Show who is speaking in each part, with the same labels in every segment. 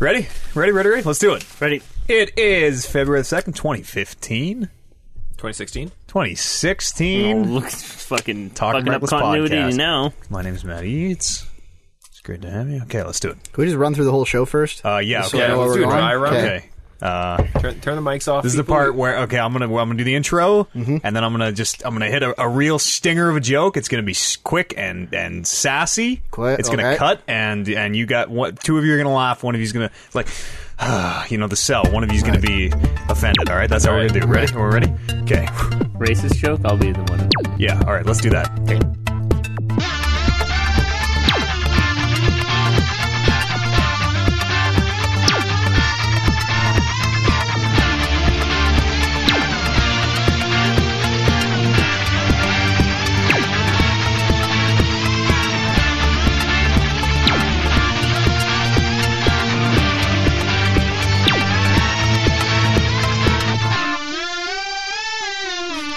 Speaker 1: Ready? Ready, ready, ready? Let's do it.
Speaker 2: Ready?
Speaker 1: It is February 2nd, 2015,
Speaker 3: 2016.
Speaker 1: 2016.
Speaker 2: Look, fucking
Speaker 1: Talking
Speaker 2: fucking up
Speaker 1: Reckless
Speaker 2: continuity
Speaker 1: podcast.
Speaker 2: now.
Speaker 1: My name is Matt Eats. It's great to have you. Okay, let's do it.
Speaker 4: Can we just run through the whole show first?
Speaker 1: Uh, yeah,
Speaker 4: So
Speaker 1: okay. Uh,
Speaker 4: I know
Speaker 3: let's
Speaker 4: where
Speaker 3: do
Speaker 4: we're
Speaker 3: a
Speaker 4: going?
Speaker 3: dry run.
Speaker 4: Okay.
Speaker 3: Turn, turn the mics off. Mm-hmm.
Speaker 1: This is the part where okay, I'm gonna well, I'm gonna do the intro, and then I'm gonna just I'm gonna hit a, a real stinger of a joke. It's gonna be s- quick and and sassy.
Speaker 4: Quick,
Speaker 1: It's gonna
Speaker 4: okay.
Speaker 1: cut, and and you got one, two of you are gonna laugh. One of you's gonna like, you know, the cell. One of you's gonna be offended. All right, that's how we're gonna do. Ready? We're ready. Okay.
Speaker 2: Racist joke? I'll be the one.
Speaker 1: Yeah. All right. Let's do that.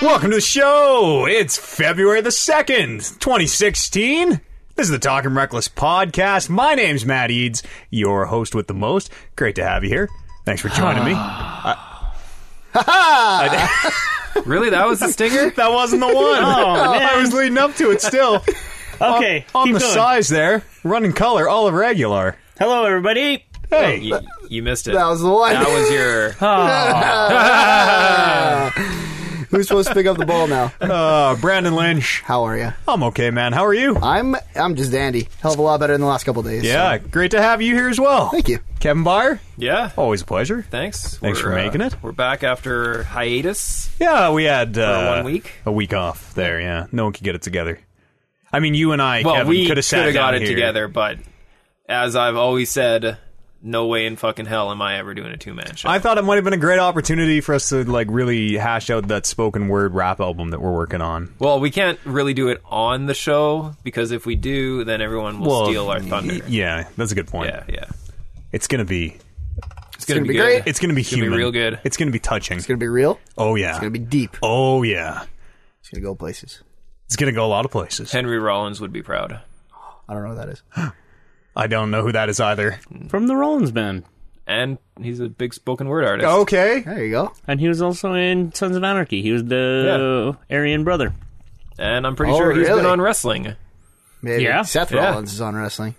Speaker 1: Welcome to the show. It's February the 2nd, 2016. This is the Talking Reckless podcast. My name's Matt Eads, your host with the most. Great to have you here. Thanks for joining me.
Speaker 3: really that was the stinger.
Speaker 1: That wasn't the one. I was leading up to it still.
Speaker 2: Okay,
Speaker 1: Oh, On
Speaker 2: keep
Speaker 1: the
Speaker 2: going.
Speaker 1: size there, running color, all irregular.
Speaker 2: Hello, everybody.
Speaker 1: Hey,
Speaker 3: you, you missed it.
Speaker 4: That was the one.
Speaker 3: That was your.
Speaker 4: Who's supposed to pick up the ball now?
Speaker 1: uh, Brandon Lynch.
Speaker 4: How are you?
Speaker 1: I'm okay, man. How are you?
Speaker 4: I'm I'm just dandy. Hell of a lot better than the last couple days.
Speaker 1: Yeah, great to have you here as well.
Speaker 4: Thank you.
Speaker 1: Kevin Byer,
Speaker 3: Yeah.
Speaker 1: always a pleasure.
Speaker 3: Thanks.
Speaker 1: Thanks for making it.
Speaker 3: We're back after hiatus.
Speaker 1: Yeah, we had uh,
Speaker 3: one week?
Speaker 1: a week off there. Yeah, no one could get it together. I mean, you and I,
Speaker 3: Well,
Speaker 1: Kevin,
Speaker 3: we
Speaker 1: could have sat
Speaker 3: coulda got
Speaker 1: down
Speaker 3: it
Speaker 1: here.
Speaker 3: together, but as I've always said, no way in fucking hell am I ever doing a two man show.
Speaker 1: I thought it might have been a great opportunity for us to like really hash out that spoken word rap album that we're working on.
Speaker 3: well, we can't really do it on the show because if we do, then everyone will
Speaker 1: Well,
Speaker 3: steal our thunder.
Speaker 1: y- Yeah, that's a good point.
Speaker 3: yeah, yeah.
Speaker 1: It's gonna be
Speaker 3: It's gonna,
Speaker 4: gonna
Speaker 3: be,
Speaker 4: be
Speaker 3: good.
Speaker 4: great.
Speaker 1: it's gonna be
Speaker 3: gonna be
Speaker 1: human,
Speaker 3: real good.
Speaker 1: It's gonna be touching.
Speaker 4: It's gonna be real.
Speaker 1: oh yeah,
Speaker 4: It's gonna be deep.
Speaker 1: Oh yeah,
Speaker 4: It's gonna go places.
Speaker 1: it's gonna go a lot of places.
Speaker 3: Henry Rollins would be proud.
Speaker 4: I don't know what that is.
Speaker 1: I don't know who that is either.
Speaker 2: From the Rollins Band.
Speaker 3: And he's a big spoken word artist.
Speaker 1: Okay,
Speaker 4: There you go.
Speaker 2: And he was also in Sons of Anarchy. He was the Aryan brother.
Speaker 3: And I'm pretty
Speaker 4: Oh,
Speaker 3: sure he's been
Speaker 4: really?
Speaker 3: on wrestling.
Speaker 4: Maybe
Speaker 2: Yeah.
Speaker 4: Seth
Speaker 3: Yeah.
Speaker 4: Rollins is on wrestling.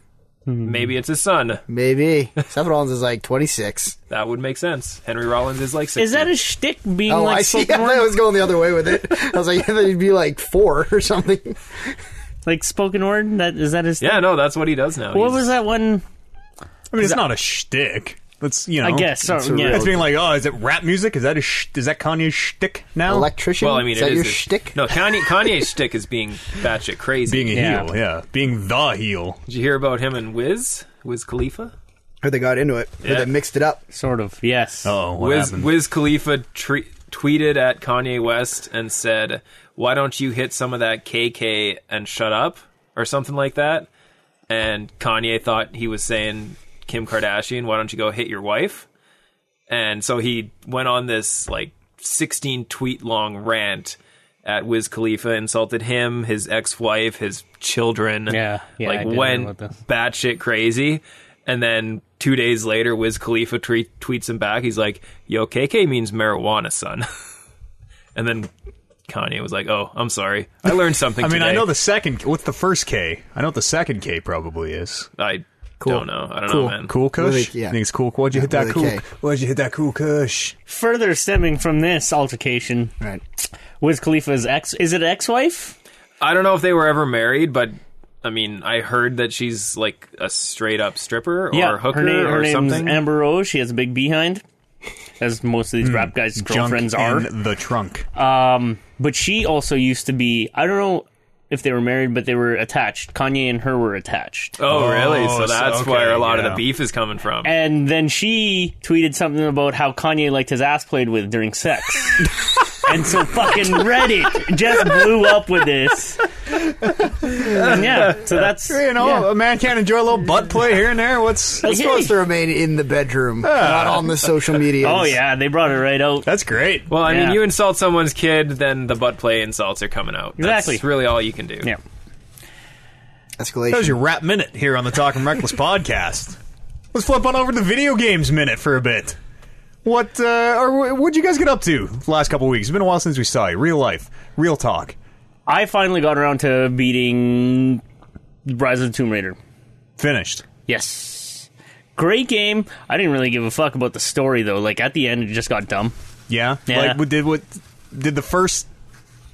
Speaker 3: Maybe it's his son.
Speaker 4: Maybe Seth Rollins is like 26.
Speaker 3: That would make sense. Henry Rollins is like 60.
Speaker 2: Is that a shtick being
Speaker 4: Oh,
Speaker 2: like
Speaker 4: I see. I
Speaker 2: spoken
Speaker 4: thought
Speaker 2: word?
Speaker 4: I was going the other way with it. I was like, I thought he'd be like four or something.
Speaker 2: Like spoken word? That is that his
Speaker 3: yeah, no, that's what he does now.
Speaker 2: What
Speaker 3: He's-
Speaker 2: was that one?
Speaker 1: I mean it's not a shtick. Let's you know.
Speaker 2: I guess. So,
Speaker 4: a
Speaker 2: yeah.
Speaker 1: Oh, It's being like, oh, is it rap music? Is that a sh- is that Kanye's shtick now?
Speaker 4: Electrician.
Speaker 3: Well, I mean,
Speaker 4: is
Speaker 3: it
Speaker 4: that your
Speaker 3: his-
Speaker 4: shtick?
Speaker 3: No, Kanye, Kanye's shtick is being batshit crazy.
Speaker 1: being a
Speaker 2: Yeah.
Speaker 1: heel, yeah, being the heel.
Speaker 3: Did you hear about him and Wiz? Wiz Khalifa?
Speaker 4: Or they got into it. Or
Speaker 3: Yeah.
Speaker 4: they mixed it up.
Speaker 2: Sort of. Yes.
Speaker 1: Oh, what
Speaker 3: Wiz,
Speaker 1: happened?
Speaker 3: Wiz Khalifa tre- tweeted at Kanye West and said, Why don't you hit some of that KK and shut up? Or something like that. And Kanye thought he was saying, Kim Kardashian, why don't you go hit your wife? And so he went on this like 16 tweet long rant at Wiz Khalifa, insulted him, his ex wife, his children.
Speaker 2: Yeah, yeah, I
Speaker 3: like
Speaker 2: did hear
Speaker 3: went
Speaker 2: about this.
Speaker 3: batshit crazy. And then two days later, Wiz Khalifa tweet, tweets him back. He's like, "Yo, KK means marijuana, son." and then Kanye was like, "Oh, I'm sorry. I learned something."
Speaker 1: I mean, I
Speaker 3: today."
Speaker 1: know the second. What's the first K? I know what the second K probably is.
Speaker 3: I don't know. I don't know, man.
Speaker 1: Cool Kush.
Speaker 4: With a- yeah.
Speaker 1: You think it's cool. Why'd you hit that
Speaker 4: With a
Speaker 1: cool?
Speaker 4: K.
Speaker 1: Why'd you hit that cool Kush?
Speaker 2: Further stemming from this altercation,
Speaker 4: Right.
Speaker 2: Wiz Khalifa's ex is it ex wife?
Speaker 3: I don't know if they were ever married, but I mean, I heard that she's like a straight up stripper or hooker
Speaker 2: her name, her
Speaker 3: or
Speaker 2: name's
Speaker 3: something.
Speaker 2: Amber Rose. She has a big behind, as most of these rap guys'
Speaker 1: Junk
Speaker 2: girlfriends are.
Speaker 1: in the trunk.
Speaker 3: Uh,
Speaker 2: Um, but she also used to be. I don't know if they were married, but they were attached. Kanye and her were attached.
Speaker 3: oh, really?
Speaker 1: Oh, so-
Speaker 3: So that's
Speaker 1: okay,
Speaker 3: where a lot of
Speaker 1: yeah.
Speaker 3: the beef is coming from.
Speaker 2: And then she tweeted something about how Kanye liked his ass played with during sex. and so fucking Reddit just blew up with this. And yeah, so that's
Speaker 1: You know, a man can't enjoy a little butt play here and there. What's
Speaker 4: It's supposed to remain in the bedroom,
Speaker 3: Ah.
Speaker 4: not on the social media.
Speaker 2: Oh yeah, they brought it right out.
Speaker 1: that's great.
Speaker 3: Well, I
Speaker 2: Yeah.
Speaker 3: mean, you insult someone's kid, then the butt play insults are coming out.
Speaker 2: Exactly.
Speaker 3: That's really all you can do.
Speaker 2: Yeah.
Speaker 1: That
Speaker 4: Escalation.
Speaker 1: was your rap minute here on the Talking Reckless podcast. Let's flip on over to the video games minute for a bit. What uh, or wh- what'd you guys get up to the last couple weeks? It's been a while since we saw you. Real life, real talk.
Speaker 2: I finally got around to beating Rise of the Tomb Raider.
Speaker 1: Finished.
Speaker 2: Yes. Great game. I didn't really give a fuck about the story though. Like at the end, it just got dumb.
Speaker 1: Yeah.
Speaker 2: Yeah.
Speaker 1: Like what did what did the first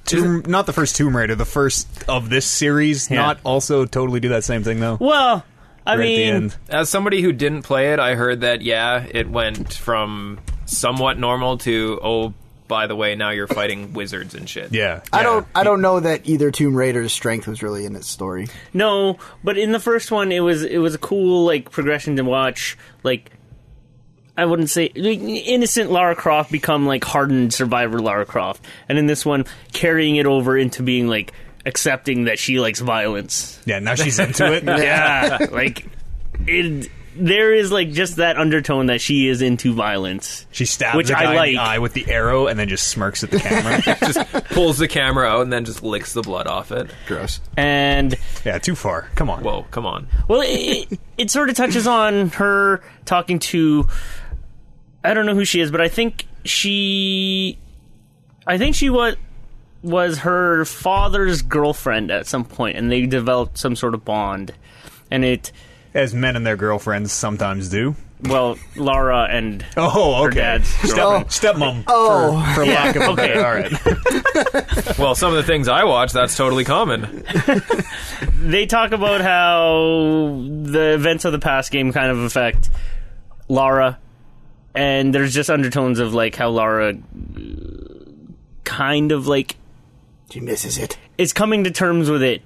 Speaker 1: tomb not the first Tomb Raider, the first of this series
Speaker 2: Yeah.
Speaker 1: not also totally do that same thing though?
Speaker 2: Well, I
Speaker 1: Right at the
Speaker 2: mean,
Speaker 1: end.
Speaker 3: As somebody who didn't play it, I heard that yeah, it went from somewhat normal to oh, by the way, now you're fighting wizards and shit.
Speaker 1: Yeah.
Speaker 4: I
Speaker 1: yeah.
Speaker 4: don't. I don't know that either Tomb Raider's strength was really in its story.
Speaker 2: No, but in the first one, it was it was a cool like progression to watch. Like, I wouldn't say like, innocent Lara Croft become like hardened survivor Lara Croft, and in this one, carrying it over into being like accepting that she likes violence.
Speaker 1: Yeah, now she's into it.
Speaker 2: Yeah, like it. There is like just that undertone that she is into violence.
Speaker 1: She stabs
Speaker 2: Which
Speaker 1: a
Speaker 2: I
Speaker 1: guy in the
Speaker 2: like.
Speaker 1: eye with the arrow and then just smirks at the camera.
Speaker 3: Just pulls the camera out and then just licks the blood off it.
Speaker 4: Gross.
Speaker 2: And
Speaker 1: yeah, too far. Come on.
Speaker 3: Whoa, come on.
Speaker 2: Well, it, it, it sort of touches on her talking to. I don't know who she is, but I think she. I think she was was her father's girlfriend at some point, and they developed some sort of bond. And it,
Speaker 1: As men and their girlfriends sometimes do.
Speaker 2: well, Laura and
Speaker 1: Oh, okay.
Speaker 2: dad's
Speaker 1: Step,
Speaker 2: girlfriend.
Speaker 1: stepmom.
Speaker 4: Oh.
Speaker 1: For, for lack of a
Speaker 2: okay.
Speaker 1: better. All right.
Speaker 3: Well, some of the things I watch, that's totally common.
Speaker 2: they talk about how the events of the past game kind of affect Lara, and there's just undertones of like how Lara uh, kind of like
Speaker 4: She misses it.
Speaker 2: is coming to terms with it.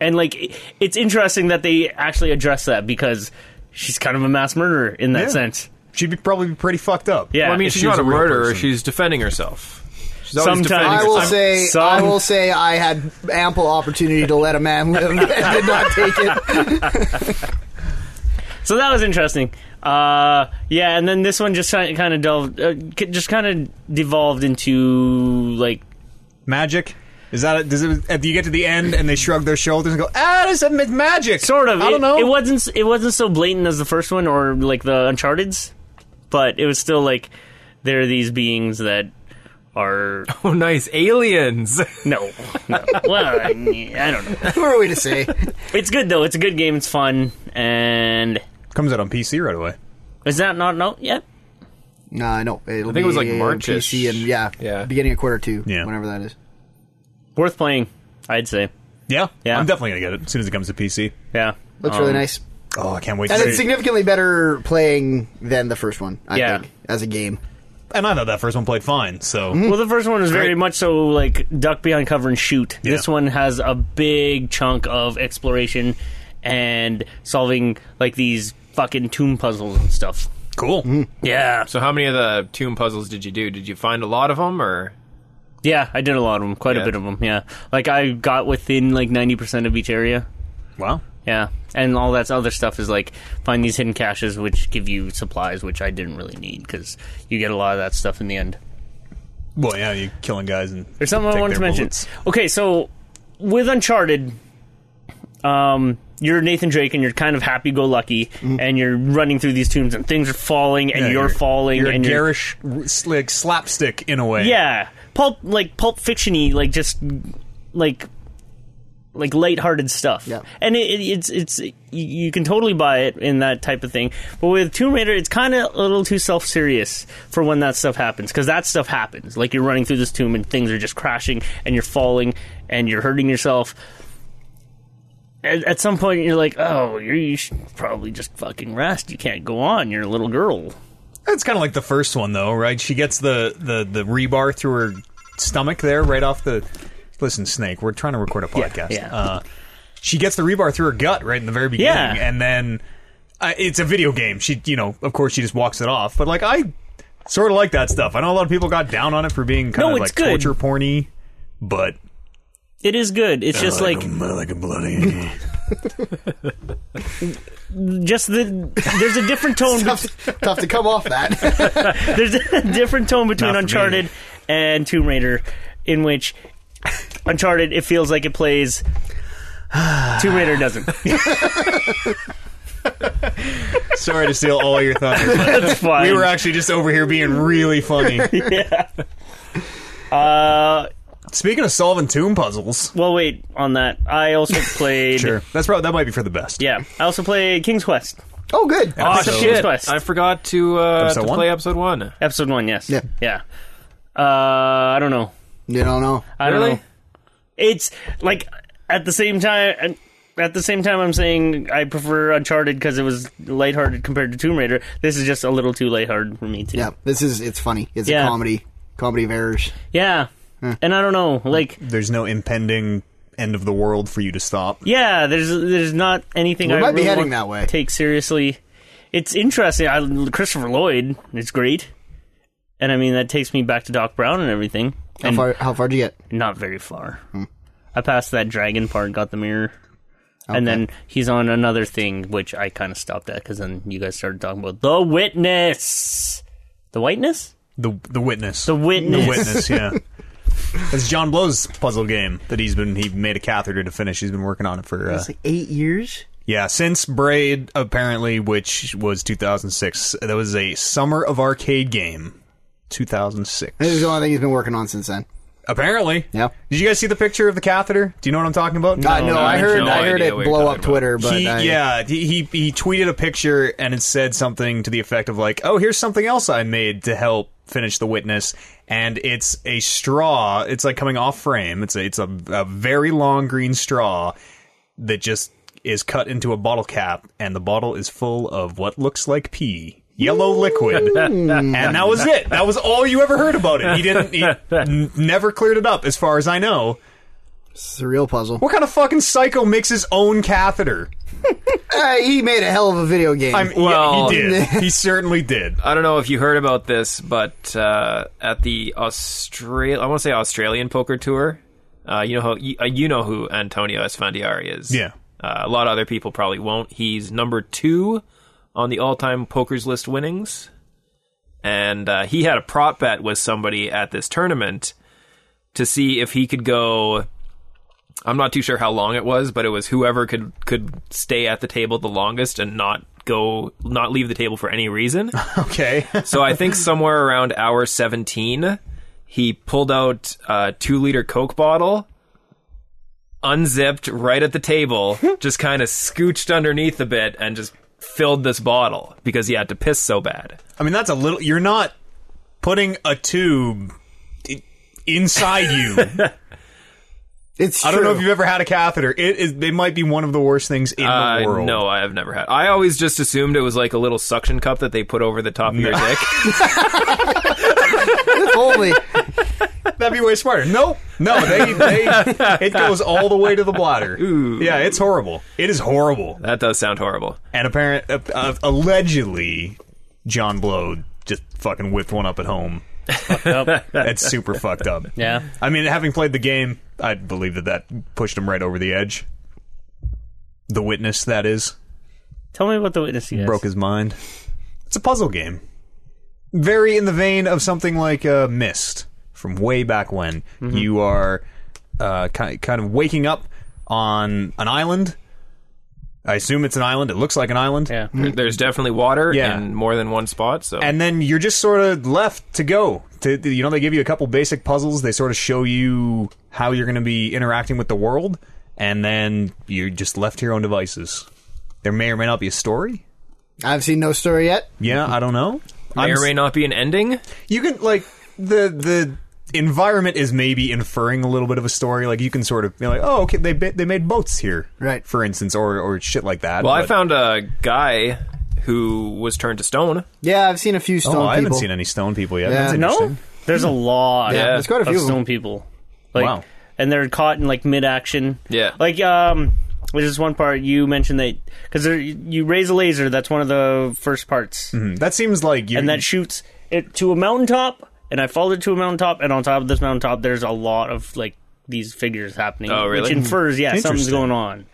Speaker 2: And like i- it's interesting that they actually address that because she's kind of a mass murderer in that
Speaker 1: Yeah.
Speaker 2: sense.
Speaker 1: She'd be probably be pretty fucked up.
Speaker 2: Yeah.
Speaker 3: Well, I mean,
Speaker 1: If
Speaker 3: she's
Speaker 1: she was
Speaker 3: not a
Speaker 1: a real
Speaker 3: murderer.
Speaker 1: person.
Speaker 3: She's defending herself. She's always
Speaker 2: Sometimes-
Speaker 3: defending
Speaker 4: I will
Speaker 3: herself.
Speaker 4: say.
Speaker 2: some-
Speaker 4: I will say. I had ample opportunity to let a man live and did not take it.
Speaker 2: So that was interesting. Uh, yeah, and then this one just kind of delved, uh, k- just kind of devolved into like
Speaker 1: Magic? Is that it? Does it? At the, you get to the end and they shrug their shoulders and go, "Ah, this is magic."
Speaker 2: sort of.
Speaker 1: I
Speaker 2: It-
Speaker 1: don't know.
Speaker 2: It wasn't s- it wasn't so blatant as the first one or like the Uncharted's, but it was still like there are these beings that are
Speaker 3: Oh, nice aliens.
Speaker 2: no, no. well, I, I don't know.
Speaker 4: Who are we to say?
Speaker 2: It's good though. It's a good game. It's fun and.
Speaker 1: Comes out on PC right away.
Speaker 2: Is that not out yet?
Speaker 4: No, I know. It'll I
Speaker 3: think it was like March-ish.
Speaker 4: PC and yeah,
Speaker 3: Yeah.
Speaker 4: beginning of quarter two,
Speaker 1: Yeah.
Speaker 4: whenever that is.
Speaker 2: Worth playing, I'd say.
Speaker 1: Yeah,
Speaker 2: Yeah.
Speaker 1: I'm definitely gonna get it as soon as it comes to PC.
Speaker 2: Yeah.
Speaker 4: Looks
Speaker 2: Um,
Speaker 4: really nice,
Speaker 1: Oh, I can't wait.
Speaker 4: and
Speaker 1: to
Speaker 4: it's
Speaker 1: see. it.
Speaker 4: significantly better playing than the first one. I
Speaker 2: Yeah.
Speaker 4: think as a game.
Speaker 1: and I thought that first one played fine. So
Speaker 4: Mm-hmm.
Speaker 2: Well, the first one was very much so like duck behind cover and shoot.
Speaker 1: Yeah.
Speaker 2: This one has a big chunk of exploration and solving like these fucking tomb puzzles and stuff.
Speaker 1: cool.
Speaker 4: Mm-hmm.
Speaker 2: Yeah.
Speaker 3: so, how many of the tomb puzzles did you do? Did you find a lot of them, or
Speaker 2: Yeah, I did a lot of them, quite a
Speaker 3: Yeah.
Speaker 2: bit of them. Yeah. Like I got within like 90% of each area.
Speaker 1: Wow.
Speaker 2: Yeah. And all that other stuff is like find these hidden caches which give you supplies which I didn't really need cuz you get a lot of that stuff in the end.
Speaker 1: Well, yeah, you killing guys and
Speaker 2: There's something I
Speaker 1: take
Speaker 2: wanted to
Speaker 1: their
Speaker 2: mention.
Speaker 1: bullets.
Speaker 2: Okay, so with Uncharted, um, you're Nathan Drake and you're kind of happy go lucky and you're running through these tombs and things are falling and
Speaker 1: Mm-hmm. Yeah,
Speaker 2: you're, falling
Speaker 1: You're
Speaker 2: and
Speaker 1: a
Speaker 2: you're
Speaker 1: garish, r- s- like slapstick in a way.
Speaker 2: yeah, pulp like pulp fictiony, like just like like lighthearted stuff.
Speaker 4: Yeah.
Speaker 2: and it, it, it's it's you, you can totally buy it in that type of thing. But with Tomb Raider, it's kind of a little too self serious for when that stuff happens because that stuff happens. Like you're running through this tomb and things are just crashing and you're falling and you're hurting yourself. At, at some point, you're like, "Oh, you're, you should probably just fucking rest. You can't go on. You're a little girl."
Speaker 1: It's kind of like the first one, though, right? She gets the, the, the rebar through her stomach there, right off the. Listen, Snake, we're trying to record a podcast.
Speaker 2: yeah.
Speaker 1: Uh, she gets the rebar through her gut right in the very beginning,
Speaker 2: Yeah.
Speaker 1: and then uh, it's a video game. She, you know, of course, she just walks it off. But like, I sort of like that stuff. I know a lot of people got down on it for being kind
Speaker 2: No,
Speaker 1: of
Speaker 2: it's
Speaker 1: like
Speaker 2: good.
Speaker 1: torture porny, but
Speaker 2: It is good. It's just like
Speaker 1: like a bloody.
Speaker 2: just the there's a different tone
Speaker 4: tough, tough to come off that.
Speaker 2: there's a different tone between
Speaker 1: Not for
Speaker 2: Uncharted
Speaker 1: me.
Speaker 2: and Tomb Raider in which Uncharted it feels like it plays Tomb Raider doesn't.
Speaker 1: Sorry to steal all your thunder.
Speaker 2: That's fine.
Speaker 1: We were actually just over here being really funny.
Speaker 2: uh,
Speaker 1: Speaking of solving tomb puzzles,
Speaker 2: well, wait on that. I also played.
Speaker 1: sure, that's probably that might be for the best.
Speaker 2: Yeah, I also played King's Quest
Speaker 4: Oh, good.
Speaker 3: Oh
Speaker 2: Episode
Speaker 3: shit!
Speaker 2: Quest.
Speaker 3: I forgot to uh,
Speaker 1: Episode
Speaker 3: to
Speaker 1: one?
Speaker 3: play episode one.
Speaker 2: episode one. Yes.
Speaker 4: Yeah.
Speaker 2: Yeah. Uh, I don't know.
Speaker 4: You don't know.
Speaker 2: I don't
Speaker 3: Really?
Speaker 2: know. It's like at the same time. At the same time, I'm saying I prefer Uncharted because it was lighthearted compared to Tomb Raider. This is just a little too lighthearted for me too.
Speaker 4: Yeah, this is it's funny. It's
Speaker 2: Yeah.
Speaker 4: a comedy, comedy of errors.
Speaker 2: Yeah. And I don't know, like,
Speaker 1: There's no impending end of the world for you to stop.
Speaker 2: yeah, there's there's not anything
Speaker 4: We
Speaker 2: I
Speaker 4: might be
Speaker 2: really
Speaker 4: heading
Speaker 2: want
Speaker 4: that way.
Speaker 2: to Take seriously. It's interesting. I, Christopher Lloyd is great, and I mean that takes me back to Doc Brown and everything.
Speaker 4: How
Speaker 2: And
Speaker 4: far? Hmm. How far would you get?
Speaker 2: not very far. I passed that dragon part, got the mirror, and then he's on another thing, which I kind of stopped at because then you guys started talking about the witness, the whiteness,
Speaker 1: The the witness,
Speaker 2: the witness.
Speaker 1: witness, yeah. That's John Blow's puzzle game that he's been he made a catheter to finish. He's been working on it for uh,
Speaker 4: It's like eight years.
Speaker 1: yeah since Braid apparently, which was 2006. That was a summer of arcade game, 2006.
Speaker 4: This is the only thing he's been working on since then.
Speaker 1: Apparently,
Speaker 4: Yeah.
Speaker 1: Did you guys see the picture of the catheter? Do you know what I'm talking about?
Speaker 4: Uh, no,
Speaker 2: no,
Speaker 4: I
Speaker 2: I
Speaker 4: heard.
Speaker 3: have no
Speaker 4: I heard
Speaker 3: idea
Speaker 4: it
Speaker 3: what you're
Speaker 4: blow
Speaker 3: talking
Speaker 4: up Twitter, but uh,
Speaker 1: he,
Speaker 4: I,
Speaker 1: yeah, he, he he tweeted a picture and it said something to the effect of like, "Oh, here's something else I made to help finish the witness." And it's a straw. It's like coming off frame. It's a, it's a, a very long green straw that just is cut into a bottle cap, and the bottle is full of what looks like pee. Yellow liquid, and that was it. That was all you ever heard about it. He didn't, he n- never cleared it up, as far as I know.
Speaker 4: it's a real puzzle.
Speaker 1: What kind of fucking psycho makes his own catheter?
Speaker 4: Uh, he made a hell of a video game.
Speaker 1: I'm, well,
Speaker 3: Well-
Speaker 1: he did. he certainly did.
Speaker 3: I don't know if you heard about this, but uh, at the Austral, I want to say Australian poker tour. Uh, you know how you, uh, you know who Antonio Esfandiari is.
Speaker 1: Yeah.
Speaker 3: uh, a lot of other people probably won't. He's number two on the all-time poker's list winnings, and uh, he had a prop bet with somebody at this tournament to see if he could go. I'm not too sure how long it was, but it was whoever could could stay at the table the longest and not go not leave the table for any reason.
Speaker 1: Okay.
Speaker 3: So I think somewhere around hour 17, he pulled out a two liter Coke bottle, unzipped right at the table, just kind of scooched underneath a bit, and just filled this bottle because he had to piss so bad.
Speaker 1: I mean, that's a little. You're not putting a tube i- inside you.
Speaker 4: it's
Speaker 1: I don't know
Speaker 4: true.
Speaker 1: if you've ever had a catheter. It is. It might be one of the worst things in
Speaker 3: Uh,
Speaker 1: the world.
Speaker 3: no, I have never had. I always just assumed it was like a little suction cup that they put over the top of your dick.
Speaker 4: If only.
Speaker 1: That'd be way smarter. Nope. No, they, they it goes all the way to the bladder. Ooh. Yeah, it's horrible. It is horrible.
Speaker 3: That does sound horrible.
Speaker 1: And apparent, uh, uh, allegedly, John Blow just fucking whipped one up at home.
Speaker 2: Yep.
Speaker 1: That's super fucked up.
Speaker 2: Yeah.
Speaker 1: I mean, having played the game, I believe that that pushed him right over the edge. The witness that is
Speaker 2: Tell me about the witness. You guys.
Speaker 1: broke his mind. It's a puzzle game, very in the vein of something like uh, Mist from way back when. You are uh, ki- kind of waking up on an island. I assume it's an island. It looks like an island.
Speaker 2: Yeah.
Speaker 3: There's definitely water
Speaker 1: Yeah.
Speaker 3: in more than one spot. So
Speaker 1: and then you're just sort of left to go to you know they give you a couple basic puzzles they sort of show you how you're going to be interacting with the world and then you're just left to your own devices there may or may not be a story
Speaker 4: I've seen no story yet.
Speaker 1: yeah i don't know
Speaker 3: may
Speaker 1: I'm
Speaker 3: or may not be an ending.
Speaker 1: you can like the the environment is maybe inferring a little bit of a story like you can sort of be like oh okay they ba- they made boats here
Speaker 4: Right.
Speaker 1: for instance or or shit like that
Speaker 3: Well, I
Speaker 1: but-
Speaker 3: found a guy who was turned to stone.
Speaker 4: Yeah, I've seen a few stone
Speaker 1: oh,
Speaker 4: people.
Speaker 1: i haven't seen any stone people yet
Speaker 4: Yeah.
Speaker 1: That's
Speaker 2: No,
Speaker 1: interesting.
Speaker 2: there's a lot.
Speaker 3: Yeah,
Speaker 4: there's quite a
Speaker 2: of
Speaker 4: few of 'em.
Speaker 2: stone people. Like,
Speaker 1: Wow.
Speaker 2: And they're caught in like mid-action.
Speaker 3: Yeah.
Speaker 2: Like um, there's this one part you mentioned that because you raise a laser. That's one of the first parts,
Speaker 1: Hmm. that seems like you're
Speaker 2: and that shoots it to a mountaintop. And I followed it to a mountaintop, and on top of this mountaintop, there's a lot of like these figures happening,
Speaker 3: Oh, really?
Speaker 2: which infers yeah something's
Speaker 1: Interesting.
Speaker 2: going on.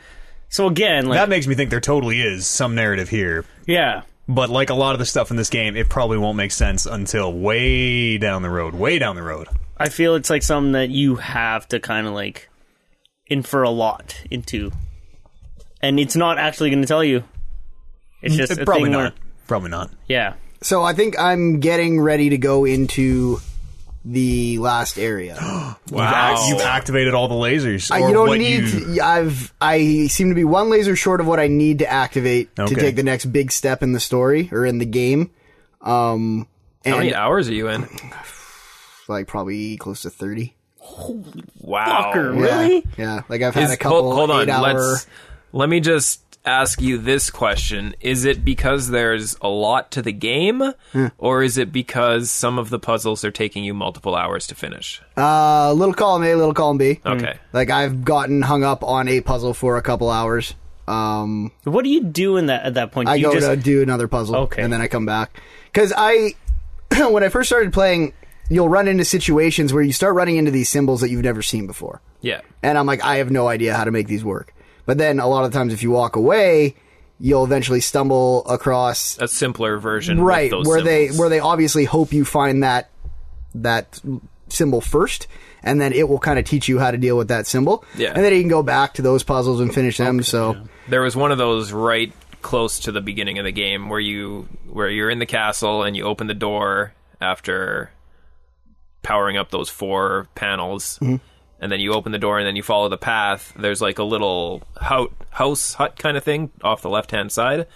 Speaker 2: So again, like
Speaker 1: that makes me think there totally is some narrative here
Speaker 2: yeah,
Speaker 1: But like a lot of the stuff in this game, it probably won't make sense until way down the road. Way down the road.
Speaker 2: I feel it's like something that you have to kind of like infer a lot into, and it's not actually going to tell you. It's just a
Speaker 1: probably
Speaker 2: thing
Speaker 1: not.
Speaker 2: where-
Speaker 1: Probably not.
Speaker 2: yeah.
Speaker 4: So I think I'm getting ready to go into the last area.
Speaker 1: Wow.
Speaker 3: Wow.
Speaker 1: You've, activated all the lasers.
Speaker 4: I,
Speaker 1: or
Speaker 4: Uh, you
Speaker 1: what
Speaker 4: don't need.
Speaker 1: you-
Speaker 4: to- I've. I seem to be one laser short of what I need to activate
Speaker 1: Okay.
Speaker 4: to take the next big step in the story or in the game. Um,
Speaker 3: How
Speaker 4: and
Speaker 3: many hours are you in?
Speaker 4: like probably close to thirty.
Speaker 3: Wow.
Speaker 2: Fucker.
Speaker 4: Yeah.
Speaker 2: Really?
Speaker 4: Yeah. Like I've had
Speaker 3: Is-
Speaker 4: a couple.
Speaker 3: hold, hold on.
Speaker 4: Eight hour,
Speaker 3: Let's let me just ask you this question: Is it because there's a lot to the game,
Speaker 4: Hmm.
Speaker 3: or is it because some of the puzzles are taking you multiple hours to finish?
Speaker 4: Uh, little column A, little column B.
Speaker 3: Okay.
Speaker 4: Like I've gotten hung up on a puzzle for a couple hours. Um,
Speaker 2: What do you do in that at that point? Do
Speaker 4: I
Speaker 2: you
Speaker 4: go
Speaker 2: just
Speaker 4: to do another puzzle,
Speaker 2: Okay.
Speaker 4: and then I come back because I, when I first started playing, you'll run into situations where you start running into these symbols that you've never seen before,
Speaker 3: Yeah.
Speaker 4: and I'm like, I have no idea how to make these work. But then a lot of times, if you walk away, you'll eventually stumble across
Speaker 3: A simpler version, with
Speaker 4: right
Speaker 3: those
Speaker 4: where they
Speaker 3: symbols.
Speaker 4: where they obviously hope you find that that symbol first and then it will kind of teach you how to deal with that symbol
Speaker 3: Yeah.
Speaker 4: and then you can go back to those puzzles and finish them so
Speaker 3: there was one of those right close to the beginning of the game where you where you're in the castle and you open the door after powering up those four panels
Speaker 4: Mm-hmm.
Speaker 3: and then you open the door and then you follow the path there's like a little hou- house hut kind of thing off the left hand side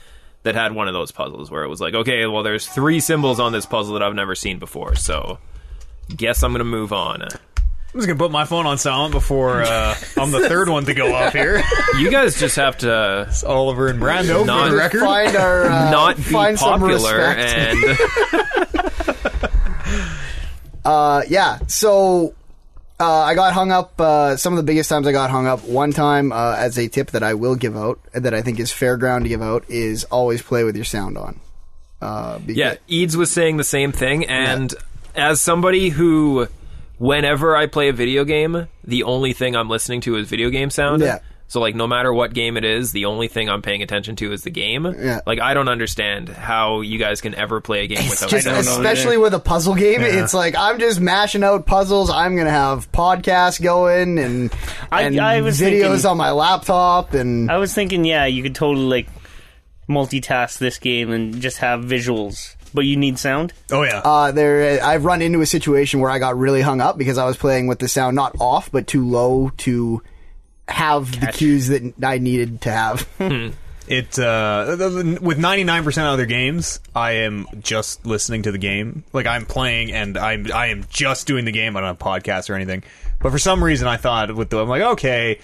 Speaker 3: that had one of those puzzles where it was like okay well there's three symbols on this puzzle that i've never seen before so guess i'm gonna move on
Speaker 1: I'm just gonna put my phone on silent before uh, I'm the third one to go off here.
Speaker 3: you guys just have to
Speaker 1: It's Oliver and Brando
Speaker 3: Not-
Speaker 1: for the record.
Speaker 4: find our uh,
Speaker 3: not be
Speaker 4: find some
Speaker 3: popular
Speaker 4: respect.
Speaker 3: and
Speaker 4: Uh, yeah. So uh, I got hung up. Uh, some of the biggest times I got hung up. One time, uh, as a tip that I will give out, that I think is fair ground to give out, is always play with your sound on. Uh, because,
Speaker 3: Yeah, Eads was saying the same thing, and as somebody who, whenever I play a video game, the only thing I'm listening to is video game sound.
Speaker 4: Yeah.
Speaker 3: So like, no matter what game it is, the only thing I'm paying attention to is the game.
Speaker 4: Yeah.
Speaker 3: Like, I don't understand how you guys can ever play a game without
Speaker 4: Just
Speaker 3: sound.
Speaker 2: know
Speaker 4: especially with a puzzle game, it's like I'm just mashing out puzzles. I'm gonna have podcasts going and,
Speaker 2: I-
Speaker 4: and
Speaker 2: I was
Speaker 4: videos
Speaker 2: thinking-
Speaker 4: on my laptop and
Speaker 2: I was thinking, yeah, you could totally like multitask this game and just have visuals, but you need sound.
Speaker 1: Oh yeah.
Speaker 4: Uh, there, I've run into a situation where I got really hung up because I was playing with the sound not off, but too low to have the cues that I needed to have.
Speaker 1: it uh, th- th- with 99% of other games, I am just listening to the game. Like I'm playing and I'm I am just doing the game. I don't have podcasts or anything. But for some reason, I thought with the I'm like okay.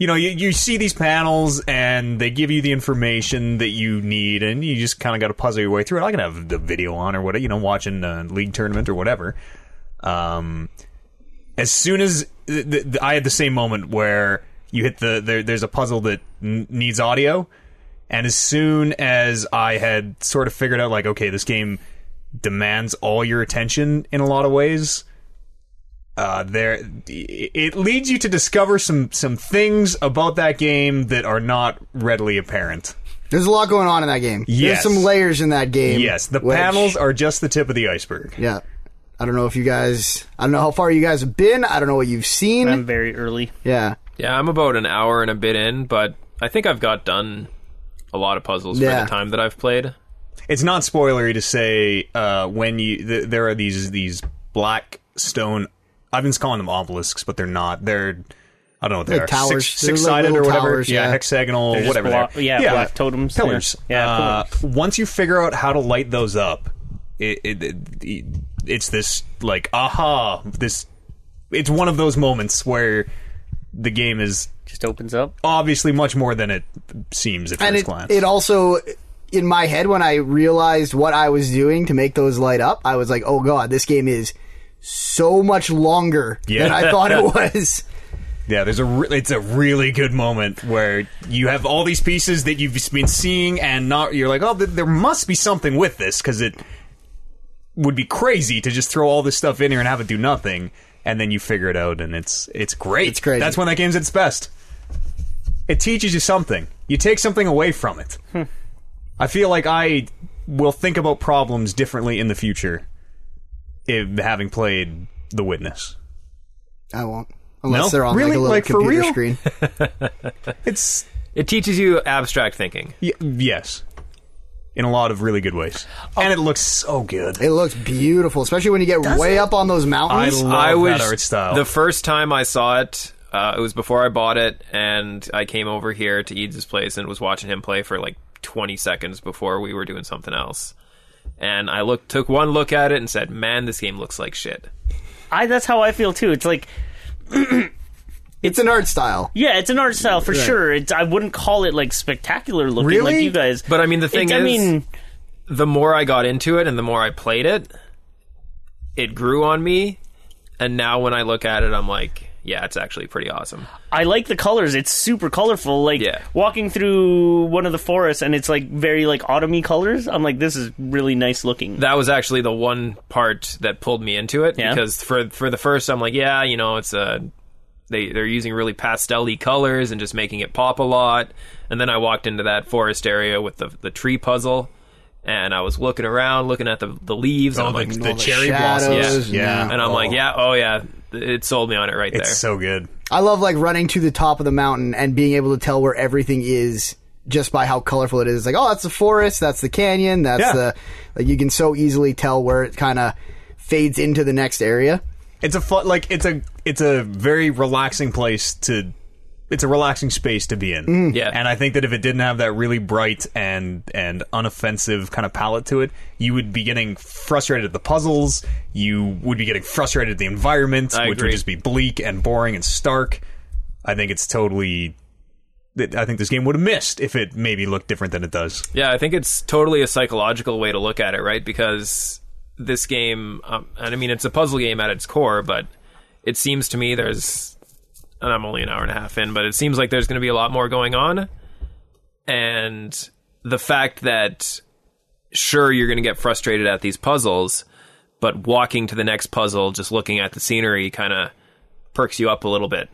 Speaker 1: You know, you, you see these panels and they give you the information that you need, and you just kind of got to puzzle your way through it. I can have the video on or whatever, you know, watching a league tournament or whatever. Um, as soon as th- th- th- I had the same moment where you hit the there, there's a puzzle that n- needs audio, and as soon as I had sort of figured out like okay this game demands all your attention in a lot of ways, uh, there it it leads you to discover some some things about that game that are not readily apparent.
Speaker 4: There's a lot going on in that game.
Speaker 1: Yes.
Speaker 4: There's some layers in that game.
Speaker 1: Yes, the
Speaker 4: which-
Speaker 1: panels are just the tip of the iceberg.
Speaker 4: Yeah. I don't know if you guys. I don't know how far you guys have been. I don't know what you've seen.
Speaker 2: I'm very early.
Speaker 4: yeah.
Speaker 3: Yeah, I'm about an hour and a bit in, but I think I've got done a lot of puzzles
Speaker 4: Yeah.
Speaker 3: for the time that I've played.
Speaker 1: it's not spoilery to say uh, when you th- there are these these black stone. I've been calling them obelisks, but they're not. They're I don't know what they
Speaker 4: They're
Speaker 1: are.
Speaker 4: towers.
Speaker 1: six,
Speaker 4: They're like
Speaker 1: six sided
Speaker 4: little
Speaker 1: or whatever.
Speaker 4: towers,
Speaker 1: yeah,
Speaker 4: yeah.
Speaker 1: hexagonal,
Speaker 2: just
Speaker 1: whatever.
Speaker 2: blo-
Speaker 1: they're.
Speaker 2: yeah, black totems, yeah.
Speaker 1: pillars.
Speaker 2: Yeah,
Speaker 1: Uh, Once you figure out how to light those up, it, it, it it's this like aha. This it's one of those moments where the game is
Speaker 2: Just opens up.
Speaker 1: obviously much more than it seems at
Speaker 4: And
Speaker 1: first
Speaker 4: it,
Speaker 1: glance.
Speaker 4: it also. In my head, when I realized what I was doing to make those light up, I was like, oh god, this game is so much longer than
Speaker 1: Yeah.
Speaker 4: I thought it was.
Speaker 1: Yeah, there's a re- it's a really good moment where you have all these pieces that you've been seeing and not you're like, "Oh, th- there must be something with this cuz it would be crazy to just throw all this stuff in here and have it do nothing." And then you figure it out and it's it's great.
Speaker 4: It's crazy.
Speaker 1: That's when that game's at its best. It teaches you something. You take something away from it.
Speaker 4: Hmm.
Speaker 1: I feel like I will think about problems differently in the future if having played The Witness.
Speaker 4: I won't. Unless
Speaker 1: No?
Speaker 4: they're on like
Speaker 1: Really?
Speaker 4: a little
Speaker 1: Like, for
Speaker 4: computer
Speaker 1: real?
Speaker 4: screen.
Speaker 1: It's
Speaker 3: It teaches you abstract thinking.
Speaker 1: y- yes. in a lot of really good ways.
Speaker 3: Oh.
Speaker 1: And it looks so good.
Speaker 4: It looks beautiful, especially when you get way up on those mountains.
Speaker 1: I love that art style.
Speaker 3: The first time I saw it, uh, it was before I bought it, and I came over here to Eads' place and was watching him play for like 20 seconds before we were doing something else. And I looked, took one look at it and said, "Man, this game looks like shit."
Speaker 2: I that's how I feel too. It's like
Speaker 4: it's an art style.
Speaker 2: yeah, it's an art style for sure. It's I wouldn't call it like spectacular looking like
Speaker 4: Really?
Speaker 2: you guys.
Speaker 3: But I mean, the thing
Speaker 2: It-
Speaker 3: is,
Speaker 2: I mean,
Speaker 3: the more I got into it and the more I played it, it grew on me. And now when I look at it, I'm like, yeah, it's actually pretty awesome.
Speaker 2: I like the colors. It's super colorful. Like
Speaker 3: Yeah.
Speaker 2: walking through one of the forests and it's like very like autumny colors. I'm like, this is really nice looking.
Speaker 3: That was actually the one part that pulled me into it
Speaker 2: Yeah.
Speaker 3: because for for the first, I'm like, yeah, you know, it's a they they're using really pastel-y colors and just making it pop a lot. And then I walked into that forest area with the the tree puzzle, and I was looking around, looking at the the leaves, and I'm like,
Speaker 1: Oh, the,
Speaker 4: All
Speaker 1: cherry
Speaker 4: shadows,
Speaker 1: blossoms. Yeah.
Speaker 4: no.
Speaker 3: and I'm like, yeah, oh yeah, it sold me on it right
Speaker 1: It's
Speaker 3: there.
Speaker 1: so good.
Speaker 4: I love like running to the top of the mountain and being able to tell where everything is just by how colorful it is. It's like, oh, that's the forest, that's the canyon, that's
Speaker 1: Yeah.
Speaker 4: the like you can so easily tell where it kind of fades into the next area.
Speaker 1: It's a fun, like it's a it's a very relaxing place to. It's a relaxing space to be in.
Speaker 3: Yeah.
Speaker 1: and I think that if it didn't have that really bright and and unoffensive kind of palette to it, you would be getting frustrated at the puzzles. You would be getting frustrated at the environment,
Speaker 3: I
Speaker 1: which
Speaker 3: agree.
Speaker 1: would just be bleak and boring and stark. I think it's totally. that- I think this game would have missed if it maybe looked different than it does.
Speaker 3: Yeah, I think it's totally a psychological way to look at it, right? Because this game, um, and I mean, it's a puzzle game at its core, but it seems to me there's, and I'm only an hour and a half in, but it seems like there's going to be a lot more going on. And the fact that, sure, you're going to get frustrated at these puzzles, but walking to the next puzzle, just looking at the scenery, kind of perks you up a little bit.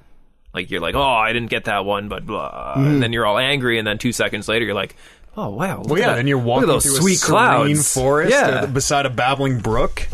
Speaker 3: Like you're like, oh, I didn't get that one, but blah, and then you're all angry, and then two seconds later, you're like, oh wow, look
Speaker 1: Mm-hmm. Well,
Speaker 3: at
Speaker 1: yeah,
Speaker 3: that-
Speaker 1: and you're walking
Speaker 3: look at those
Speaker 1: through
Speaker 3: sweet
Speaker 1: a serene
Speaker 3: clouds,
Speaker 1: forest
Speaker 3: yeah,
Speaker 1: or the- beside a babbling brook.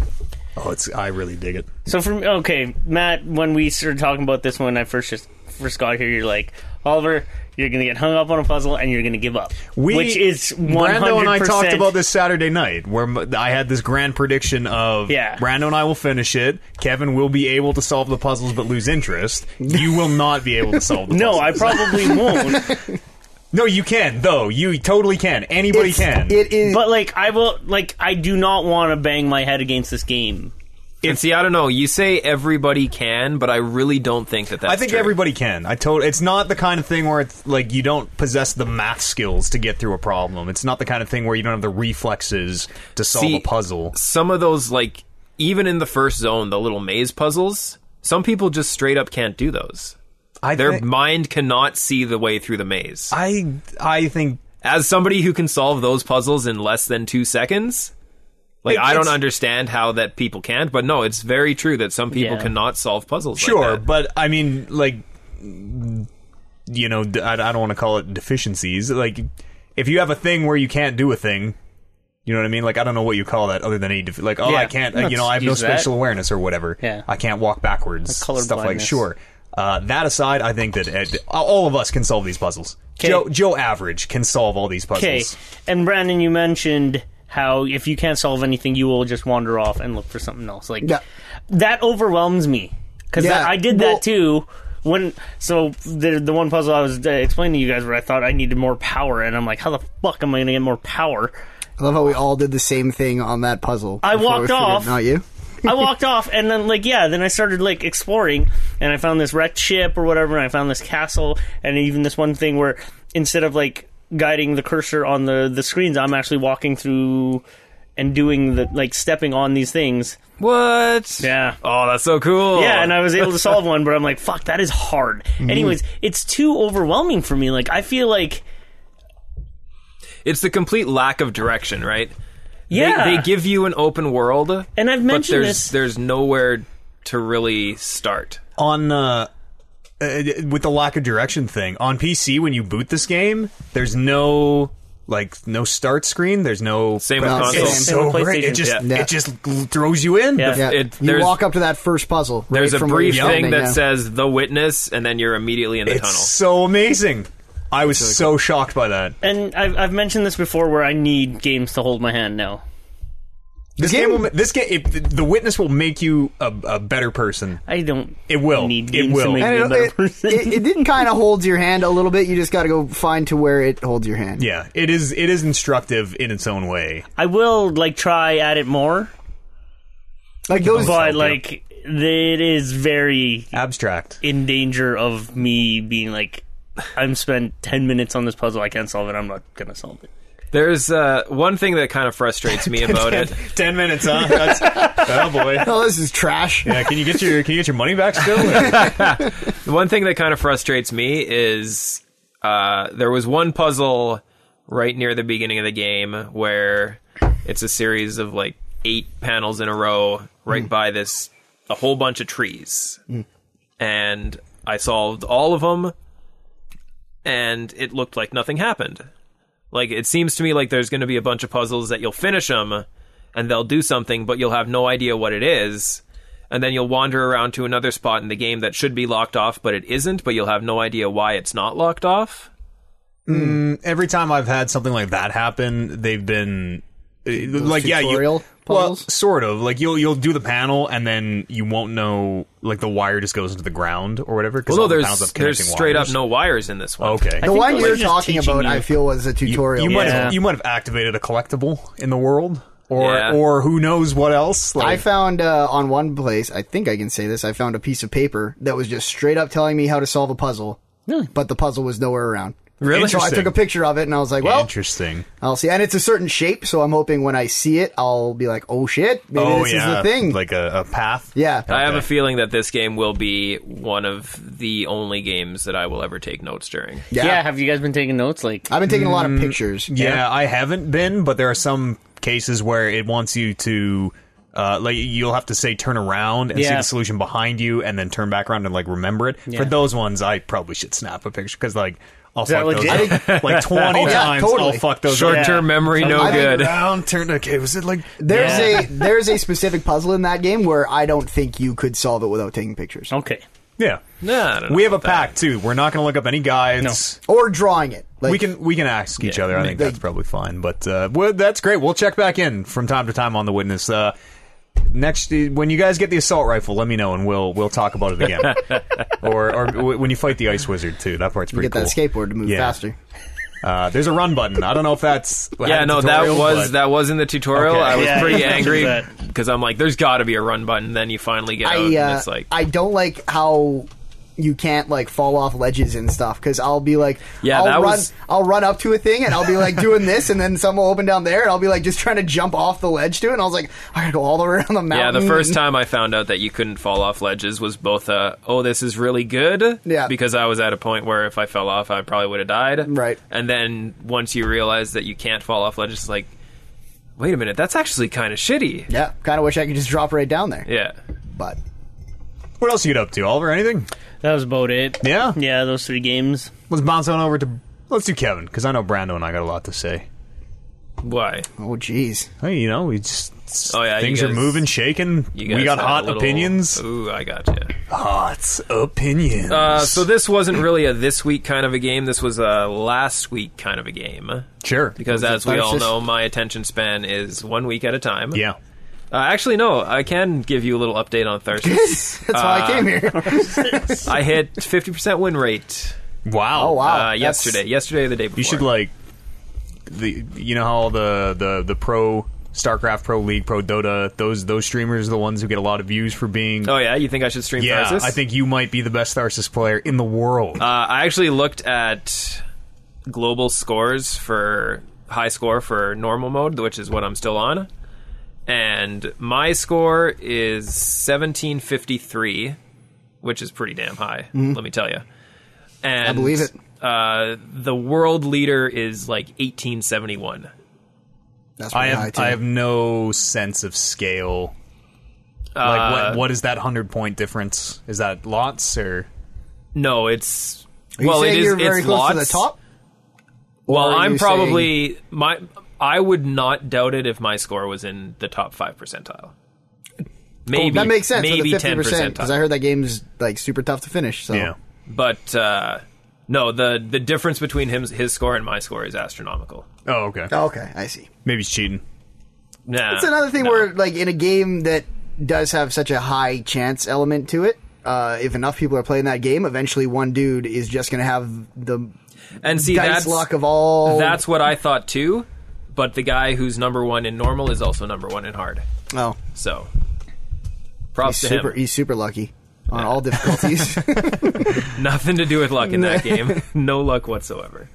Speaker 1: Oh, it's I really dig it.
Speaker 2: So from okay, Matt, when we started talking about this when I first just first got here, you're like Oliver, you're gonna get hung up on a puzzle and you're gonna give up,
Speaker 1: We,
Speaker 2: which is one
Speaker 1: Brando and
Speaker 2: hundred
Speaker 1: I talked about
Speaker 2: percent.
Speaker 1: this Saturday night, where m- I had this grand prediction of
Speaker 2: Yeah.
Speaker 1: Brando and I will finish it. Kevin will be able to solve the puzzles but lose interest. You will not be able to solve the
Speaker 2: No,
Speaker 1: puzzles.
Speaker 2: I probably won't.
Speaker 1: no, you can though. You totally can. Anybody
Speaker 4: It's-
Speaker 1: can.
Speaker 4: It is
Speaker 2: But like, I will. Like, I do not want to bang my head against this game.
Speaker 3: and see, I don't know. You say everybody can, but I really don't think that that's.
Speaker 1: I think
Speaker 3: true.
Speaker 1: everybody can. I told it's not the kind of thing where it's like you don't possess the math skills to get through a problem. It's not the kind of thing where you don't have the reflexes to solve
Speaker 3: See,
Speaker 1: a puzzle.
Speaker 3: Some of those, like even in the first zone, the little maze puzzles, some people just straight up can't do those.
Speaker 1: I
Speaker 3: Their
Speaker 1: think-
Speaker 3: mind cannot see the way through the maze.
Speaker 1: I I think
Speaker 3: As somebody who can solve those puzzles in less than two seconds, like
Speaker 1: It-
Speaker 3: I don't
Speaker 1: it's-
Speaker 3: understand how that people can't. But no, it's very true that some people
Speaker 2: Yeah.
Speaker 3: cannot solve puzzles. like
Speaker 1: Sure,
Speaker 3: that.
Speaker 1: but I mean, like, you know, d- I, I don't want to call it deficiencies. Like, if you have a thing where you can't do a thing, you know what I mean? Like, I don't know what you call that other than a def- like, oh,
Speaker 2: Yeah,
Speaker 1: I can't, like, you know, I have no
Speaker 2: let's use that.
Speaker 1: spatial awareness or whatever.
Speaker 2: Yeah.
Speaker 1: I can't walk backwards.
Speaker 2: Like color
Speaker 1: stuff like
Speaker 2: blindness.
Speaker 1: sure. Uh, that aside, I think that uh, all of us can solve these puzzles.
Speaker 2: 'Kay.
Speaker 1: Joe, Joe Average can solve all these puzzles.
Speaker 2: Okay. And Brandon, you mentioned how if you can't solve anything, you will just wander off and look for something else. Like
Speaker 4: Yeah.
Speaker 2: that overwhelms me because
Speaker 4: Yeah,
Speaker 2: I did
Speaker 4: well-
Speaker 2: that too. When so the the one puzzle I was uh, explaining to you guys where I thought I needed more power, and I'm like, how the fuck am I gonna get more power?
Speaker 4: I love how we all did the same thing on that puzzle.
Speaker 2: I
Speaker 4: before we
Speaker 2: walked
Speaker 4: figured-
Speaker 2: off.
Speaker 4: Not you.
Speaker 2: I walked off, and then like yeah, then I started like exploring, and I found this wrecked ship or whatever, and I found this castle, and even this one thing where instead of like guiding the cursor on the the screens, I'm actually walking through and doing the like stepping on these things.
Speaker 3: what?
Speaker 2: Yeah.
Speaker 3: Oh, that's so cool.
Speaker 2: Yeah, and I was able to solve one, but I'm like, fuck, that is hard. Anyways, it's too overwhelming for me. Like I feel like
Speaker 3: It's the complete lack of direction, right?
Speaker 2: yeah,
Speaker 3: They, they give you an open world,
Speaker 2: and I've
Speaker 3: but
Speaker 2: mentioned
Speaker 3: there's
Speaker 2: this.
Speaker 3: there's nowhere to really start.
Speaker 1: on uh, uh, with the lack of direction thing on PC when you boot this game, there's no like no start screen. There's no
Speaker 3: Same with
Speaker 4: Well,
Speaker 3: console.
Speaker 1: It's
Speaker 4: Same.
Speaker 1: so
Speaker 2: with
Speaker 1: great. It
Speaker 2: PlayStation.
Speaker 1: just
Speaker 4: Yeah.
Speaker 1: it just gl- throws you in.
Speaker 2: Yeah.
Speaker 1: The-
Speaker 4: Yeah.
Speaker 3: It-
Speaker 4: you
Speaker 3: there's-
Speaker 4: walk up to that first puzzle.
Speaker 3: There's
Speaker 4: right
Speaker 3: a
Speaker 4: from where you're
Speaker 3: brief thing
Speaker 4: standing,
Speaker 3: that
Speaker 4: yeah.
Speaker 3: says the witness, and then you're immediately in the
Speaker 1: It's
Speaker 3: tunnel.
Speaker 1: so amazing. I was so shocked by that.
Speaker 2: And I've, I've mentioned this before, where I need games to hold my hand now.
Speaker 1: This
Speaker 4: game-
Speaker 1: game, will, ma- this game, if the- the witness will make you a, a better person.
Speaker 2: I don't.
Speaker 1: It will.
Speaker 2: Need
Speaker 1: it
Speaker 2: games to
Speaker 1: will.
Speaker 2: make-
Speaker 4: And
Speaker 2: Be a
Speaker 4: it,
Speaker 2: better
Speaker 4: it,
Speaker 2: person.
Speaker 4: it, it didn't kind of holds your hand a little bit. You just got to go find to where it holds your hand.
Speaker 1: yeah, it is. It is instructive in its own way.
Speaker 2: I will like try at it more,
Speaker 4: Like those.
Speaker 2: but like it is very
Speaker 1: Abstract.
Speaker 2: in danger of me being like, I'm spent ten minutes on this puzzle. I can't solve it. I'm not gonna solve it.
Speaker 3: There's uh, one thing that kind of frustrates me about it.
Speaker 1: Ten minutes, huh? That's, oh boy.
Speaker 4: oh, this is trash.
Speaker 1: Yeah, can you get your can you get your money back still? Or-
Speaker 3: The one thing that kind of frustrates me is uh, there was one puzzle right near the beginning of the game where it's a series of like eight panels in a row right by this a whole bunch of trees, and I solved all of them, and it looked like nothing happened. Like it seems to me like there's going to be a bunch of puzzles that you'll finish them, and they'll do something, but you'll have no idea what it is and then you'll wander around to another spot in the game that should be locked off, but it isn't, but you'll have no idea why it's not locked off.
Speaker 1: Every time I've had something like that happen, they've been uh, like yeah, you
Speaker 4: tutorial
Speaker 1: well,
Speaker 4: puzzles?
Speaker 1: sort of like you'll you'll do the panel and then you won't know like the wire just goes into the ground or whatever. 'cause
Speaker 3: Although
Speaker 1: all the
Speaker 3: there's
Speaker 1: panels have
Speaker 3: there's
Speaker 1: connecting
Speaker 3: straight
Speaker 1: wires.
Speaker 3: up no wires in this one.
Speaker 1: Okay,
Speaker 4: The
Speaker 2: think
Speaker 4: one
Speaker 2: they're
Speaker 4: you're
Speaker 2: just
Speaker 4: talking
Speaker 2: teaching
Speaker 4: about,
Speaker 2: you.
Speaker 4: I feel, was a tutorial.
Speaker 1: you might
Speaker 2: Yeah.
Speaker 1: have, you might have activated a collectible in the world, or
Speaker 3: Yeah.
Speaker 1: or who knows what else.
Speaker 4: I
Speaker 1: Like,
Speaker 4: found uh, on one place, I think I can say this, I found a piece of paper that was just straight up telling me how to solve a puzzle, but the puzzle was nowhere around.
Speaker 1: Really?
Speaker 4: So I
Speaker 1: Interesting.
Speaker 4: took a picture of it and I was like, well,
Speaker 1: interesting.
Speaker 4: I'll see. And it's a certain shape, so I'm hoping when I see it, I'll be like, oh shit, maybe
Speaker 1: oh
Speaker 4: this
Speaker 1: yeah,
Speaker 4: is the thing.
Speaker 1: like a, a path.
Speaker 4: yeah.
Speaker 3: I have a feeling that this game will be one of the only games that I will ever take notes during.
Speaker 4: yeah.
Speaker 2: Have you guys been taking notes? Like,
Speaker 4: I've been taking a lot of pictures.
Speaker 1: Mm, Yeah, I haven't been, but there are some cases where it wants you to. Uh, like you'll have to say turn around and see
Speaker 2: Yeah.
Speaker 1: the solution behind you, and then turn back around and like remember it. For those ones, I probably should snap a picture because like I'll
Speaker 2: that
Speaker 1: fuck those
Speaker 2: legit?
Speaker 1: up. like twenty
Speaker 4: Oh, yeah,
Speaker 1: times.
Speaker 4: totally.
Speaker 1: I'll fuck those
Speaker 3: Short
Speaker 1: up.
Speaker 3: term memory, no
Speaker 4: I think-
Speaker 3: good.
Speaker 1: Around, turn. Okay, was it like
Speaker 4: There's
Speaker 2: Yeah.
Speaker 4: a there's a specific puzzle in that game where I don't think you could solve it without taking pictures
Speaker 2: okay,
Speaker 1: yeah?
Speaker 3: Nah, I don't know
Speaker 1: we have a
Speaker 3: about that.
Speaker 1: pact too. We're not going to look up any guides.
Speaker 4: or drawing it. Like,
Speaker 1: we can we can ask each
Speaker 3: Yeah,
Speaker 1: other. I think that's probably fine. But uh, well, that's great. We'll check back in from time to time on the witness. Uh, next, uh, when you guys get the assault rifle, let me know, and we'll we'll talk about it again. or or w- when you fight the ice wizard too. That part's pretty
Speaker 4: get
Speaker 1: cool.
Speaker 4: that skateboard to move
Speaker 1: Yeah.
Speaker 4: faster.
Speaker 1: Uh, there's a run button. I don't know if that's
Speaker 3: Yeah, no, that was that was in the tutorial.
Speaker 1: Okay.
Speaker 3: I was
Speaker 2: Yeah,
Speaker 3: pretty
Speaker 2: yeah,
Speaker 3: angry
Speaker 2: that.
Speaker 3: because I'm like, there's got to be a run button. Then you finally get out,
Speaker 4: I
Speaker 3: and
Speaker 4: uh,
Speaker 3: it's like,
Speaker 4: I don't like how you can't like fall off ledges and stuff because I'll be like,
Speaker 3: Yeah,
Speaker 4: I'll
Speaker 3: that
Speaker 4: run,
Speaker 3: was-
Speaker 4: I'll run up to a thing and I'll be like doing this, and then some will open down there, and I'll be like just trying to jump off the ledge to it, and I was like, I gotta go all the way around the mountain.
Speaker 3: Yeah, the first
Speaker 4: and-
Speaker 3: time I found out that you couldn't fall off ledges was both a oh this is really good
Speaker 4: Yeah.
Speaker 3: because I was at a point where if I fell off I probably would have died
Speaker 4: Right.
Speaker 3: and then once you realize that you can't fall off ledges it's like wait a minute that's actually kind of shitty
Speaker 4: yeah, kind of wish I could just drop right down there,
Speaker 3: yeah
Speaker 4: but
Speaker 1: What else you get up to, Oliver? Anything?
Speaker 2: that was about it.
Speaker 1: Yeah?
Speaker 2: yeah, those three games.
Speaker 1: Let's bounce on over to let's do Kevin because I know Brando and I got a lot to say.
Speaker 3: why
Speaker 4: oh jeez,
Speaker 1: Hey, you know, we just
Speaker 3: Oh, yeah, you
Speaker 1: things are
Speaker 3: guys-
Speaker 1: moving, shaking.
Speaker 3: you
Speaker 1: we
Speaker 3: guys
Speaker 1: got
Speaker 3: had a
Speaker 1: hot
Speaker 3: little-
Speaker 1: opinions.
Speaker 3: ooh I got gotcha. you
Speaker 1: Hot opinions.
Speaker 3: uh, so this wasn't really a this week kind of a game this was a last week kind of a game
Speaker 1: sure.
Speaker 3: because as we all
Speaker 4: Tharsis?
Speaker 3: know my attention span is one week at a time
Speaker 1: Yeah.
Speaker 3: uh, actually no I can give you a little update on Thursday.
Speaker 4: that's why I came here.
Speaker 3: Uh, I hit 50% win rate
Speaker 1: Wow.
Speaker 4: Oh, wow.
Speaker 3: uh,
Speaker 4: that's-
Speaker 3: yesterday. Yesterday or the day before.
Speaker 1: You should like the you know how all the the the pro StarCraft Pro League, Pro Dota, those those streamers are the ones who get a lot of views for being
Speaker 3: Oh, yeah? You think I should stream
Speaker 1: yeah,
Speaker 3: Tarsus?
Speaker 1: I think you might be the best Tharsis player in the world.
Speaker 3: Uh, I actually looked at global scores for high score for normal mode, which is what I'm still on. And my score is 1753, which is pretty damn high, let me tell you. And I
Speaker 4: Hmm. believe it.
Speaker 3: Uh, the world leader is like 1871.
Speaker 4: That's
Speaker 1: I
Speaker 4: pretty high,
Speaker 1: have
Speaker 4: too.
Speaker 1: I have no sense of scale. Like what what is that 100 point difference? Is that lots or
Speaker 3: No, it's
Speaker 4: Are you
Speaker 3: well,
Speaker 4: saying
Speaker 3: it is
Speaker 4: you're very
Speaker 3: it's
Speaker 4: close
Speaker 3: lots.
Speaker 4: to the top.
Speaker 3: Well,
Speaker 4: Or are
Speaker 3: I'm
Speaker 4: you
Speaker 3: probably my. I would not doubt it if my score was in the top five percentile. Maybe
Speaker 4: Oh, that makes sense.
Speaker 3: Maybe
Speaker 4: with the
Speaker 3: ten
Speaker 4: percent because I
Speaker 3: percentile.
Speaker 4: heard that game's like super tough to finish. So
Speaker 1: yeah.
Speaker 3: But uh, No, the the difference between him his score and my score is astronomical.
Speaker 1: Oh, okay.
Speaker 4: Okay, I see.
Speaker 1: Maybe he's cheating.
Speaker 3: Nah,
Speaker 4: That's another thing
Speaker 3: no.
Speaker 4: where, like, in a game that does have such a high chance element to it, uh, if enough people are playing that game, eventually one dude is just going to have the
Speaker 3: and see
Speaker 4: dice
Speaker 3: that's
Speaker 4: luck of all.
Speaker 3: that's what I thought too. But the guy who's number one in normal is also number one in hard.
Speaker 4: oh,
Speaker 3: So
Speaker 4: he's
Speaker 3: props to
Speaker 4: super.
Speaker 3: him.
Speaker 4: He's super lucky on all difficulties.
Speaker 3: Nothing to do with luck in that game. no luck whatsoever.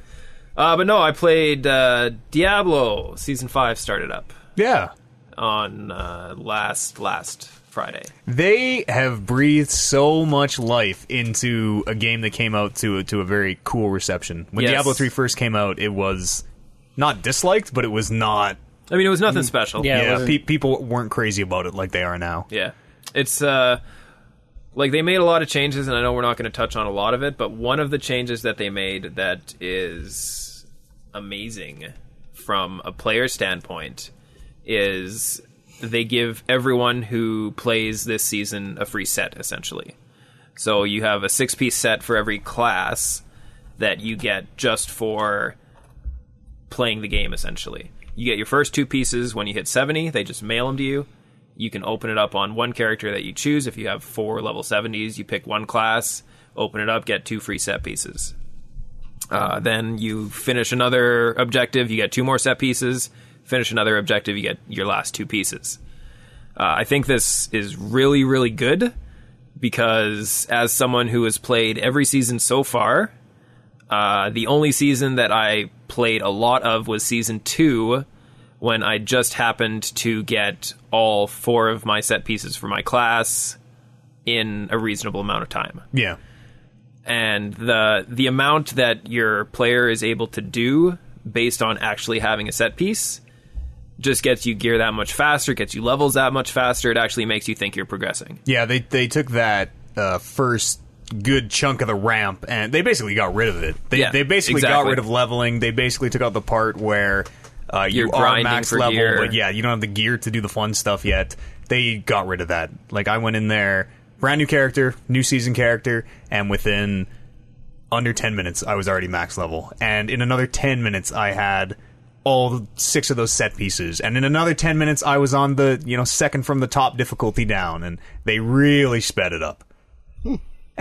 Speaker 3: Uh, but no, I played uh, Diablo season five started up
Speaker 1: Yeah.
Speaker 3: on uh, last last Friday.
Speaker 1: They have breathed so much life into a game that came out to to a very cool reception. When
Speaker 3: Yes.
Speaker 1: Diablo 3 first came out, it was not disliked, but it was not
Speaker 3: I mean, it was nothing special.
Speaker 2: Yeah, it
Speaker 1: yeah,
Speaker 2: wasn't-
Speaker 1: pe- people weren't crazy about it like they are now.
Speaker 3: Yeah. It's uh like they made a lot of changes and I know we're not going to touch on a lot of it, but one of the changes that they made that is amazing from a player standpoint is they give everyone who plays this season a free set essentially. So you have a 6-piece set for every class that you get just for playing the game essentially. You get your first two pieces when you hit 70, they just mail them to you. You can open it up on one character that you choose. If you have four level 70s, you pick one class, open it up, get two free set pieces. Uh, then you finish another objective, you get two more set pieces. Finish another objective, you get your last two pieces. Uh, I think this is really, really good because, as someone who has played every season so far, uh, the only season that I played a lot of was season two, when I just happened to get all four of my set pieces for my class in a reasonable amount of time.
Speaker 1: Yeah.
Speaker 3: And the the amount that your player is able to do based on actually having a set piece just gets you gear that much faster, gets you levels that much faster. It actually makes you think you're progressing.
Speaker 1: Yeah, they they took that uh, first good chunk of the ramp and they basically got rid of it. They
Speaker 3: Yeah,
Speaker 1: they basically got
Speaker 3: exactly.
Speaker 1: rid of leveling. They basically took out the part where uh, you
Speaker 3: You're
Speaker 1: are
Speaker 3: grinding
Speaker 1: max
Speaker 3: for
Speaker 1: level,
Speaker 3: gear.
Speaker 1: but yeah, you don't have the gear to do the fun stuff yet. They got rid of that. Like I went in there, brand new character, new season character, and within under 10 minutes I was already max level and in another 10 minutes I had all six of those set pieces and in another 10 minutes I was on the you know second from the top difficulty down and they really sped it up and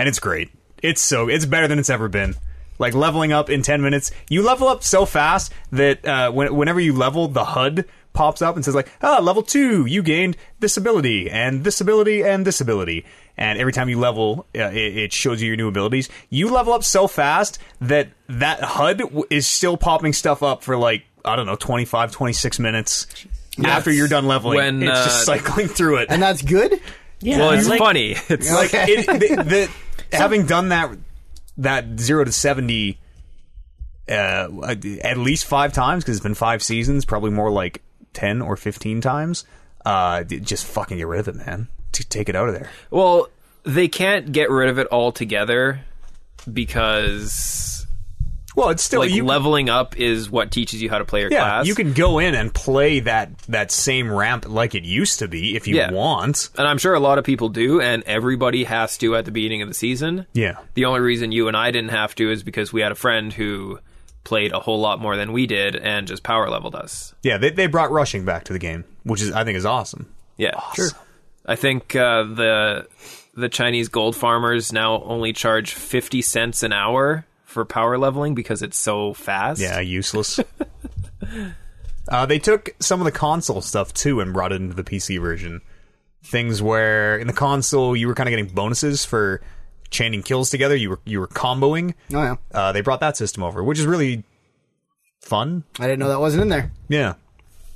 Speaker 1: it's great it's so it's better than it's ever been like leveling up in 10 minutes you level up so fast that uh, when, whenever you level the HUD pops up and says like ah level 2 you gained this ability and this ability and this ability and every time you level uh, it, it shows you your new abilities you level up so fast that that HUD w- is still popping stuff up for like I don't know 25 26 minutes after you're done leveling
Speaker 3: When,
Speaker 1: it's just
Speaker 3: uh,
Speaker 1: cycling through it
Speaker 4: and that's good.
Speaker 2: Yeah,
Speaker 3: Well, it's
Speaker 2: like,
Speaker 3: funny. It's
Speaker 1: like
Speaker 4: Okay.
Speaker 1: it, the, the, having done that that zero to seventy uh, at least five times because it's been five seasons, probably more like ten or fifteen times. Uh, d- just fucking get rid of it, man. T- take it out of there.
Speaker 3: Well, they can't get rid of it altogether because
Speaker 1: Well, it's still
Speaker 3: like
Speaker 1: you.
Speaker 3: leveling up is what teaches you how to play your
Speaker 1: yeah,
Speaker 3: class.
Speaker 1: you can go in and play that that same ramp like it used to be if you
Speaker 3: Yeah.
Speaker 1: want.
Speaker 3: and I'm sure a lot of people do, and everybody has to at the beginning of the season.
Speaker 1: Yeah,
Speaker 3: The only reason you and I didn't have to is because we had a friend who played a whole lot more than we did and just power leveled us.
Speaker 1: yeah. They they brought rushing back to the game, which is I think is awesome.
Speaker 3: Yeah, sure. I think uh, the the Chinese gold farmers now only charge fifty cents an hour for power leveling because it's so fast.
Speaker 1: Yeah, useless. uh, they took some of the console stuff too and brought it into the PC version. Things where in the console you were kind of getting bonuses for chaining kills together. You were you were comboing.
Speaker 4: Oh, yeah.
Speaker 1: Uh, they brought that system over, which is really fun.
Speaker 4: I didn't know that wasn't in there
Speaker 1: Yeah,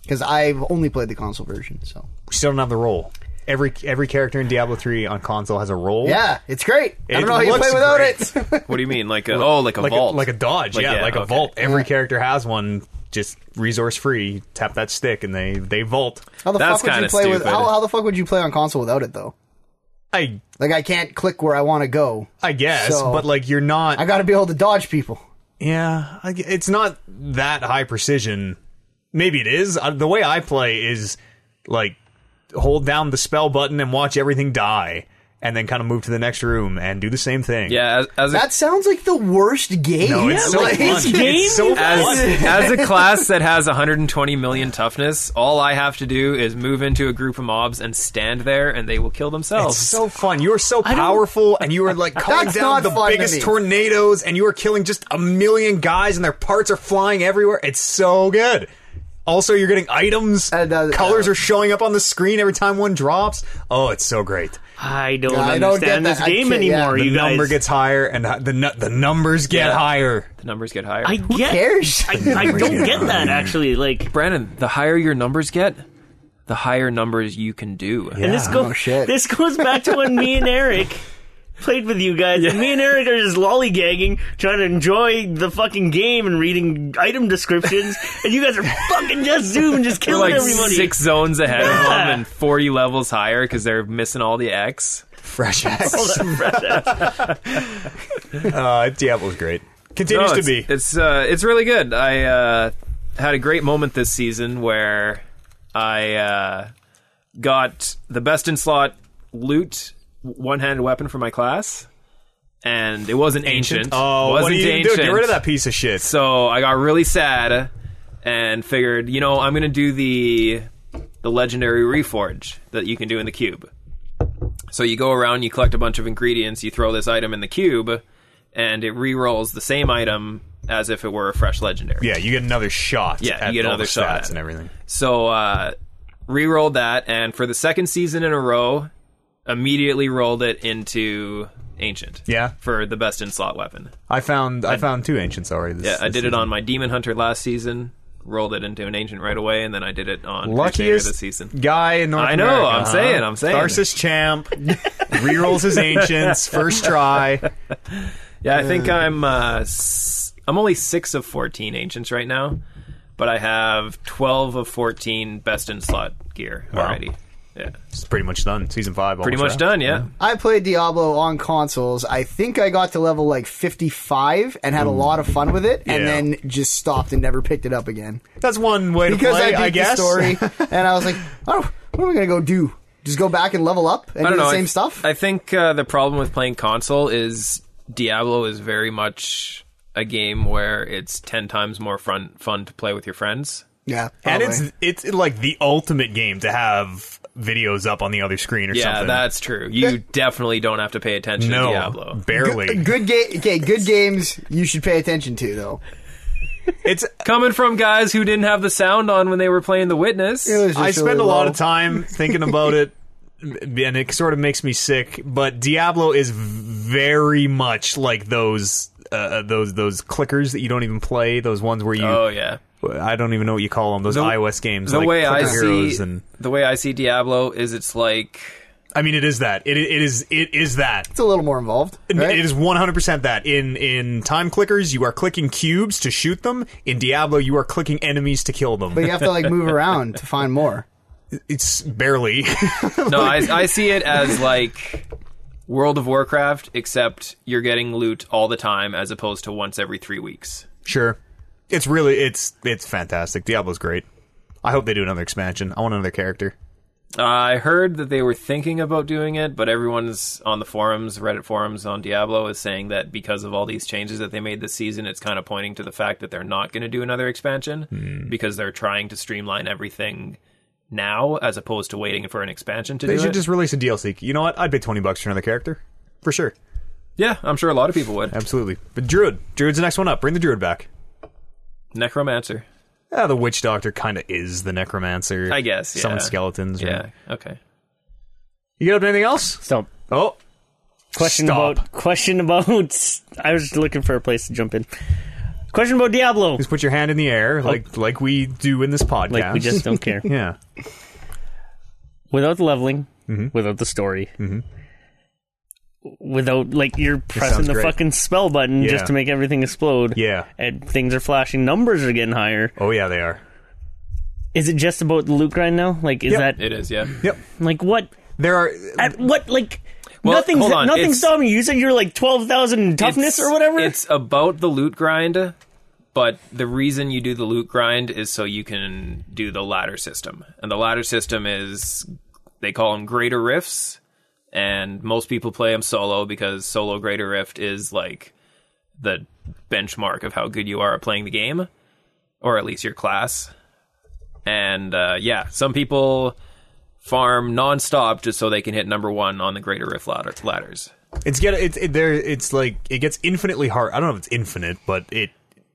Speaker 4: because I've only played the console version. So
Speaker 1: we still don't have the role. Every every character in Diablo three on console has a role.
Speaker 4: yeah, it's great.
Speaker 1: It
Speaker 4: I don't know how you
Speaker 1: looks
Speaker 4: play without
Speaker 1: great.
Speaker 4: it.
Speaker 3: What do you mean? Like a oh, like a
Speaker 1: like
Speaker 3: vault,
Speaker 1: A, like a dodge.
Speaker 3: Like,
Speaker 1: yeah,
Speaker 3: yeah,
Speaker 1: like a
Speaker 3: okay.
Speaker 1: vault. Every character has one. Just resource free. Tap that stick and they they vault.
Speaker 4: How the
Speaker 3: That's
Speaker 4: fuck would you
Speaker 3: kinda
Speaker 4: play with?
Speaker 3: stupid.
Speaker 4: How, how the fuck would you play on console without it though?
Speaker 1: I
Speaker 4: Like I can't click where I want to go.
Speaker 1: I guess,
Speaker 4: So-
Speaker 1: but like you're not.
Speaker 4: I got to be able to dodge people.
Speaker 1: Yeah, I g it's not that high precision. Maybe it is. Uh, The way I play is like hold down the spell button and watch everything die, and then kind of move to the next room and do the same thing.
Speaker 3: Yeah, as, as a
Speaker 4: That sounds like the worst game.
Speaker 1: No, it's so
Speaker 4: Like,
Speaker 1: fun.
Speaker 2: game?
Speaker 1: It's so
Speaker 3: as,
Speaker 1: fun.
Speaker 3: as a class that has 120 million toughness, all I have to do is move into a group of mobs and stand there, and they will kill
Speaker 1: It's
Speaker 3: themselves.
Speaker 1: Oh, so fun. You are so powerful, and you are like cutting
Speaker 4: That's
Speaker 1: down
Speaker 4: not
Speaker 1: the
Speaker 4: fun to
Speaker 1: biggest
Speaker 4: me.
Speaker 1: tornadoes, and you are killing just a million guys, and their parts are flying everywhere. It's so good. Also, you're getting items.
Speaker 4: Uh, no,
Speaker 1: Colors
Speaker 4: uh,
Speaker 1: are showing up on the screen every time one drops. Oh, it's so great.
Speaker 2: I don't
Speaker 4: I don't
Speaker 2: understand
Speaker 4: get
Speaker 2: this
Speaker 4: that. I
Speaker 2: game
Speaker 4: can't- yeah.
Speaker 2: anymore,
Speaker 1: The
Speaker 2: you guys.
Speaker 1: number gets higher, and the the, nu- the numbers get
Speaker 3: Yeah.
Speaker 1: higher.
Speaker 3: the numbers get higher.
Speaker 2: I get.
Speaker 4: cares?
Speaker 2: I, I don't get that actually. Like,
Speaker 3: Brandon, the higher your numbers get, the higher numbers you can do.
Speaker 2: and this
Speaker 1: Yeah.
Speaker 2: goes.
Speaker 4: Oh, shit.
Speaker 2: This goes back to when me and Eric played with you guys. And me and Eric are just lollygagging, trying to enjoy the fucking game and reading item descriptions, and you guys are fucking just zoom and just
Speaker 3: We're
Speaker 2: killing
Speaker 3: like
Speaker 2: everybody.
Speaker 3: six zones ahead of them
Speaker 2: Yeah.
Speaker 3: and 40 levels higher because they're missing all the X.
Speaker 1: Fresh
Speaker 2: Hold
Speaker 1: X.
Speaker 2: on, Brad.
Speaker 1: uh, Diablo's great. Continues
Speaker 3: No,
Speaker 1: to
Speaker 3: it's,
Speaker 1: be.
Speaker 3: It's uh, it's really good. I uh, had a great moment this season where I uh, got the best in slot loot one handed weapon for my class, and it wasn't ancient.
Speaker 1: Oh,
Speaker 3: wasn't
Speaker 1: what are you gonna do?
Speaker 3: ancient.
Speaker 1: Get rid of that piece of shit.
Speaker 3: So I got really sad and figured, you know, I'm gonna do the the legendary reforge that you can do in the cube. So you go around, you collect a bunch of ingredients, you throw this item in the cube, and it re-rolls the same item as if it were a fresh legendary.
Speaker 1: yeah, you get another shot.
Speaker 3: Yeah, you
Speaker 1: at
Speaker 3: get
Speaker 1: all
Speaker 3: another
Speaker 1: the
Speaker 3: shot at
Speaker 1: stats
Speaker 3: it.
Speaker 1: and everything.
Speaker 3: So uh re-rolled that and for the second season in a row, immediately rolled it into ancient.
Speaker 1: Yeah.
Speaker 3: For the best in slot weapon.
Speaker 1: I found I, found two ancients already. This,
Speaker 3: Yeah, I
Speaker 1: this
Speaker 3: did it
Speaker 1: season.
Speaker 3: on my Demon Hunter last season, rolled it into an Ancient right away, and then I did it on Crusader
Speaker 1: luckiest
Speaker 3: this season.
Speaker 1: guy in North
Speaker 3: I know,
Speaker 1: America.
Speaker 3: I'm saying, I'm saying.
Speaker 1: Tharsis champ rerolls his ancients first try.
Speaker 3: Yeah, I think I'm uh, s- I'm only six of fourteen Ancients right now, but I have twelve of fourteen Best in Slot gear already. Yeah,
Speaker 1: It's pretty much done. Season five,
Speaker 3: pretty much done. Yeah,
Speaker 4: I played Diablo on consoles. I think I got to level like 55 and had a lot of fun with it, and
Speaker 1: Yeah.
Speaker 4: then just stopped and never picked it up again
Speaker 1: That's one way to
Speaker 4: because
Speaker 1: play.
Speaker 4: I beat
Speaker 1: I guess.
Speaker 4: the story, and I was like, "Oh, what am I gonna go do? Just go back and level up and
Speaker 3: I
Speaker 4: do
Speaker 3: don't
Speaker 4: the
Speaker 3: know.
Speaker 4: same
Speaker 3: I,
Speaker 4: stuff?"
Speaker 3: I think uh, the problem with playing console is Diablo is very much a game where it's ten times more fun fun to play with your friends.
Speaker 4: yeah,
Speaker 1: and
Speaker 4: probably.
Speaker 1: it's it's like the ultimate game to have videos up on the other screen or
Speaker 3: Yeah,
Speaker 1: something.
Speaker 3: that's true. You definitely don't have to pay attention
Speaker 1: no
Speaker 3: to Diablo.
Speaker 1: barely.
Speaker 4: good game. Okay, good games you should pay attention to though.
Speaker 1: It's
Speaker 3: Coming from guys who didn't have the sound on when they were playing The Witness.
Speaker 4: It was just
Speaker 1: I spend
Speaker 4: really
Speaker 1: a lot of
Speaker 4: low.
Speaker 1: time thinking about it, and it sort of makes me sick. But Diablo is very much like those uh, those those clickers that you don't even play. Those ones where you
Speaker 3: oh yeah.
Speaker 1: I don't even know what you call them. Those iOS games.
Speaker 3: The
Speaker 1: like
Speaker 3: way I
Speaker 1: Clicker
Speaker 3: see
Speaker 1: Heroes and
Speaker 3: the way I see Diablo is it's like
Speaker 1: I mean, it is that. It it is it is that.
Speaker 4: It's a little more involved. right?
Speaker 1: It is 100% that. In in time clickers, you are clicking cubes to shoot them. In Diablo, you are clicking enemies to kill them.
Speaker 4: but you have to like move around to find more.
Speaker 1: It's barely.
Speaker 3: no, I, I see it as like World of Warcraft, except you're getting loot all the time as opposed to once every three weeks.
Speaker 1: Sure. It's really it's it's fantastic. Diablo's great. I hope they do another expansion. I want another character.
Speaker 3: I heard that they were thinking about doing it, but everyone's on the forums, Reddit forums on Diablo, is saying that because of all these changes that they made this season, it's kind of pointing to the fact that they're not going to do another expansion
Speaker 1: Hmm.
Speaker 3: because they're trying to streamline everything now as opposed to waiting for an expansion to
Speaker 1: They
Speaker 3: do
Speaker 1: should
Speaker 3: it.
Speaker 1: just release a DLC. You know what? I'd pay 20 bucks for another character. For sure.
Speaker 3: Yeah, I'm sure a lot of people would.
Speaker 1: Absolutely. But Druid, Druid's the next one up. Bring the Druid back.
Speaker 3: Necromancer.
Speaker 1: Ah, the witch doctor kind of is the necromancer.
Speaker 3: I guess, yeah.
Speaker 1: Summon skeletons. right?
Speaker 3: Yeah, okay.
Speaker 1: You get up to anything else?
Speaker 2: Stop.
Speaker 1: Oh,
Speaker 2: Question
Speaker 1: Stop.
Speaker 2: about question about. I was looking for a place to jump in. Question about Diablo.
Speaker 1: just put your hand in the
Speaker 3: Oh.
Speaker 1: air like like we do in this podcast.
Speaker 2: Like we just don't care.
Speaker 1: yeah.
Speaker 2: without the leveling,
Speaker 1: Mm-hmm.
Speaker 2: without the story, without like you're pressing
Speaker 1: sounds
Speaker 2: the
Speaker 1: great.
Speaker 2: fucking spell button
Speaker 1: Yeah.
Speaker 2: just to make everything explode.
Speaker 1: Yeah.
Speaker 2: And things are flashing, numbers are getting higher.
Speaker 1: Oh yeah, they are.
Speaker 2: Is it just about the loot grind now? Like, is
Speaker 1: Yep.
Speaker 2: that
Speaker 3: It is, yeah.
Speaker 1: Yep.
Speaker 2: like what?
Speaker 1: There are
Speaker 2: At what like
Speaker 3: Well,
Speaker 2: nothing's
Speaker 3: hold on,
Speaker 2: nothing
Speaker 3: it's-
Speaker 2: stopping you? You said you're like twelve thousand toughness
Speaker 3: It's-
Speaker 2: or whatever.
Speaker 3: It's about the loot grind, but the reason you do the loot grind is so you can do the ladder system. And the ladder system is they call them greater rifts, and most people play him solo because solo Greater Rift is like the benchmark of how good you are at playing the game, or at least your class. And uh, yeah, some people farm nonstop just so they can hit number one on the Greater Rift ladder- ladders.
Speaker 1: It's get it's it, there. It's like it gets infinitely hard. I don't know if it's infinite, but it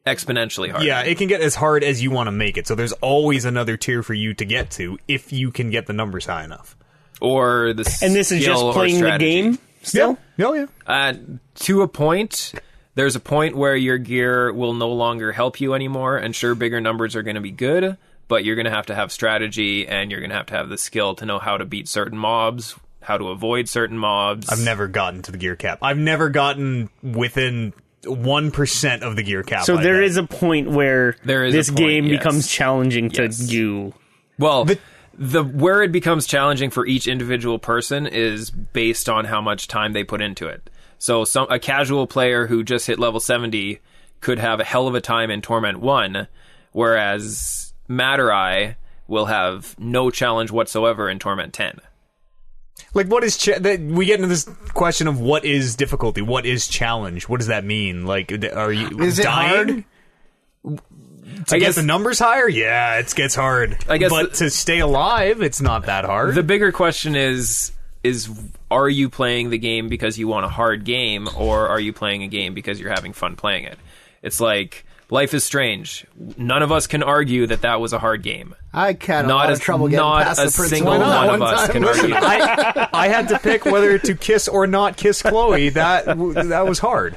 Speaker 3: Exponentially hard.
Speaker 1: yeah, it can get as hard as you want to make it. So there's always another tier for you to get to if you can get the numbers high enough.
Speaker 3: Or the
Speaker 2: And this is
Speaker 3: skill
Speaker 2: just
Speaker 3: or
Speaker 2: playing the
Speaker 3: strategy.
Speaker 2: game still?
Speaker 1: Yeah. Oh yeah.
Speaker 3: Uh, to a point, there's a point where your gear will no longer help you anymore, and sure, bigger numbers are going to be good, but you're going to have to have strategy and you're going to have to have the skill to know how to beat certain mobs, how to avoid certain mobs.
Speaker 1: I've never gotten to the gear cap. I've never gotten within one percent of the gear cap.
Speaker 2: So there is a point where
Speaker 3: There is a
Speaker 2: this
Speaker 3: point,
Speaker 2: game
Speaker 3: yes.
Speaker 2: becomes challenging to
Speaker 3: Yes.
Speaker 2: you.
Speaker 3: well, the, where it becomes challenging for each individual person is based on how much time they put into it. So, some a casual player who just hit level 70 could have a hell of a time in Torment 1, whereas Matterai will have no challenge whatsoever in Torment 10.
Speaker 1: like what is cha- that we get into this question of what is difficulty, what is challenge, what does that mean? Like, d- are you
Speaker 4: Is it
Speaker 1: dying?
Speaker 4: hard?
Speaker 1: To
Speaker 3: I
Speaker 1: get
Speaker 3: guess-
Speaker 1: the numbers higher, yeah, it gets hard.
Speaker 3: I guess
Speaker 1: but
Speaker 3: the-
Speaker 1: to stay alive, it's not that hard.
Speaker 3: The bigger question is is are you playing the game because you want a hard game or are you playing a game because you're having fun playing it? It's like Life is Strange. None of us can argue that that was a hard game.
Speaker 4: I had a
Speaker 3: Not
Speaker 4: lot
Speaker 3: a-
Speaker 4: of trouble getting
Speaker 3: not
Speaker 4: past
Speaker 3: a
Speaker 4: the principal
Speaker 3: single
Speaker 4: that
Speaker 3: one of us
Speaker 4: time.
Speaker 3: can
Speaker 4: Listen,
Speaker 3: argue.
Speaker 1: I, I had to pick whether to kiss or not kiss Chloe. That w- that was hard.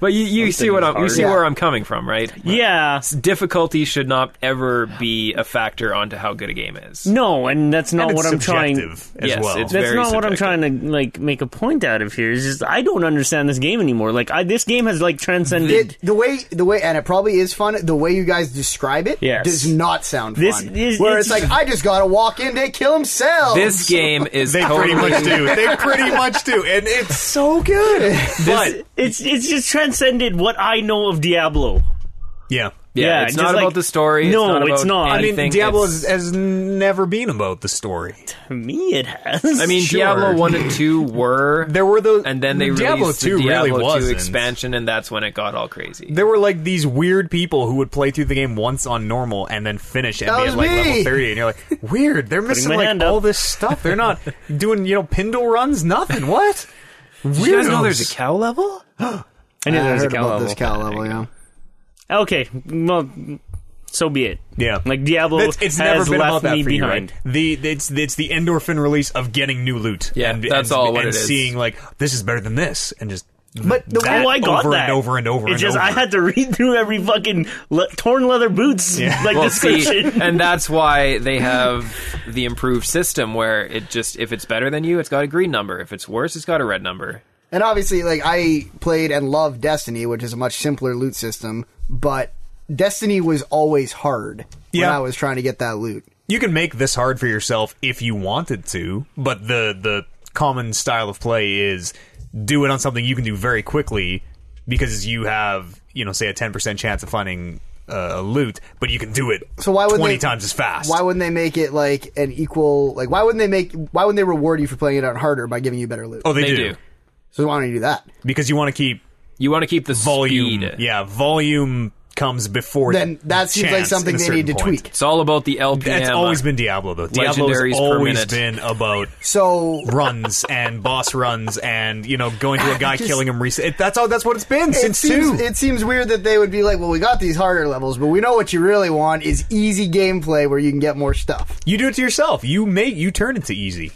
Speaker 3: But you, you see what I'm, you see
Speaker 4: Yeah.
Speaker 3: where I'm coming from, right?
Speaker 2: Yeah.
Speaker 3: Difficulty should not ever be a factor onto how good a game is.
Speaker 2: No, and that's not
Speaker 1: And it's
Speaker 2: what I'm trying.
Speaker 1: subjective as
Speaker 3: Yes,
Speaker 1: well.
Speaker 3: it's
Speaker 2: That's
Speaker 3: Very
Speaker 2: not what I'm
Speaker 3: subjective.
Speaker 2: trying to like make a point out of here. Is just I don't understand this game anymore. Like I, this game has like transcended.
Speaker 4: It, the way the way and it probably is fun. The way you guys describe it
Speaker 2: Yes.
Speaker 4: does not sound
Speaker 2: This
Speaker 4: fun.
Speaker 2: is-
Speaker 4: Where
Speaker 2: it's-
Speaker 4: it's, like I just gotta walk in, they kill themselves.
Speaker 3: This game is
Speaker 1: They
Speaker 3: totally
Speaker 1: pretty much do. They pretty much do, and it's so good. But
Speaker 2: it's it's just transcended what I know of Diablo.
Speaker 1: yeah,
Speaker 3: Yeah,
Speaker 2: Yeah,
Speaker 3: it's
Speaker 2: just
Speaker 3: not
Speaker 2: like-
Speaker 3: about the story.
Speaker 2: No,
Speaker 3: it's not.
Speaker 2: it's
Speaker 3: about
Speaker 2: not. I
Speaker 1: I mean,
Speaker 3: anything,
Speaker 1: Diablo
Speaker 3: it's-
Speaker 1: has, has never been about the story.
Speaker 2: To me, it has.
Speaker 3: I mean,
Speaker 1: Sure.
Speaker 3: Diablo one and two were
Speaker 1: There were those,
Speaker 3: and then they
Speaker 1: Diablo
Speaker 3: released
Speaker 1: two
Speaker 3: the Diablo
Speaker 1: really was
Speaker 3: two expansion, and that's when it got all crazy.
Speaker 1: There were like these weird people who would play through the game once on normal and then finish and
Speaker 4: That
Speaker 1: be
Speaker 4: was
Speaker 1: at like
Speaker 4: me!
Speaker 1: level thirty, and you're like, weird. They're missing
Speaker 2: my
Speaker 1: like
Speaker 2: hand up.
Speaker 1: all this stuff. They're not doing you know pindle runs, nothing. What?
Speaker 3: Did you guys know there's a cow level?
Speaker 2: I knew
Speaker 4: I
Speaker 2: there was
Speaker 4: heard
Speaker 2: a cow
Speaker 4: about
Speaker 2: level.
Speaker 4: this cow level, yeah.
Speaker 2: Okay, well, so be it.
Speaker 1: Yeah,
Speaker 2: like Diablo
Speaker 1: That's- it's
Speaker 2: has
Speaker 1: never been
Speaker 2: left
Speaker 1: about that
Speaker 2: me
Speaker 1: for
Speaker 2: behind.
Speaker 1: you, right? The it's it's the endorphin release of getting new loot.
Speaker 3: Yeah,
Speaker 1: and,
Speaker 3: that's
Speaker 1: and,
Speaker 3: all what
Speaker 1: and
Speaker 3: it is.
Speaker 1: seeing like this is better than this, and just
Speaker 4: But the
Speaker 1: that
Speaker 2: Oh, I got
Speaker 1: over
Speaker 2: that.
Speaker 1: and over and over.
Speaker 2: It's
Speaker 1: and
Speaker 2: just
Speaker 1: over.
Speaker 2: I had to read through every fucking le- torn leather boots like
Speaker 3: Well, see,
Speaker 2: description.
Speaker 3: and that's why they have the improved system where it just if it's better than you, it's got a green number. If it's worse, it's got a red number.
Speaker 4: And obviously, like I played and loved Destiny, which is a much simpler loot system, but Destiny was always hard when
Speaker 1: Yeah.
Speaker 4: I was trying to get that loot.
Speaker 1: you can make this hard for yourself if you wanted to, but the the common style of play is do it on something you can do very quickly because you have you know say a ten percent chance of finding uh, a loot, but you can do it
Speaker 4: So why would
Speaker 1: twenty
Speaker 4: they-
Speaker 1: times as fast.
Speaker 4: Why wouldn't they make it like an equal? Like why wouldn't they make? Why wouldn't they reward you for playing it on harder by giving you better loot?
Speaker 1: oh, they, do.
Speaker 3: They do.
Speaker 4: So why don't you do that?
Speaker 1: because you want to keep
Speaker 3: You want to keep the
Speaker 1: volume.
Speaker 3: speed.
Speaker 1: Yeah, volume comes before.
Speaker 4: Then that seems like
Speaker 1: chance
Speaker 4: something
Speaker 1: at a
Speaker 4: they need to
Speaker 1: certain point.
Speaker 4: tweak.
Speaker 3: It's all about the LPM.
Speaker 1: That's always been Diablo though. Diablo
Speaker 3: Legendaries
Speaker 1: has
Speaker 3: per
Speaker 1: always
Speaker 3: minute.
Speaker 1: been about
Speaker 4: So
Speaker 1: runs and boss runs and you know going to a guy
Speaker 4: Just-
Speaker 1: killing him. Reset. It, that's all. That's what it's been
Speaker 4: it
Speaker 1: since
Speaker 4: seems,
Speaker 1: two.
Speaker 4: it seems weird that they would be like, well, we got these harder levels, but we know what you really want is easy gameplay where you can get more stuff.
Speaker 1: You do it to yourself. You make you turn it to easy.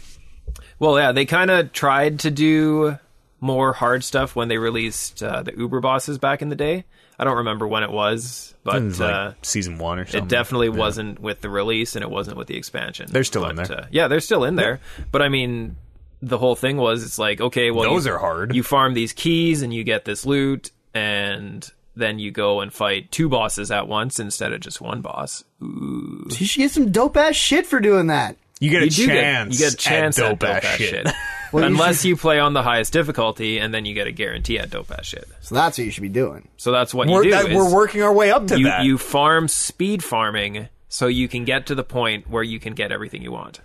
Speaker 3: Well, yeah, they kind of tried to do more hard stuff when they released uh, the Uber bosses back in the day. I don't remember when it was, but
Speaker 1: It's like
Speaker 3: uh,
Speaker 1: season one or something.
Speaker 3: it definitely wasn't with the release and it wasn't with the expansion.
Speaker 1: Um, They're still in
Speaker 3: But,
Speaker 1: there.
Speaker 3: Uh, yeah, they're still in there. But I mean, the whole thing was it's like okay, well,
Speaker 1: Those
Speaker 3: you-
Speaker 1: are hard.
Speaker 3: You farm these keys and you get this loot, and then you go and fight two bosses at once instead of just one boss.
Speaker 4: You should get some dope ass shit for doing that.
Speaker 1: You get a
Speaker 3: You do
Speaker 1: chance.
Speaker 3: Get, you get a chance
Speaker 1: at
Speaker 3: at
Speaker 1: dope ass shit.
Speaker 4: Well, you
Speaker 3: Unless you play on the highest difficulty, and then you get a guarantee at dope ass shit.
Speaker 4: So that's what you should be doing.
Speaker 3: So that's what
Speaker 1: We're,
Speaker 3: you do.
Speaker 1: that,
Speaker 3: is
Speaker 1: we're working our way up to
Speaker 3: you,
Speaker 1: that.
Speaker 3: you farm speed farming so you can get to the point where you can get everything you want.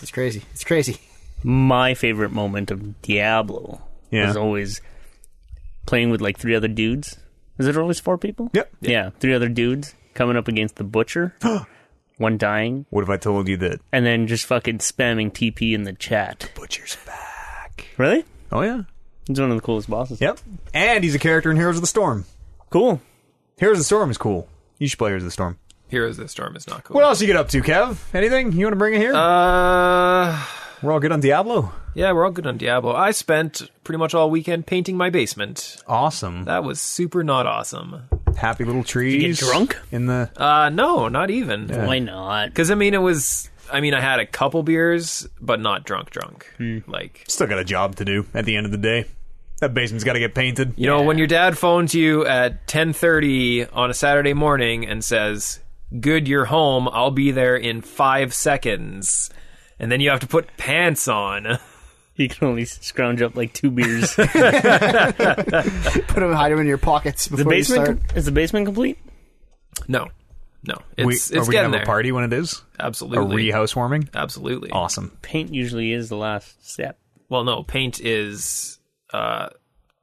Speaker 4: It's crazy. It's crazy.
Speaker 2: my favorite moment of Diablo
Speaker 1: Yeah.
Speaker 2: was always playing with like three other dudes. Is it always four people?
Speaker 1: Yep.
Speaker 2: Yeah, three other dudes coming up against the butcher, one dying,
Speaker 1: What if I told you that
Speaker 2: and then just fucking spamming TP in the chat.
Speaker 1: Butcher's back?
Speaker 2: Really?
Speaker 1: Oh yeah.
Speaker 2: He's one of the coolest bosses.
Speaker 1: Yep. And he's a character in Heroes of the Storm.
Speaker 2: Cool.
Speaker 1: Heroes of the Storm is cool. You should play Heroes of the Storm.
Speaker 3: Heroes of the Storm is not cool.
Speaker 1: What else you get up to, Kev? Anything you want to bring in here?
Speaker 3: uh,
Speaker 1: We're all good on Diablo.
Speaker 3: yeah, we're all good on Diablo. I spent pretty much all weekend painting my basement.
Speaker 1: Awesome.
Speaker 3: That was super not awesome.
Speaker 1: Happy little trees.
Speaker 2: you get drunk?
Speaker 1: in the
Speaker 3: Uh, no, not even.
Speaker 2: Why not?
Speaker 3: Because I mean, it was. I mean, I had a couple beers, but not drunk, drunk.
Speaker 1: Hmm.
Speaker 3: Like
Speaker 1: still got a job to do at the end of the day. That basement's got to get painted.
Speaker 3: you know, when your dad phones you at ten thirty on a Saturday morning and says, "Good, you're home. I'll be there in five seconds," and then you have to put pants on.
Speaker 2: You can only scrounge up like two beers.
Speaker 4: Put them, hide them in your pockets before
Speaker 2: the basement
Speaker 4: you start.
Speaker 2: com- is the basement complete?
Speaker 3: No, no,
Speaker 1: We, are
Speaker 3: it's it's
Speaker 1: we gonna
Speaker 3: getting
Speaker 1: have
Speaker 3: there.
Speaker 1: a party when it is? A
Speaker 3: Absolutely,
Speaker 1: re-housewarming?
Speaker 3: absolutely.
Speaker 1: Awesome.
Speaker 2: Paint usually is the last step.
Speaker 3: Well, no, paint is uh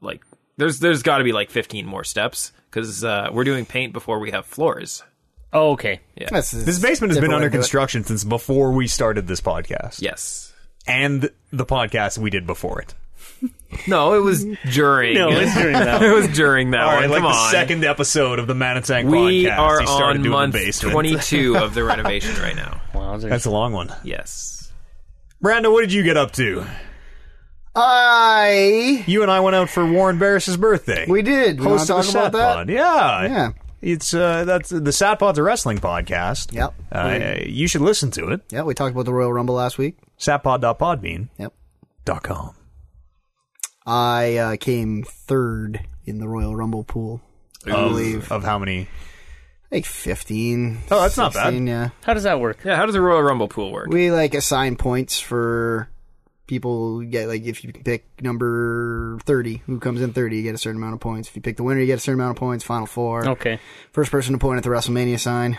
Speaker 3: like there's there's got to be like fifteen more steps because uh, we're doing paint before we have floors.
Speaker 2: Oh, okay.
Speaker 4: That's-
Speaker 1: This basement has been
Speaker 4: different
Speaker 1: under
Speaker 4: way to do it.
Speaker 1: construction since before we started this podcast.
Speaker 3: Yes.
Speaker 1: And the podcast we did before it.
Speaker 3: No, it was during.
Speaker 2: No, it's during that.
Speaker 3: it was during that
Speaker 1: All
Speaker 3: one.
Speaker 1: right, like
Speaker 3: Come
Speaker 1: the
Speaker 3: on.
Speaker 1: second episode of the Manatang
Speaker 3: we
Speaker 1: podcast.
Speaker 3: are
Speaker 1: he started
Speaker 3: on
Speaker 1: doing
Speaker 3: month
Speaker 1: the basement.
Speaker 3: 22 of the renovation right now.
Speaker 2: Wowzers.
Speaker 1: That's a long one.
Speaker 3: Yes.
Speaker 1: Brandon, what did you get up to?
Speaker 4: I
Speaker 1: You and I went out for Warren Barris's birthday.
Speaker 4: we did. We wanna
Speaker 1: host of
Speaker 4: talk
Speaker 1: the
Speaker 4: about
Speaker 1: Sat
Speaker 4: that.
Speaker 1: Pod. Yeah,
Speaker 4: Yeah.
Speaker 1: It's uh, that's the Sat Pod's a wrestling podcast.
Speaker 4: Yep.
Speaker 1: Uh, you should listen to it.
Speaker 4: Yeah, we talked about the Royal Rumble last week.
Speaker 1: Satpod.podbean.com.
Speaker 4: Yep. I uh, came third in the Royal Rumble pool. I
Speaker 3: Um,
Speaker 4: believe
Speaker 1: Of how many?
Speaker 4: like fifteen.
Speaker 1: Oh, that's not bad.
Speaker 4: 16, Yeah,
Speaker 2: How does that work?
Speaker 3: Yeah, how does the Royal Rumble pool work?
Speaker 4: we like assign points for people. who Get like if you pick number thirty, who comes in thirty, you get a certain amount of points. If you pick the winner, you get a certain amount of points. Final four.
Speaker 2: Okay.
Speaker 4: First person to point at the WrestleMania sign.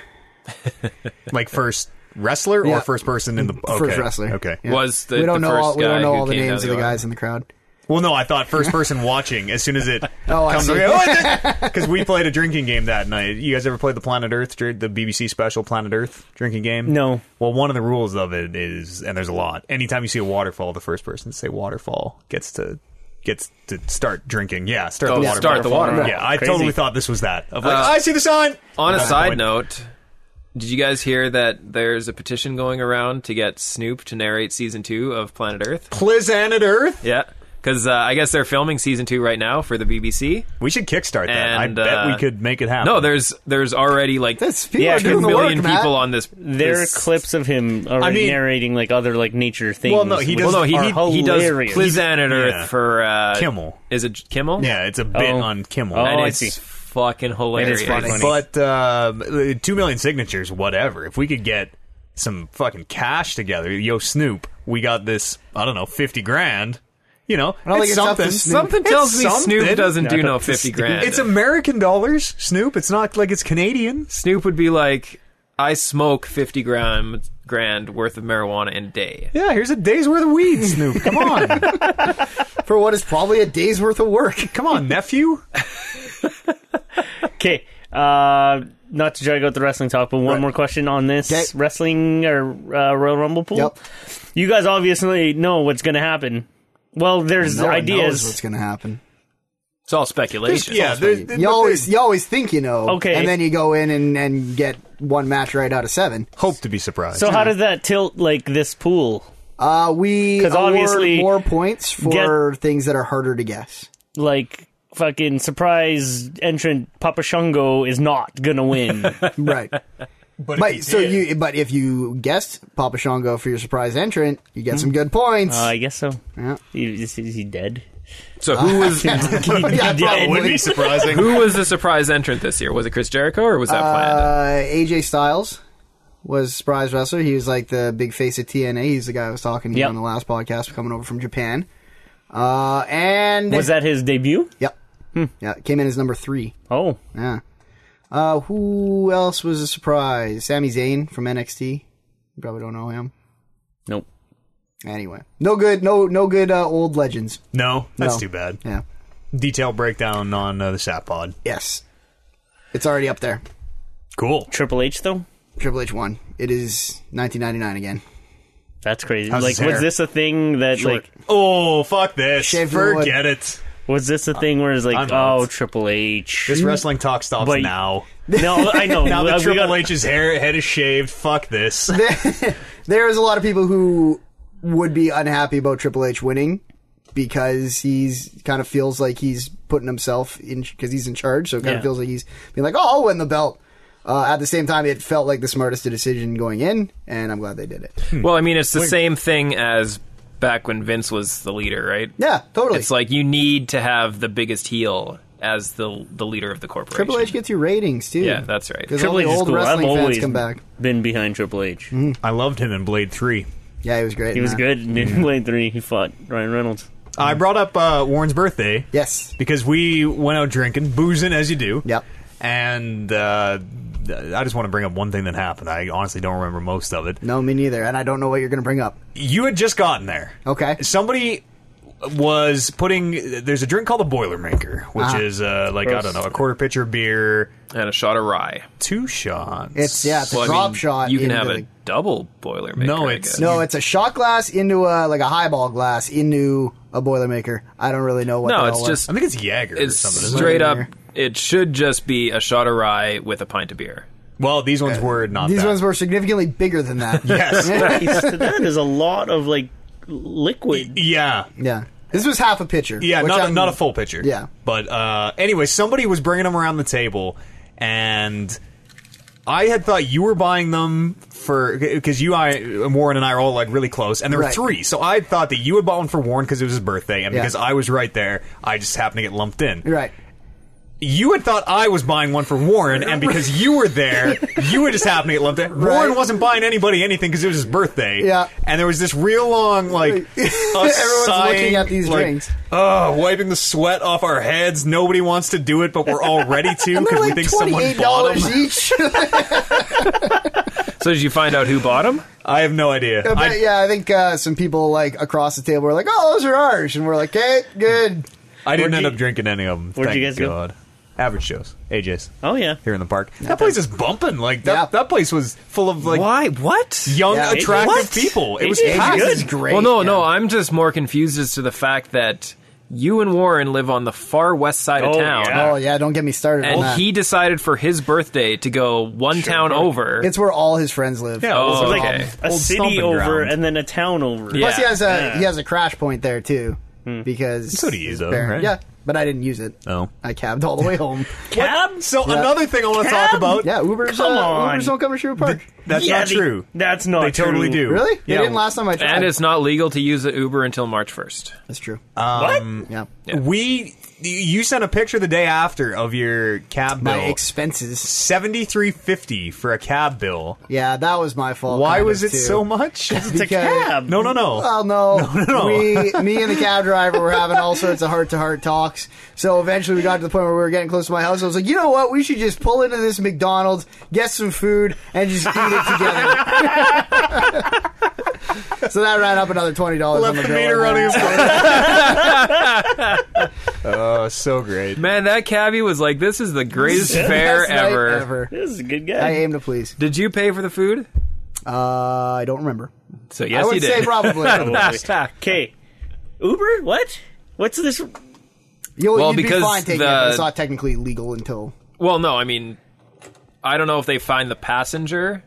Speaker 1: Like first wrestler or
Speaker 4: Yeah.
Speaker 1: first person in the okay.
Speaker 4: First wrestler.
Speaker 1: Okay.
Speaker 4: Yeah.
Speaker 3: Was the-
Speaker 4: we don't
Speaker 3: the
Speaker 4: know
Speaker 3: first
Speaker 4: all, we don't
Speaker 3: guy
Speaker 4: know
Speaker 3: who
Speaker 4: all the
Speaker 3: came down
Speaker 4: names of
Speaker 3: the
Speaker 4: the
Speaker 3: order.
Speaker 4: guys in the crowd.
Speaker 1: Well, no, I thought first person watching as soon as it
Speaker 4: Oh, I
Speaker 1: comes
Speaker 4: see.
Speaker 1: because we played a drinking game that night. You guys ever played the Planet Earth, dr- the BBC special Planet Earth drinking game?
Speaker 2: No.
Speaker 1: Well, one of the rules of it is, and there's a lot. Anytime you see a waterfall, the first person to say waterfall gets to gets to start drinking. Yeah, start the
Speaker 3: Oh,
Speaker 1: waterfall.
Speaker 3: start the Uh, waterfall.
Speaker 1: Yeah, I
Speaker 2: Crazy.
Speaker 1: totally thought this was that. Of like, I see the sign.
Speaker 3: On a
Speaker 1: That's
Speaker 3: side
Speaker 1: the point.
Speaker 3: note, did you guys hear that there's a petition going around to get Snoop to narrate season two of Planet Earth?
Speaker 1: Planet Earth.
Speaker 3: Yeah. Because uh, I guess they're filming season two right now for the BBC.
Speaker 1: We should kickstart that.
Speaker 3: And,
Speaker 1: I bet
Speaker 3: uh,
Speaker 1: we could make it happen.
Speaker 3: No, there's there's already like
Speaker 4: That's people
Speaker 2: Yeah,
Speaker 4: are
Speaker 3: a
Speaker 4: doing the work,
Speaker 3: million
Speaker 4: Matt.
Speaker 3: people on this.
Speaker 2: There are
Speaker 3: this-
Speaker 2: clips of him already
Speaker 1: mean-
Speaker 2: narrating like other like nature things.
Speaker 1: Well, no, he
Speaker 2: which
Speaker 1: does-
Speaker 3: Well, no, he
Speaker 2: are
Speaker 3: he, he does
Speaker 2: hilarious.
Speaker 3: Planet Earth
Speaker 1: yeah.
Speaker 3: for uh,
Speaker 1: Kimmel.
Speaker 3: Is it Kimmel?
Speaker 1: Yeah, it's a bit
Speaker 2: Oh.
Speaker 1: on Kimmel.
Speaker 2: Oh,
Speaker 3: and
Speaker 2: I
Speaker 3: it's
Speaker 2: see.
Speaker 3: fucking hilarious.
Speaker 2: pretty funny.
Speaker 1: But uh, two million signatures, whatever. If we could get some fucking cash together, yo Snoop, we got this. I don't know, fifty grand. You know,
Speaker 4: don't
Speaker 1: it's
Speaker 4: think it's up to
Speaker 1: something.
Speaker 4: Snoop.
Speaker 3: Something
Speaker 1: It's
Speaker 3: tells me
Speaker 1: something.
Speaker 3: Snoop doesn't do
Speaker 2: Not
Speaker 3: no
Speaker 2: up to
Speaker 3: fifty
Speaker 2: Snoop.
Speaker 3: grand.
Speaker 1: It's American dollars, Snoop. It's not like it's Canadian.
Speaker 3: Snoop would be like, I smoke fifty gram grand worth of marijuana in a day.
Speaker 1: Yeah, here's a day's worth of weed, Snoop. Come on,
Speaker 4: for what is probably a day's worth of work.
Speaker 1: come on, nephew.
Speaker 2: Okay. Uh, not to drag out the wrestling talk, but one more question on this
Speaker 4: Okay.
Speaker 2: wrestling or uh, Royal Rumble pool.
Speaker 4: Yep.
Speaker 2: You guys obviously know what's going to happen. Well, there's
Speaker 4: No one knows what's
Speaker 2: ideas.
Speaker 4: going to happen.
Speaker 3: It's all speculation.
Speaker 1: Yeah, there's,
Speaker 4: You always you always think you know.
Speaker 2: Okay.
Speaker 4: And then you go in and, and get one match right out of seven.
Speaker 1: hope to be surprised.
Speaker 2: So how does that tilt like this pool?
Speaker 4: Uh, we
Speaker 2: 'Cause
Speaker 4: award
Speaker 2: obviously-
Speaker 4: more points for things that are harder to guess.
Speaker 2: Like fucking surprise entrant Papa Shango is not going to win. Uh,
Speaker 4: Right.
Speaker 1: but, if
Speaker 4: But so
Speaker 1: did-
Speaker 4: you but if you guessed Papa Shango for your surprise entrant, you get some good points.
Speaker 2: Uh, I guess so.
Speaker 4: Yeah.
Speaker 2: He- Is, is he dead?
Speaker 3: So who was
Speaker 4: yeah,
Speaker 1: that would be surprising.
Speaker 3: who was the surprise entrant this year? Was it Chris Jericho or was that planned?
Speaker 4: Uh, AJ Styles was surprise wrestler. He was like the big face of TNA. He's the guy I was talking to
Speaker 2: Yep.
Speaker 4: on the last podcast, coming over from Japan. Uh, and
Speaker 2: Was that Hmm. his debut?
Speaker 4: Yep. Yeah, came in as number three.
Speaker 2: Oh,
Speaker 4: Yeah. Uh, who else was a surprise? Sami Zayn from NXT. You probably don't know him.
Speaker 2: nope.
Speaker 4: Anyway, no good, no no good uh, old legends.
Speaker 1: No, that's
Speaker 4: No.
Speaker 1: too bad.
Speaker 4: Yeah.
Speaker 1: Detailed breakdown on uh, the Sap Pod.
Speaker 4: Yes. It's already up there.
Speaker 1: Cool.
Speaker 2: Triple H though.
Speaker 4: Triple H won. It is 1999 again.
Speaker 2: That's crazy.
Speaker 1: How's
Speaker 2: like,
Speaker 1: his hair?
Speaker 2: was this a thing that
Speaker 4: Short.
Speaker 2: like
Speaker 1: Oh, fuck this.
Speaker 4: Shave your wood.
Speaker 1: Forget it.
Speaker 2: was this a thing where it's like,
Speaker 1: I'm
Speaker 2: oh,
Speaker 1: out.
Speaker 2: Triple H?
Speaker 1: This wrestling talk stops
Speaker 2: But-
Speaker 1: now.
Speaker 2: no, I know.
Speaker 1: Now
Speaker 2: We
Speaker 1: that
Speaker 2: got-
Speaker 1: Triple H's hair head is shaved, fuck this.
Speaker 4: There's a lot of people who would be unhappy about Triple H winning because he's kind of feels like he's putting himself in because he's in charge. So it kind
Speaker 2: Yeah.
Speaker 4: of feels like he's being like, "Oh, I'll win the belt." Uh, at the same time, it felt like the smartest decision going in, and I'm glad they did it.
Speaker 3: Well, I mean, it's the same thing as back when Vince was the leader, right?
Speaker 4: Yeah, totally.
Speaker 3: It's like you need to have the biggest heel as the the leader of the corporation.
Speaker 4: Triple H gets your ratings too.
Speaker 3: Yeah, that's right.
Speaker 4: because all
Speaker 2: Triple
Speaker 4: the
Speaker 2: H is
Speaker 4: old
Speaker 2: cool. I've
Speaker 4: wrestling fans
Speaker 2: always
Speaker 4: come back.
Speaker 2: been behind Triple H.
Speaker 1: I loved him in Blade 3.
Speaker 4: Yeah, he was great.
Speaker 2: He
Speaker 4: in
Speaker 2: was
Speaker 4: that.
Speaker 2: good in Blade Three. He fought Ryan Reynolds.
Speaker 1: I brought up uh, Warren's birthday.
Speaker 4: Yes.
Speaker 1: Because we went out drinking, boozing as you do.
Speaker 4: Yep.
Speaker 1: And uh, I just want to bring up one thing that happened. I honestly don't remember most of it.
Speaker 4: No, me neither. And I don't know what you're going to bring up.
Speaker 1: You had just gotten there.
Speaker 4: Okay.
Speaker 1: Somebody was putting. There's a drink called the Boilermaker, which
Speaker 4: Ah.
Speaker 1: is uh, like I
Speaker 2: Gross.
Speaker 1: don't know, a quarter pitcher of beer,
Speaker 3: and a shot of rye.
Speaker 1: two shots.
Speaker 4: It's yeah, it's a
Speaker 3: Well, I
Speaker 4: drop
Speaker 3: mean,
Speaker 4: shot.
Speaker 3: You can
Speaker 4: into
Speaker 3: have
Speaker 4: the-
Speaker 3: a double boiler maker.
Speaker 1: No,
Speaker 3: I
Speaker 1: it's-
Speaker 3: guess.
Speaker 4: No, it's a shot glass into a like a highball glass into a boilermaker. I don't really know what.
Speaker 3: no,
Speaker 4: the
Speaker 3: it's
Speaker 4: hell
Speaker 3: just
Speaker 1: I think it's Jaeger
Speaker 3: it's
Speaker 1: or something. isn't it?
Speaker 3: straight up.
Speaker 4: Boilermaker.
Speaker 3: It should just be a shot of rye with a pint of beer.
Speaker 1: Well, these ones were not.
Speaker 4: these
Speaker 1: that.
Speaker 4: ones were significantly bigger than that.
Speaker 1: Yes.
Speaker 2: He's- that is a lot of like liquid.
Speaker 1: yeah.
Speaker 4: yeah, this was half a pitcher.
Speaker 1: Yeah,
Speaker 4: which
Speaker 1: not
Speaker 4: I'm-
Speaker 1: not a full pitcher.
Speaker 4: Yeah.
Speaker 1: But uh, anyway, somebody was bringing them around the table, and I had thought you were buying them for because you, I, Warren, and I are all like really close, and there were
Speaker 4: Right.
Speaker 1: three. So I thought that you had bought one for Warren because it was his birthday, and
Speaker 4: Yeah.
Speaker 1: because I was right there, I just happened to get lumped in.
Speaker 4: Right.
Speaker 1: You had thought I was buying one for Warren, and because you were there, you were just happened to get lumped in. Warren wasn't buying anybody anything because it was his birthday.
Speaker 4: Yeah.
Speaker 1: and there was this real long like everyone's
Speaker 4: Everyone's looking at these
Speaker 1: like,
Speaker 4: drinks.
Speaker 1: Oh, wiping the sweat off our heads. Nobody wants to do it, but we're all ready to
Speaker 4: And
Speaker 1: because
Speaker 4: they're
Speaker 1: we
Speaker 4: like
Speaker 1: think
Speaker 4: twenty
Speaker 1: someone
Speaker 4: eight
Speaker 1: bought
Speaker 4: dollars
Speaker 1: them.
Speaker 4: each.
Speaker 3: So did you find out who bought them?
Speaker 1: I have no idea.
Speaker 4: I bet-
Speaker 1: I,
Speaker 4: yeah, I think uh, some people like across the table were like, "Oh, those are ours," and we're like, "Okay, good."
Speaker 1: I didn't
Speaker 2: Where'd
Speaker 1: end
Speaker 2: you-
Speaker 1: up drinking any of them.
Speaker 2: where'd
Speaker 1: thank
Speaker 2: you guys go?
Speaker 1: God. Average shows, AJ's
Speaker 2: Oh yeah.
Speaker 1: here in the park. That place is bumping. Like that.
Speaker 4: Yeah.
Speaker 1: That place was full of like
Speaker 3: Why? What?
Speaker 1: young,
Speaker 4: Yeah.
Speaker 1: attractive
Speaker 2: What?
Speaker 1: people. It was
Speaker 2: AJ's
Speaker 1: packed.
Speaker 4: This
Speaker 2: Good.
Speaker 4: is great.
Speaker 3: Well, no,
Speaker 4: yeah.
Speaker 3: no. I'm just more confused as to the fact that you and Warren live on the far west side of
Speaker 2: Oh,
Speaker 3: town.
Speaker 2: yeah.
Speaker 4: Oh yeah, don't get me started on
Speaker 3: And
Speaker 4: that.
Speaker 3: he decided for his birthday to go one town over.
Speaker 4: it's where all his friends live.
Speaker 1: Yeah,
Speaker 3: Oh,
Speaker 1: it was
Speaker 2: Like
Speaker 3: okay.
Speaker 2: a
Speaker 1: Old stomping
Speaker 2: city over
Speaker 1: ground.
Speaker 2: and then a town over.
Speaker 3: Yeah.
Speaker 4: Plus, he has a he has a crash point there too because
Speaker 1: Hmm. So do you,
Speaker 4: his
Speaker 1: though,
Speaker 4: parent-
Speaker 1: right?
Speaker 4: Yeah, but I didn't use it.
Speaker 1: Oh.
Speaker 4: I cabbed all the way home.
Speaker 2: Cab?
Speaker 1: So another thing I want to talk
Speaker 2: Cab?
Speaker 1: about.
Speaker 4: Yeah, Ubers.
Speaker 2: Come
Speaker 4: uh,
Speaker 2: on.
Speaker 4: Ubers don't come to Sherwood Park.
Speaker 1: That's
Speaker 2: Yeah,
Speaker 1: not
Speaker 2: they-
Speaker 1: true.
Speaker 2: That's not
Speaker 1: They
Speaker 2: true.
Speaker 1: totally do.
Speaker 4: really? They
Speaker 1: Yeah.
Speaker 4: didn't last time I tried.
Speaker 3: and it's not legal to use an Uber until March 1st.
Speaker 4: That's true.
Speaker 2: What?
Speaker 3: Um,
Speaker 4: yeah.
Speaker 1: We you sent a picture the day after of your cab
Speaker 4: My
Speaker 1: bill.
Speaker 4: expenses.
Speaker 1: Seventy three fifty for a cab bill.
Speaker 4: Yeah, that was my fault.
Speaker 1: Why
Speaker 4: kind
Speaker 1: was
Speaker 4: of,
Speaker 1: it
Speaker 4: too.
Speaker 1: so much?
Speaker 2: It's a
Speaker 4: Because-
Speaker 2: cab.
Speaker 1: No, no, no.
Speaker 4: Well, no,
Speaker 1: no.
Speaker 4: we, me and the cab driver were having all sorts of heart-to-heart talks. So eventually, we got to the point where we were getting close to my house. I was like, you know what? We should just pull into this McDonald's, get some food, and just eat it together. so that ran up another twenty dollars. on
Speaker 1: Left the
Speaker 4: the bill.
Speaker 1: meter running. as well. Oh, so great.
Speaker 3: Man, that cabbie was like, this is the greatest fair
Speaker 4: Best night
Speaker 3: ever.
Speaker 4: ever.
Speaker 2: This is a good
Speaker 4: I
Speaker 2: guy.
Speaker 4: aim to please.
Speaker 3: Did you pay for the food?
Speaker 4: Uh, I don't remember.
Speaker 3: So yes,
Speaker 4: I would
Speaker 3: you did.
Speaker 4: say probably.
Speaker 2: Okay. Uber? What? What's
Speaker 1: Oh,
Speaker 2: this?
Speaker 4: You'll,
Speaker 3: Well,
Speaker 4: you'd
Speaker 3: because
Speaker 4: be fine taking it,
Speaker 3: the-
Speaker 4: but it's not technically legal until.
Speaker 3: well, no, I mean, I don't know if they find the passenger,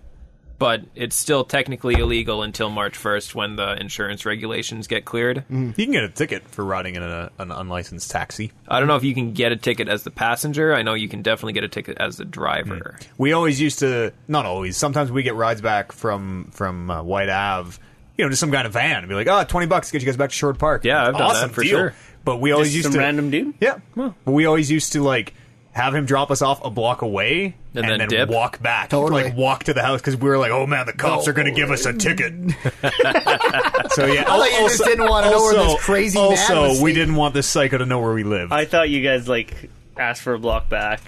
Speaker 3: but it's still technically illegal until March 1st when the insurance regulations get cleared.
Speaker 1: You can get a ticket for riding in a, an unlicensed taxi.
Speaker 3: I don't know if you can get a ticket as the passenger. I know you can definitely get a ticket as the driver.
Speaker 1: We always used to, not always. Sometimes we get rides back from from uh, White Ave, you know, just some kind of van, and be like, "Oh, 20 bucks to get you guys back to Short Park."
Speaker 3: Yeah, I've done
Speaker 1: awesome
Speaker 3: that for
Speaker 1: deal.
Speaker 3: sure.
Speaker 1: But we always
Speaker 2: Just
Speaker 1: used
Speaker 2: some
Speaker 1: to
Speaker 2: random dude?
Speaker 1: Yeah. But we always used to like have him drop us off a block away
Speaker 3: And then dip.
Speaker 1: walk back.
Speaker 4: Totally.
Speaker 1: Like walk to the house because we were like, oh man, the cops are going to give us a ticket. so yeah.
Speaker 4: I thought you just didn't wanna know where this crazy man
Speaker 1: Also,
Speaker 4: was
Speaker 1: we
Speaker 4: sleeping.
Speaker 1: didn't want this psycho to know where we live.
Speaker 2: I thought you guys like asked for a block back,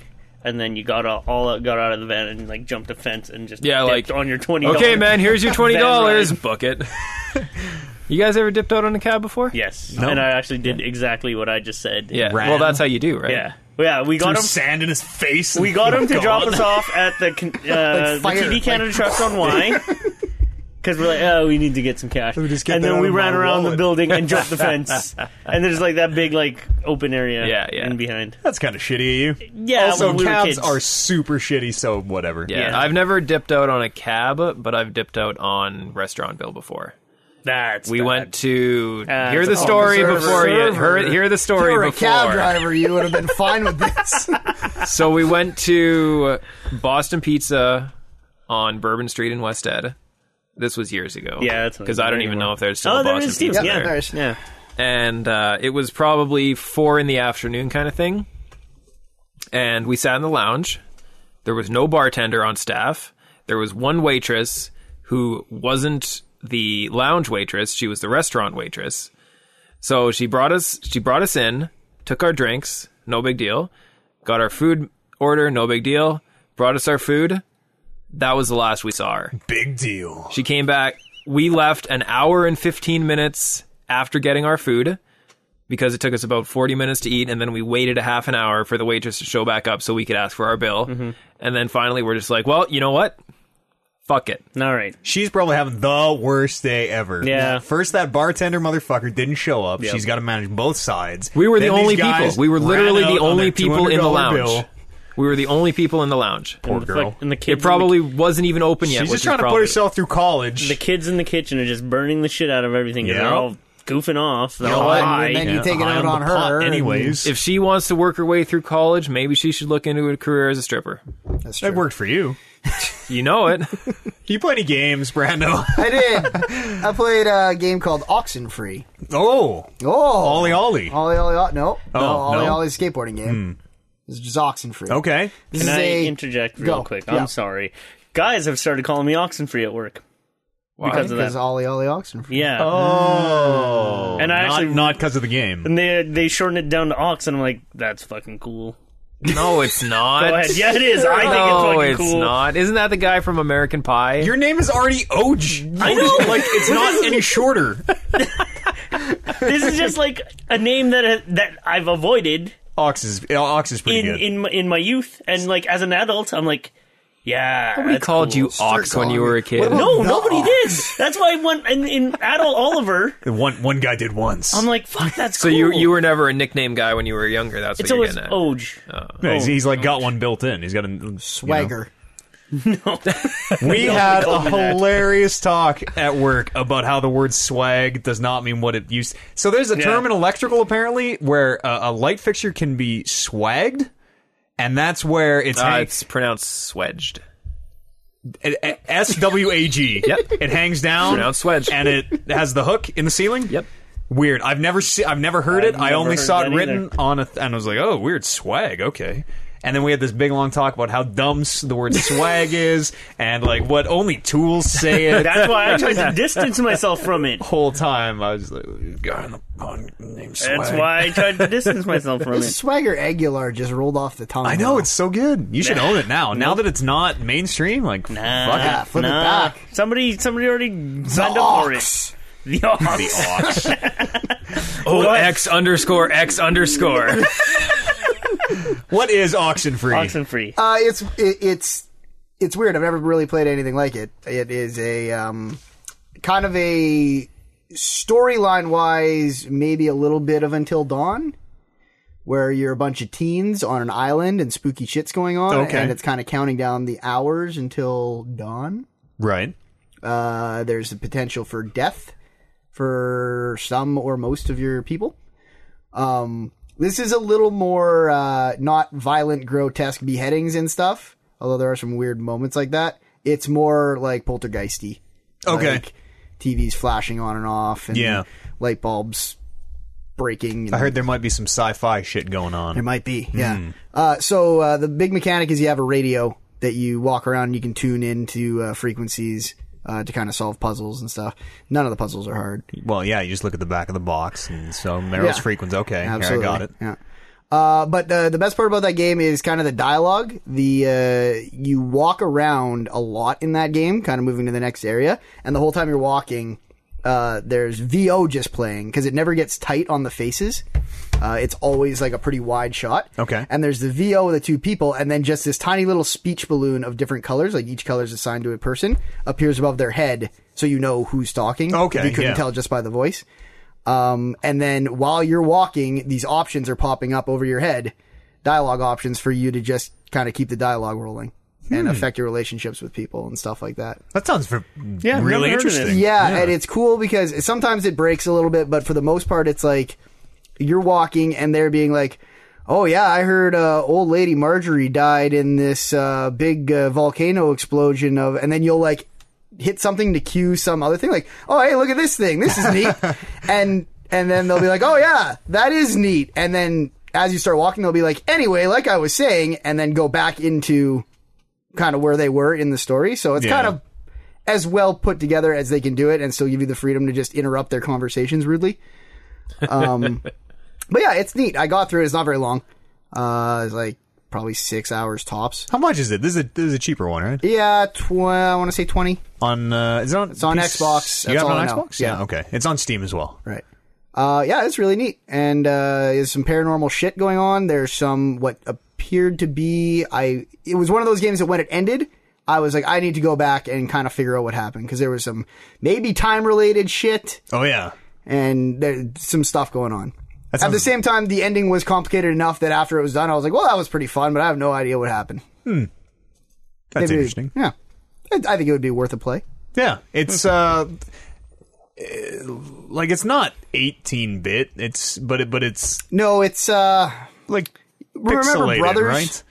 Speaker 2: and then you got all, all out, got out of the van and like jumped a fence and just
Speaker 3: Yeah,
Speaker 2: dipped
Speaker 3: like-
Speaker 2: on your twenty.
Speaker 3: Okay, man, here's your $20.
Speaker 2: Van
Speaker 3: Book it. You guys ever dipped out on a cab before?
Speaker 2: Yes. And I actually did exactly what I just said.
Speaker 3: Yeah.
Speaker 1: Ran.
Speaker 3: Well, that's how you do, right?
Speaker 2: Yeah. Yeah, we got
Speaker 1: Threw
Speaker 2: him.
Speaker 1: sand in his face. Oh
Speaker 2: We got him to
Speaker 1: God.
Speaker 2: drop us off at the con- uh,
Speaker 4: fire,
Speaker 2: the TV
Speaker 4: like-
Speaker 2: Canada Trucks on Y. Because we're like, oh, we need to get some cash,
Speaker 1: me just get
Speaker 2: and
Speaker 1: that
Speaker 2: then
Speaker 1: out
Speaker 2: we
Speaker 1: of my
Speaker 2: ran around the
Speaker 1: wallet.
Speaker 2: building and jumped the fence, and there's like that big like open area,
Speaker 3: Yeah, yeah.
Speaker 2: in behind.
Speaker 1: That's kind of shitty of you.
Speaker 2: Yeah,
Speaker 1: Also,
Speaker 2: when we were
Speaker 1: cabs
Speaker 2: kids.
Speaker 1: are super shitty, so whatever.
Speaker 3: Yeah.
Speaker 2: Yeah.
Speaker 3: I've never dipped out on a cab, but I've dipped out on restaurant bill before.
Speaker 2: That's
Speaker 3: We
Speaker 2: bad.
Speaker 3: went to
Speaker 2: Uh,
Speaker 3: hear the
Speaker 2: it's a-
Speaker 3: story
Speaker 4: Oh, the
Speaker 3: before you
Speaker 4: server.
Speaker 3: hear, hear the
Speaker 4: If
Speaker 3: story
Speaker 4: you were a
Speaker 3: before.
Speaker 4: cab driver, you would have been fine with this.
Speaker 3: so we went to Boston Pizza on Bourbon Street in West Ed. This was years ago.
Speaker 2: Yeah, that's not
Speaker 3: because I don't
Speaker 2: anymore.
Speaker 3: even know if there's still
Speaker 2: Oh,
Speaker 3: a
Speaker 2: there
Speaker 3: Boston
Speaker 2: is Steve's.
Speaker 3: Pizza
Speaker 2: Yeah,
Speaker 3: there.
Speaker 2: there is. Yeah,
Speaker 3: and uh, it was probably four in the afternoon kind of thing. And we sat in the lounge. There was no bartender on staff. There was one waitress who wasn't the lounge waitress; she was the restaurant waitress. So she brought us she brought us in, took our drinks, no big deal. Got our food order, no big deal. Brought us our food. That was the last we saw her.
Speaker 1: Big deal.
Speaker 3: She came back. We left an hour and 15 minutes after getting our food because it took us about 40 minutes to eat. And then we waited a half an hour for the waitress to show back up so we could ask for our bill.
Speaker 1: Mm-hmm.
Speaker 3: And then finally, we're just like, well, you know what? Fuck it.
Speaker 2: all right.
Speaker 1: She's probably having the worst day ever.
Speaker 2: Yeah.
Speaker 1: First, that bartender motherfucker didn't show up. She's got to manage both sides.
Speaker 3: We were the
Speaker 1: Then these
Speaker 3: only
Speaker 1: guys
Speaker 3: people. We were
Speaker 1: ran
Speaker 3: literally
Speaker 1: out
Speaker 3: the
Speaker 1: on
Speaker 3: only
Speaker 1: their
Speaker 3: people in the
Speaker 1: $200
Speaker 3: lounge.
Speaker 1: bill.
Speaker 3: We were the only people in the lounge.
Speaker 1: Poor
Speaker 2: the
Speaker 1: girl.
Speaker 2: fuck- and the kids in
Speaker 3: It
Speaker 2: the-
Speaker 3: probably wasn't even open yet.
Speaker 1: She's just
Speaker 3: which
Speaker 1: trying
Speaker 3: is
Speaker 1: to put
Speaker 3: probably-
Speaker 1: herself through college.
Speaker 2: The kids in the kitchen are just burning the shit out of everything. 'cause
Speaker 1: Yeah.
Speaker 2: They're all goofing off. They're
Speaker 1: You know
Speaker 2: all
Speaker 1: what?
Speaker 2: high.
Speaker 4: And then you
Speaker 1: Yeah.
Speaker 4: take it
Speaker 1: Eye
Speaker 4: out on
Speaker 1: the
Speaker 4: her,
Speaker 1: pot
Speaker 4: and-
Speaker 1: Anyways,
Speaker 3: If she wants to work her way through college, maybe she should look into a career as a stripper.
Speaker 4: That's
Speaker 1: that
Speaker 4: true.
Speaker 1: worked for you.
Speaker 3: You know it.
Speaker 1: You play any games, Brando?
Speaker 4: I did. I played a game called Oxen Free.
Speaker 1: oh,
Speaker 4: Oh,
Speaker 1: Ollie Ollie.
Speaker 4: Ollie, Ollie, Ollie no, no,
Speaker 1: no. Hmm.
Speaker 4: Ollie, Ollie skateboarding game. This is just oxen free.
Speaker 1: Okay.
Speaker 4: This
Speaker 2: Can
Speaker 4: is
Speaker 2: I
Speaker 4: a-
Speaker 2: interject real
Speaker 4: Go.
Speaker 2: quick?
Speaker 4: Yeah.
Speaker 2: I'm sorry. Guys have started calling me Oxenfree at work because of
Speaker 4: Because
Speaker 2: that.
Speaker 4: Ollie, Ollie, oxen free.
Speaker 2: Yeah.
Speaker 3: Hmm.
Speaker 1: Oh,
Speaker 2: And I
Speaker 1: not,
Speaker 2: actually-
Speaker 1: not because of the game.
Speaker 2: And they they shortened it down to Ox, and I'm like, that's fucking cool.
Speaker 3: No, it's not.
Speaker 2: Go ahead. Yeah, it is. I think
Speaker 3: no,
Speaker 2: it's fucking cool.
Speaker 3: not. Isn't that the guy from American Pie?
Speaker 1: Your name is already OG. I know. like it's not any shorter.
Speaker 2: This is just like a name that that I've avoided
Speaker 1: Ox is uh, Ox is pretty
Speaker 2: in
Speaker 1: good.
Speaker 2: in my- in my youth, and like as an adult, I'm like, yeah.
Speaker 3: Nobody
Speaker 2: that's
Speaker 3: called
Speaker 2: cool.
Speaker 3: you Ox when you were a kid.
Speaker 2: No,
Speaker 4: The
Speaker 2: nobody
Speaker 4: Ox.
Speaker 2: did. That's why I went in, in adult Oliver.
Speaker 1: one one guy did once.
Speaker 2: I'm like, fuck, that's
Speaker 3: So
Speaker 2: cool.
Speaker 3: you you were uh, never a nickname guy when you were younger. That's
Speaker 2: It's
Speaker 3: what you're
Speaker 2: always
Speaker 3: getting at.
Speaker 2: Oj.
Speaker 3: oh.
Speaker 1: Yeah, he's, he's like got one built in. He's got a you know.
Speaker 4: Swagger.
Speaker 1: We had a
Speaker 2: me that.
Speaker 1: hilarious talk at work about how the word swag does not mean what it used. So there's a
Speaker 2: Yeah.
Speaker 1: term in electrical apparently where uh, a light fixture can be swagged, and that's where it's
Speaker 3: Uh,
Speaker 1: hang-
Speaker 3: it's pronounced swedged.
Speaker 1: S W A G.
Speaker 3: Yep.
Speaker 1: It hangs down,
Speaker 3: Pronounced swedged.
Speaker 1: and it has the hook in the ceiling.
Speaker 3: Yep.
Speaker 1: Weird. I've never se- I've never heard it.
Speaker 2: I've
Speaker 1: I
Speaker 2: never
Speaker 1: only
Speaker 2: heard
Speaker 1: saw it
Speaker 2: that
Speaker 1: written
Speaker 2: either.
Speaker 1: on a th- and I was like, "Oh, weird swag, okay." And then we had this big long talk about how dumb s- the word swag is and like what only tools say it.
Speaker 2: That's why I tried to distance myself from it.
Speaker 3: Oh,
Speaker 1: whole time I was like, "Guy on the pond named Swag."
Speaker 2: That's why I tried to distance myself from it.
Speaker 4: Swagger Aguilar just rolled off the tongue.
Speaker 1: I know it's so good. You should own it now. Now that it's not mainstream, like fuck
Speaker 4: Yeah, flip it back.
Speaker 2: Somebody, somebody already signed up for it.
Speaker 4: Ox.
Speaker 2: The ox.
Speaker 3: Oh, X underscore X underscore. Uh,
Speaker 1: it. What is oxen free?
Speaker 2: Oxen free.
Speaker 4: Uh, it's it, it's it's weird. I've never really played anything like it. It is a um, kind of a storyline wise, maybe a little bit of Until Dawn, where you're a bunch of teens on an island and spooky shit's going on,
Speaker 1: Okay.
Speaker 4: and it's kind of counting down the hours until dawn.
Speaker 1: Right.
Speaker 4: Uh, there's the potential for death for some or most of your people. Um, this is a little more uh, not violent, grotesque beheadings and stuff, although there are some weird moments like that. It's more like poltergeisty.
Speaker 1: Okay.
Speaker 4: Like TVs flashing on and off, and
Speaker 1: Yeah.
Speaker 4: light bulbs breaking. and-
Speaker 1: I heard there might be some sci-fi shit going on.
Speaker 4: there might be, yeah. Uh, so uh, the big mechanic is you have a radio that you walk around and you can tune into uh, frequencies uh, to kind of solve puzzles and stuff. None of the puzzles are hard.
Speaker 1: Well, yeah, you just look at the back of the box, and so Meryl's
Speaker 4: Yeah.
Speaker 1: frequency. Okay, here,
Speaker 4: Absolutely.
Speaker 1: I got it.
Speaker 4: Yeah. Uh, but uh, the best part about that game is kind of the dialogue. The uh, you walk around a lot in that game, kind of moving to the next area, and the whole time you're walking, Uh, there's VO just playing because it never gets tight on the faces. Uh, it's always like a pretty wide shot.
Speaker 1: Okay.
Speaker 4: And there's the VO of the two people, and then just this tiny little speech balloon of different colors, like each color is assigned to a person, appears above their head, so you know who's talking.
Speaker 1: Okay,
Speaker 4: If you couldn't
Speaker 1: yeah.
Speaker 4: tell just by the voice. Um, and then while you're walking, these options are popping up over your head, dialogue options for you to just kind of keep the dialogue rolling
Speaker 1: Hmm.
Speaker 4: and affect your relationships with people and stuff like that.
Speaker 1: That sounds ver-
Speaker 2: Yeah, I've
Speaker 1: really
Speaker 2: never heard of it.
Speaker 1: interesting.
Speaker 4: Yeah, and it's cool because it- sometimes it breaks a little bit, but for the most part, it's like you're walking and they're being like, "Oh yeah, I heard uh, old lady Marjorie died in this uh, big uh, volcano explosion of," and then you'll like hit something to cue some other thing, like, "Oh hey, look at this thing, this is neat," and and then they'll be like, "Oh yeah, that is neat," and then as you start walking, they'll be like, "Anyway, like I was saying," and then go back into kind of where they were in the story. So it's
Speaker 1: Yeah.
Speaker 4: kind of as well put together as they can do it and still give you the freedom to just interrupt their conversations rudely. Um, but yeah, it's neat. I got through it. It's not very long. Uh, it's like probably six hours tops.
Speaker 1: How much is it? This is a, this is a cheaper one, right?
Speaker 4: Yeah, tw- I want to say 20.
Speaker 1: On uh, is it on? It's
Speaker 4: on
Speaker 1: You
Speaker 4: Xbox. That's
Speaker 1: have it
Speaker 4: all
Speaker 1: on
Speaker 4: I know.
Speaker 1: Xbox? Yeah.
Speaker 4: Yeah.
Speaker 1: Okay. It's on Steam as well.
Speaker 4: Right. Uh, yeah, it's really neat. And uh, there's some paranormal shit going on. There's some what appeared to be I. It was one of those games that when it ended, I was like, I need to go back and kind of figure out what happened because there was some maybe time related shit
Speaker 1: Oh yeah.
Speaker 4: and there's some stuff going on.
Speaker 1: That
Speaker 4: At the
Speaker 1: sounds-
Speaker 4: same time, the ending was complicated enough that after it was done, I was like, "Well, that was pretty fun," but I have no idea what happened.
Speaker 1: That's
Speaker 4: Maybe-
Speaker 1: interesting.
Speaker 4: Yeah, I I think it would be worth a play.
Speaker 1: Yeah,
Speaker 4: Hmm.
Speaker 1: it's uh, uh, like it's not 18 bit. It's but it but it's
Speaker 4: No, it's uh,
Speaker 1: like
Speaker 4: Remember
Speaker 1: pixelated,
Speaker 4: Brothers?
Speaker 1: right?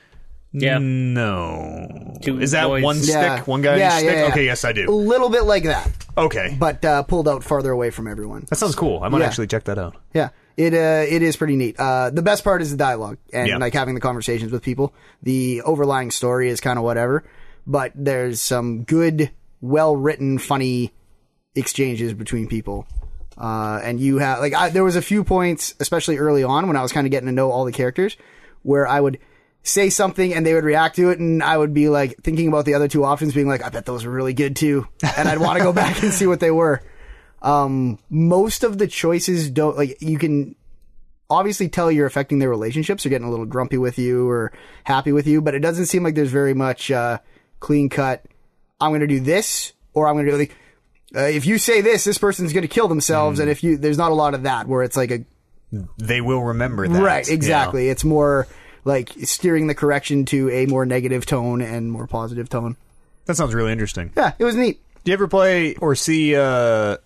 Speaker 2: Yeah.
Speaker 1: No,
Speaker 2: Two
Speaker 1: is that
Speaker 2: boys.
Speaker 1: one stick?
Speaker 4: Yeah.
Speaker 1: One guy on
Speaker 4: Yeah,
Speaker 1: each stick?
Speaker 4: yeah, yeah.
Speaker 1: Okay, yes, I
Speaker 4: a
Speaker 1: do.
Speaker 4: little bit like that,
Speaker 1: Okay,
Speaker 4: but uh, pulled out farther away from everyone.
Speaker 1: that sounds cool. I might
Speaker 4: Yeah.
Speaker 1: actually check that out.
Speaker 4: Yeah, it uh, it is pretty neat. Uh, the best part is the dialogue and
Speaker 1: Yeah.
Speaker 4: like having the conversations with people. The overlying story is kind of whatever, but there's some good, well written, funny exchanges between people. Uh, and you have like I, there was a few points, especially early on when I was kind of getting to know all the characters, where I would say something and they would react to it, and I would be like thinking about the other two options, being like, I bet those were really good too, and I'd want to go back and see what they were um, most of the choices don't like you can obviously tell you're affecting their relationships. They're getting a little grumpy with you or happy with you, but it doesn't seem like there's very much uh, clean cut. I'm going to do this or I'm going to do like uh, if you say this, this person's going to kill themselves,
Speaker 1: Mm.
Speaker 4: and if you there's not a lot of that where it's like a
Speaker 1: They will remember that.
Speaker 4: right
Speaker 1: yeah.
Speaker 4: exactly. It's more like steering the correction to a more negative tone and more positive tone.
Speaker 1: That sounds really interesting.
Speaker 4: Yeah, it was neat.
Speaker 1: Do you ever play or see uh, uh,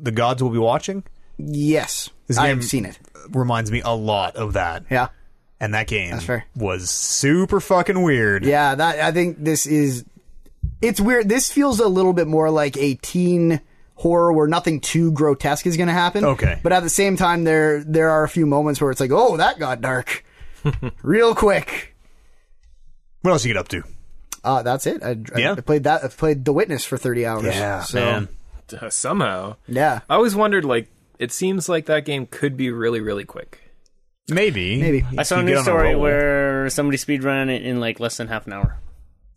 Speaker 1: the gods will be watching?
Speaker 4: Yes,
Speaker 1: This game-
Speaker 4: I've seen it.
Speaker 1: Reminds me a lot of that.
Speaker 4: Yeah.
Speaker 1: and that game
Speaker 4: fair.
Speaker 1: was super fucking weird.
Speaker 4: Yeah, that I think this is it's weird. This feels a little bit more like a teen horror where nothing too grotesque is going to happen.
Speaker 1: Okay.
Speaker 4: But at the same time there there are a few moments where it's like, "Oh, that got dark." Real quick.
Speaker 1: What else you get up to?
Speaker 4: Uh, that's it. I, I-
Speaker 1: Yeah.
Speaker 4: I played that I played The Witness for 30 hours. So,
Speaker 1: man.
Speaker 3: Uh, somehow.
Speaker 4: yeah.
Speaker 3: I always wondered, like, it seems like that game could be really, really quick.
Speaker 1: Maybe.
Speaker 4: Maybe.
Speaker 2: I saw a
Speaker 1: You get
Speaker 2: new
Speaker 1: on a
Speaker 2: story
Speaker 1: roll.
Speaker 2: where somebody speedran it in like less than half an hour.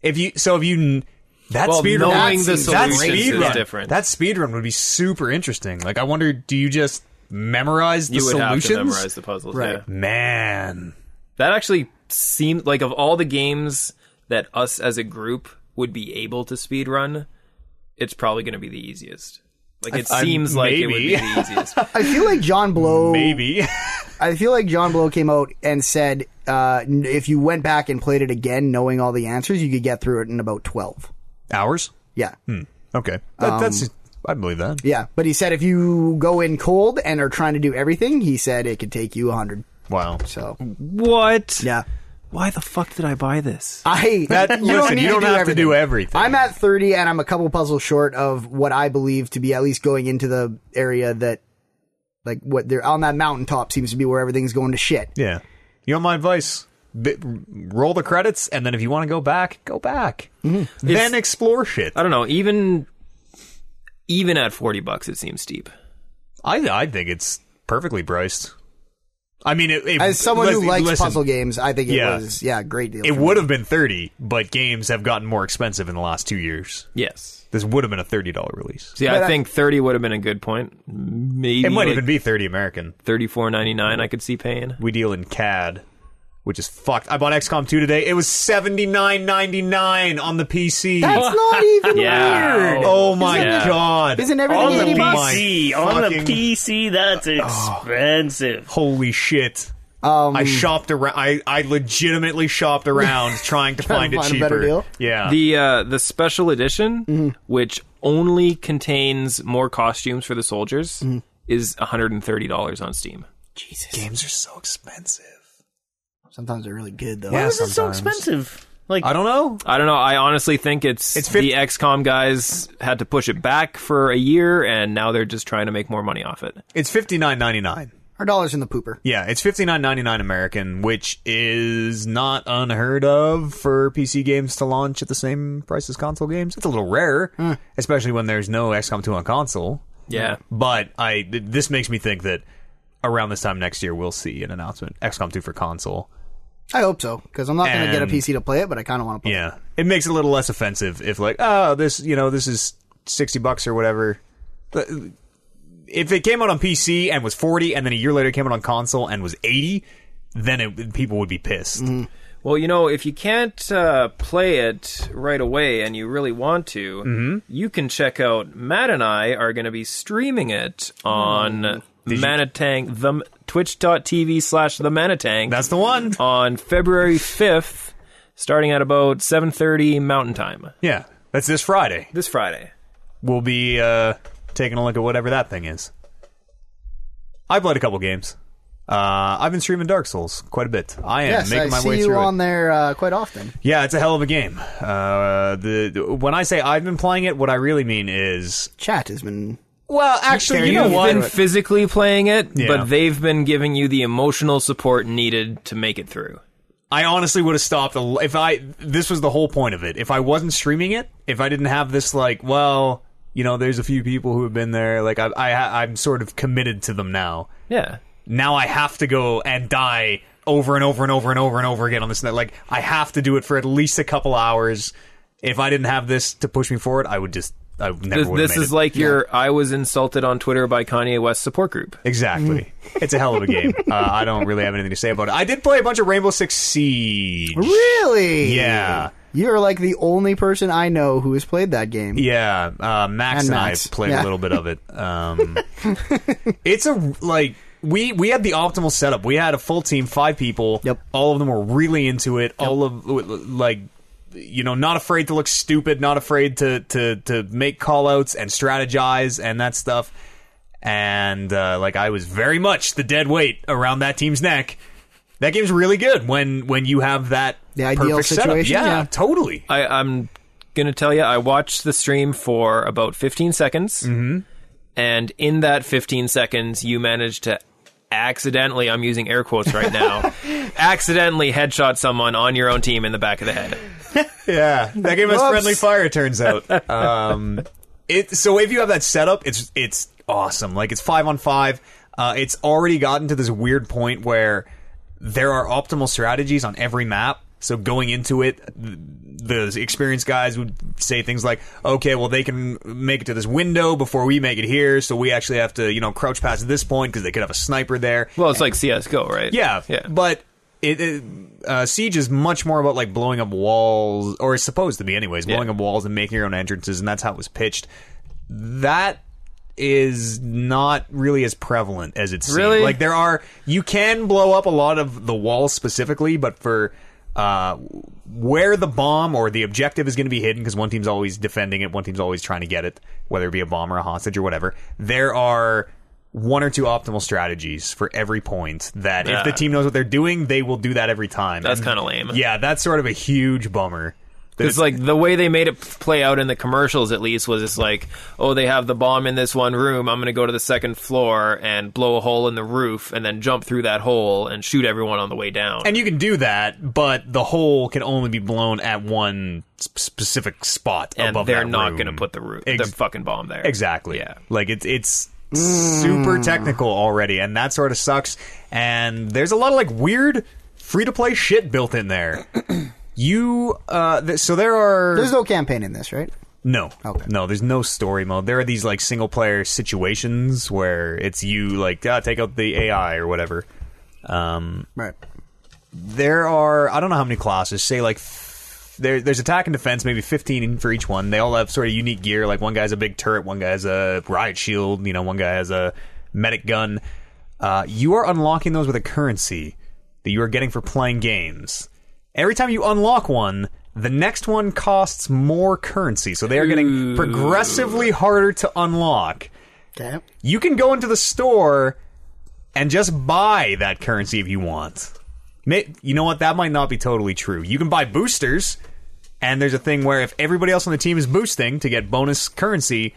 Speaker 1: If you so if you kn- that
Speaker 3: Well,
Speaker 1: speed
Speaker 3: knowing
Speaker 1: run
Speaker 4: the
Speaker 1: that
Speaker 4: solutions
Speaker 1: speed
Speaker 3: is
Speaker 1: run
Speaker 3: different.
Speaker 1: That speed run would be super interesting. Like I wonder, do you just memorize the
Speaker 3: You would
Speaker 1: solutions?
Speaker 3: have to memorize the puzzles.
Speaker 4: Right.
Speaker 3: yeah.
Speaker 1: Man,
Speaker 3: That actually seemed like of all the games that us as a group would be able to speed run, it's probably going to be the easiest. Like it seems like it would
Speaker 1: maybe.
Speaker 3: be the easiest.
Speaker 4: I feel like John Blow
Speaker 1: maybe.
Speaker 4: I feel like John Blow came out and said uh, n- if you went back and played it again knowing all the answers, you could get through it in about 12.
Speaker 1: Hours.
Speaker 4: Yeah.
Speaker 1: Okay, that,
Speaker 4: Um,
Speaker 1: that's I believe that.
Speaker 4: Yeah, but he said if you go in cold and are trying to do everything, he said it could take you 100.
Speaker 1: Wow.
Speaker 4: So,
Speaker 3: what?
Speaker 4: yeah.
Speaker 3: Why the fuck did I buy this?
Speaker 4: I
Speaker 1: That-
Speaker 4: you
Speaker 1: listen,
Speaker 4: don't, need
Speaker 1: you don't
Speaker 4: to do
Speaker 1: have
Speaker 4: everything.
Speaker 1: to do everything.
Speaker 4: I'm at 30 and I'm a couple puzzles short of what I believe to be at least going into the area that like what they're on that mountaintop seems to be where everything's going to shit.
Speaker 1: Yeah. You want my advice? Bi- roll the credits, and then if you want to go back, go back.
Speaker 4: Mm-hmm.
Speaker 1: Then explore shit.
Speaker 3: I don't know. Even even at forty bucks, it seems steep.
Speaker 1: I I think it's perfectly priced. I mean, it, it-
Speaker 4: As someone who
Speaker 1: listen-
Speaker 4: likes
Speaker 1: listen,
Speaker 4: puzzle games, I think it
Speaker 1: Yeah.
Speaker 4: was yeah, a great deal.
Speaker 1: It
Speaker 4: for
Speaker 1: would
Speaker 4: me.
Speaker 1: have been thirty, but games have gotten more expensive in the last two years.
Speaker 3: Yes.
Speaker 1: This would have been a thirty dollar release.
Speaker 3: See,
Speaker 4: But
Speaker 3: I
Speaker 4: I-
Speaker 3: think 30 would have been a good point. Maybe
Speaker 1: It might
Speaker 3: like
Speaker 1: even be thirty American.
Speaker 3: 34.99 I could see paying.
Speaker 1: We deal in CAD, which is fucked. I bought XCOM two today. It was seventy nine ninety nine on the PC.
Speaker 4: That's not even
Speaker 3: Yeah.
Speaker 4: weird.
Speaker 1: oh my
Speaker 3: Isn't it-
Speaker 1: god! Oh
Speaker 4: Isn't everything
Speaker 2: on the
Speaker 4: 80 bucks?
Speaker 1: my
Speaker 2: PC, on the
Speaker 1: fucking- Oh.
Speaker 2: PC, that's expensive.
Speaker 1: Holy shit!
Speaker 4: Um,
Speaker 1: I shopped around. I, I legitimately shopped around trying to find
Speaker 4: Trying to
Speaker 1: it
Speaker 4: find a
Speaker 1: cheaper.
Speaker 4: better deal?
Speaker 1: Yeah.
Speaker 3: The uh, the special edition, which only contains more costumes for the soldiers, is $130 on Steam.
Speaker 1: games are so expensive.
Speaker 4: Sometimes they're really good though.
Speaker 2: Why was it so expensive? Like,
Speaker 1: I don't know.
Speaker 3: I don't know. I honestly think it's,
Speaker 1: It's fif-
Speaker 3: the XCOM guys had to push it back for a year, and now they're just trying to make more money off it.
Speaker 1: It's fifty nine ninety nine.
Speaker 4: Our dollars in the pooper.
Speaker 1: Yeah, it's fifty nine ninety nine American, which is not unheard of for PC games to launch at the same price as console games. It's a little rare,
Speaker 4: Hmm.
Speaker 1: especially when there's no XCOM two on console.
Speaker 3: Yeah.
Speaker 1: But I th- this makes me think that around this time next year we'll see an announcement XCOM two for console.
Speaker 4: I hope so because I'm not going to get a
Speaker 1: And-
Speaker 4: PC to play it, but I kind of want to play. it.
Speaker 1: Yeah, it makes it a little less offensive if like, oh, this you know this is sixty bucks or whatever. But If it came out on PC and was forty, and then a year later it came out on console and was eighty, then it, people would be pissed.
Speaker 4: Mm.
Speaker 3: Well, you know, if you can't uh, play it right away and you really want to, you can check out Matt and I are going to be streaming it on Manatang the twitch.tv slash the Manatang
Speaker 1: That's the one.
Speaker 4: Oh.
Speaker 3: on February 5th, starting at about 7.30 Mountain Time
Speaker 1: Yeah, that's this Friday.
Speaker 3: this Friday.
Speaker 1: We'll be uh, taking a look at whatever that thing is. I played a couple games. Uh, I've been streaming Dark Souls quite a bit. I am
Speaker 4: Yes,
Speaker 1: making
Speaker 4: I
Speaker 1: my
Speaker 4: see
Speaker 1: way
Speaker 4: you
Speaker 1: through it.
Speaker 4: on there uh, quite often.
Speaker 1: Yeah, it's a hell of a game. Uh, the, the when I say I've been playing it, what I really mean is
Speaker 4: Chat has been
Speaker 1: well, actually, you know
Speaker 3: You've been
Speaker 1: what?
Speaker 3: physically playing it,
Speaker 1: Yeah.
Speaker 3: but they've been giving you the emotional support needed to make it through.
Speaker 1: I honestly would have stopped a- if I. This was the whole point of it. If I wasn't streaming it, if I didn't have this, like, well, you know, there's a few people who have been there. Like, I, I I'm sort of committed to them now.
Speaker 3: Yeah.
Speaker 1: now I have to go and die over and over and over and over and over again on this net. Like I have to do it for at least a couple hours. If I didn't have this to push me forward, I would just I never
Speaker 3: This,
Speaker 1: would have
Speaker 3: this
Speaker 1: made
Speaker 3: is
Speaker 1: it.
Speaker 3: like your I was insulted on Twitter by Kanye West support group.
Speaker 1: exactly. it's a hell of a game. Uh, I don't really have anything to say about it. I did play a bunch of Rainbow Six Siege.
Speaker 4: really.
Speaker 1: Yeah.
Speaker 4: You're like the only person I know who has played that game.
Speaker 1: Yeah, uh, Max
Speaker 4: And
Speaker 1: and,
Speaker 4: Max.
Speaker 1: I played
Speaker 4: Yeah.
Speaker 1: a little bit of it. Um, it's a like we we had the optimal setup. We had a full team, five people.
Speaker 4: Yep.
Speaker 1: All of them were really into it. All of like you know, not afraid to look stupid, not afraid to to to make call outs and strategize and that stuff. And uh, like I was very much the dead weight around that team's neck. That game's really good when when you have that
Speaker 4: The ideal
Speaker 1: perfect setup.
Speaker 4: situation,
Speaker 1: yeah,
Speaker 4: yeah.
Speaker 1: totally.
Speaker 3: I, I'm gonna tell you, I watched the stream for about 15 seconds,
Speaker 1: Mm-hmm.
Speaker 3: and in that 15 seconds, you managed to accidentally i'm using air quotes right now accidentally headshot someone on your own team in the back of the head
Speaker 1: Yeah, that game has
Speaker 4: Whoops.
Speaker 1: friendly fire. Turns out, um, it. So if you have that setup, it's it's awesome. Like it's five on five. Uh, it's already gotten to this weird point where there are optimal strategies on every map. So going into it, th- the experienced guys would say things like, "Okay, well they can make it to this window before we make it here, so we actually have to, you know, crouch past this point because they could have a sniper there."
Speaker 3: well it's like csgo right
Speaker 1: Yeah,
Speaker 3: yeah
Speaker 1: But it, it uh, Siege is much more about like blowing up walls, or it's supposed to be, anyways, blowing up walls and making your own entrances, and that's how it was pitched. That is not really as prevalent as it seemed.
Speaker 3: Really?
Speaker 1: Like there are, you can blow up a lot of the walls specifically, but for. Uh, where the bomb or the objective is going to be hidden, because one team's always defending it, one team's always trying to get it, whether it be a bomb or a hostage or whatever. There are one or two optimal strategies for every point that if the
Speaker 3: Yeah.
Speaker 1: team knows what they're doing, they will do that every time.
Speaker 3: That's
Speaker 1: And-
Speaker 3: kinda lame.
Speaker 1: Yeah, that's sort of a huge bummer. That
Speaker 3: It's like the way they made it play out in the commercials, at least, was it's like, oh, they have the bomb in this one room. I'm going to go to the second floor and blow a hole in the roof and then jump through that hole and shoot everyone on the way down.
Speaker 1: and you can do that, but the hole can only be blown at one s- specific spot
Speaker 3: And
Speaker 1: above
Speaker 3: they're
Speaker 1: that
Speaker 3: not
Speaker 1: room.
Speaker 3: going to put the, roof,
Speaker 1: Ex-
Speaker 3: the fucking bomb there.
Speaker 1: exactly.
Speaker 3: Yeah.
Speaker 1: like it's it's
Speaker 4: Mm.
Speaker 1: super technical already, and that sort of sucks. And there's a lot of like weird free to play shit built in there. You uh, th- so there are
Speaker 4: There's no campaign in this, right?
Speaker 1: no,
Speaker 4: Okay.
Speaker 1: no, there's no story mode. There are these like single player situations where it's you like ah, take out the AI or whatever. Um,
Speaker 4: Right.
Speaker 1: there are I don't know how many classes. Say like f- there, there's attack and defense, maybe 15 for each one. They all have sort of unique gear. Like one guy's a big turret, one guy's a riot shield, you know, one guy has a medic gun. Uh, you are unlocking those with a currency that you are getting for playing games. Every time you unlock one, the next one costs more currency, so they are getting progressively harder to unlock
Speaker 4: Okay.
Speaker 1: you can go into the store and just buy that currency if you want. May- You know what? That might not be totally true. You can buy boosters, and there's a thing where if everybody else on the team is boosting to get bonus currency,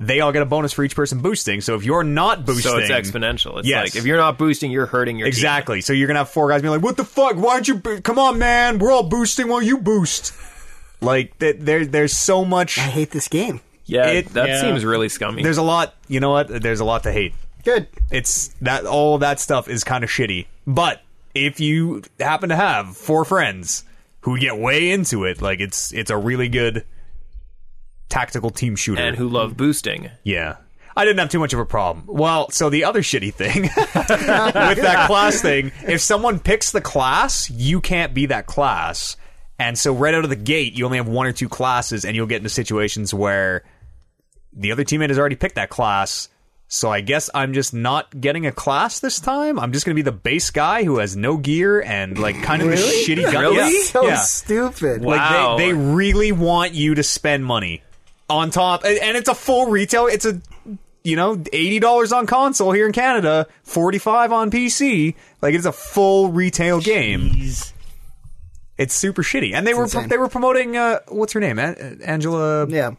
Speaker 1: they all get a bonus for each person boosting. So if you're not boosting,
Speaker 3: So it's exponential. It's
Speaker 1: Yes.
Speaker 3: like if you're not boosting, you're hurting your team.
Speaker 1: Exactly. So you're gonna have four guys being like, "What the fuck? Why aren't you? Bo- Come on, man! We're all boosting while you boost." Like th- there, there's so much.
Speaker 4: I hate this game.
Speaker 3: Yeah,
Speaker 1: It-
Speaker 3: that
Speaker 2: Yeah.
Speaker 3: seems really scummy.
Speaker 1: There's a lot. You know what? There's a lot to hate.
Speaker 4: Good.
Speaker 1: it's that all that stuff is kind of shitty. But if you happen to have four friends who get way into it, like it's it's a really good tactical team shooter.
Speaker 3: and who love boosting.
Speaker 1: yeah. I didn't have too much of a problem. Well, so the other shitty thing with that class thing, if someone picks the class, you can't be that class. And so right out of the gate, you only have one or two classes and you'll get into situations where the other teammate has already picked that class. So I guess I'm just not getting a class this time. I'm just going to be the base guy who has no gear and like kind of
Speaker 4: Really?
Speaker 1: the shitty guy.
Speaker 3: Really?
Speaker 1: Yeah.
Speaker 4: So
Speaker 1: yeah.
Speaker 4: stupid.
Speaker 1: Like
Speaker 3: Wow.
Speaker 1: they, they really want you to spend money on top, and, and it's a full retail. It's a you know eighty dollars on console here in Canada, forty five on PC. Like it's a full retail game.
Speaker 2: He's
Speaker 1: It's super shitty, and they were
Speaker 4: insane.
Speaker 1: they were promoting uh, what's her name, An- Angela
Speaker 4: yeah.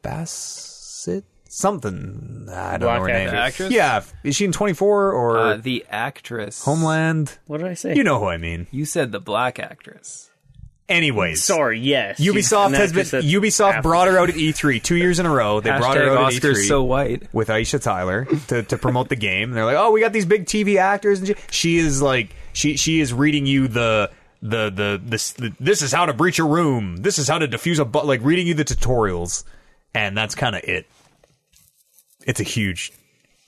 Speaker 1: Bassett. Something I don't
Speaker 2: Black
Speaker 1: know her name.
Speaker 3: actress?
Speaker 1: Yeah, is she in Twenty Four or
Speaker 3: Uh, the actress.
Speaker 1: Homeland?
Speaker 2: what did I say?
Speaker 1: You know who I mean.
Speaker 3: You said the black actress.
Speaker 1: Anyways,
Speaker 2: Sorry. Yes.
Speaker 1: Ubisoft
Speaker 2: And
Speaker 1: has been
Speaker 2: that's just a-
Speaker 1: Ubisoft brought her out at E3 two years in a row. They brought her
Speaker 3: Hashtag
Speaker 1: out E at
Speaker 3: Oscar's
Speaker 1: E3
Speaker 3: so white.
Speaker 1: with Aisha Tyler to, to promote the game. And they're like, oh, we got these big TV actors, and she, she is like, she she is reading you the. The, the this the, this is how to breach a room. This is how to defuse a but like reading you the tutorials, and that's kind of it. It's a huge,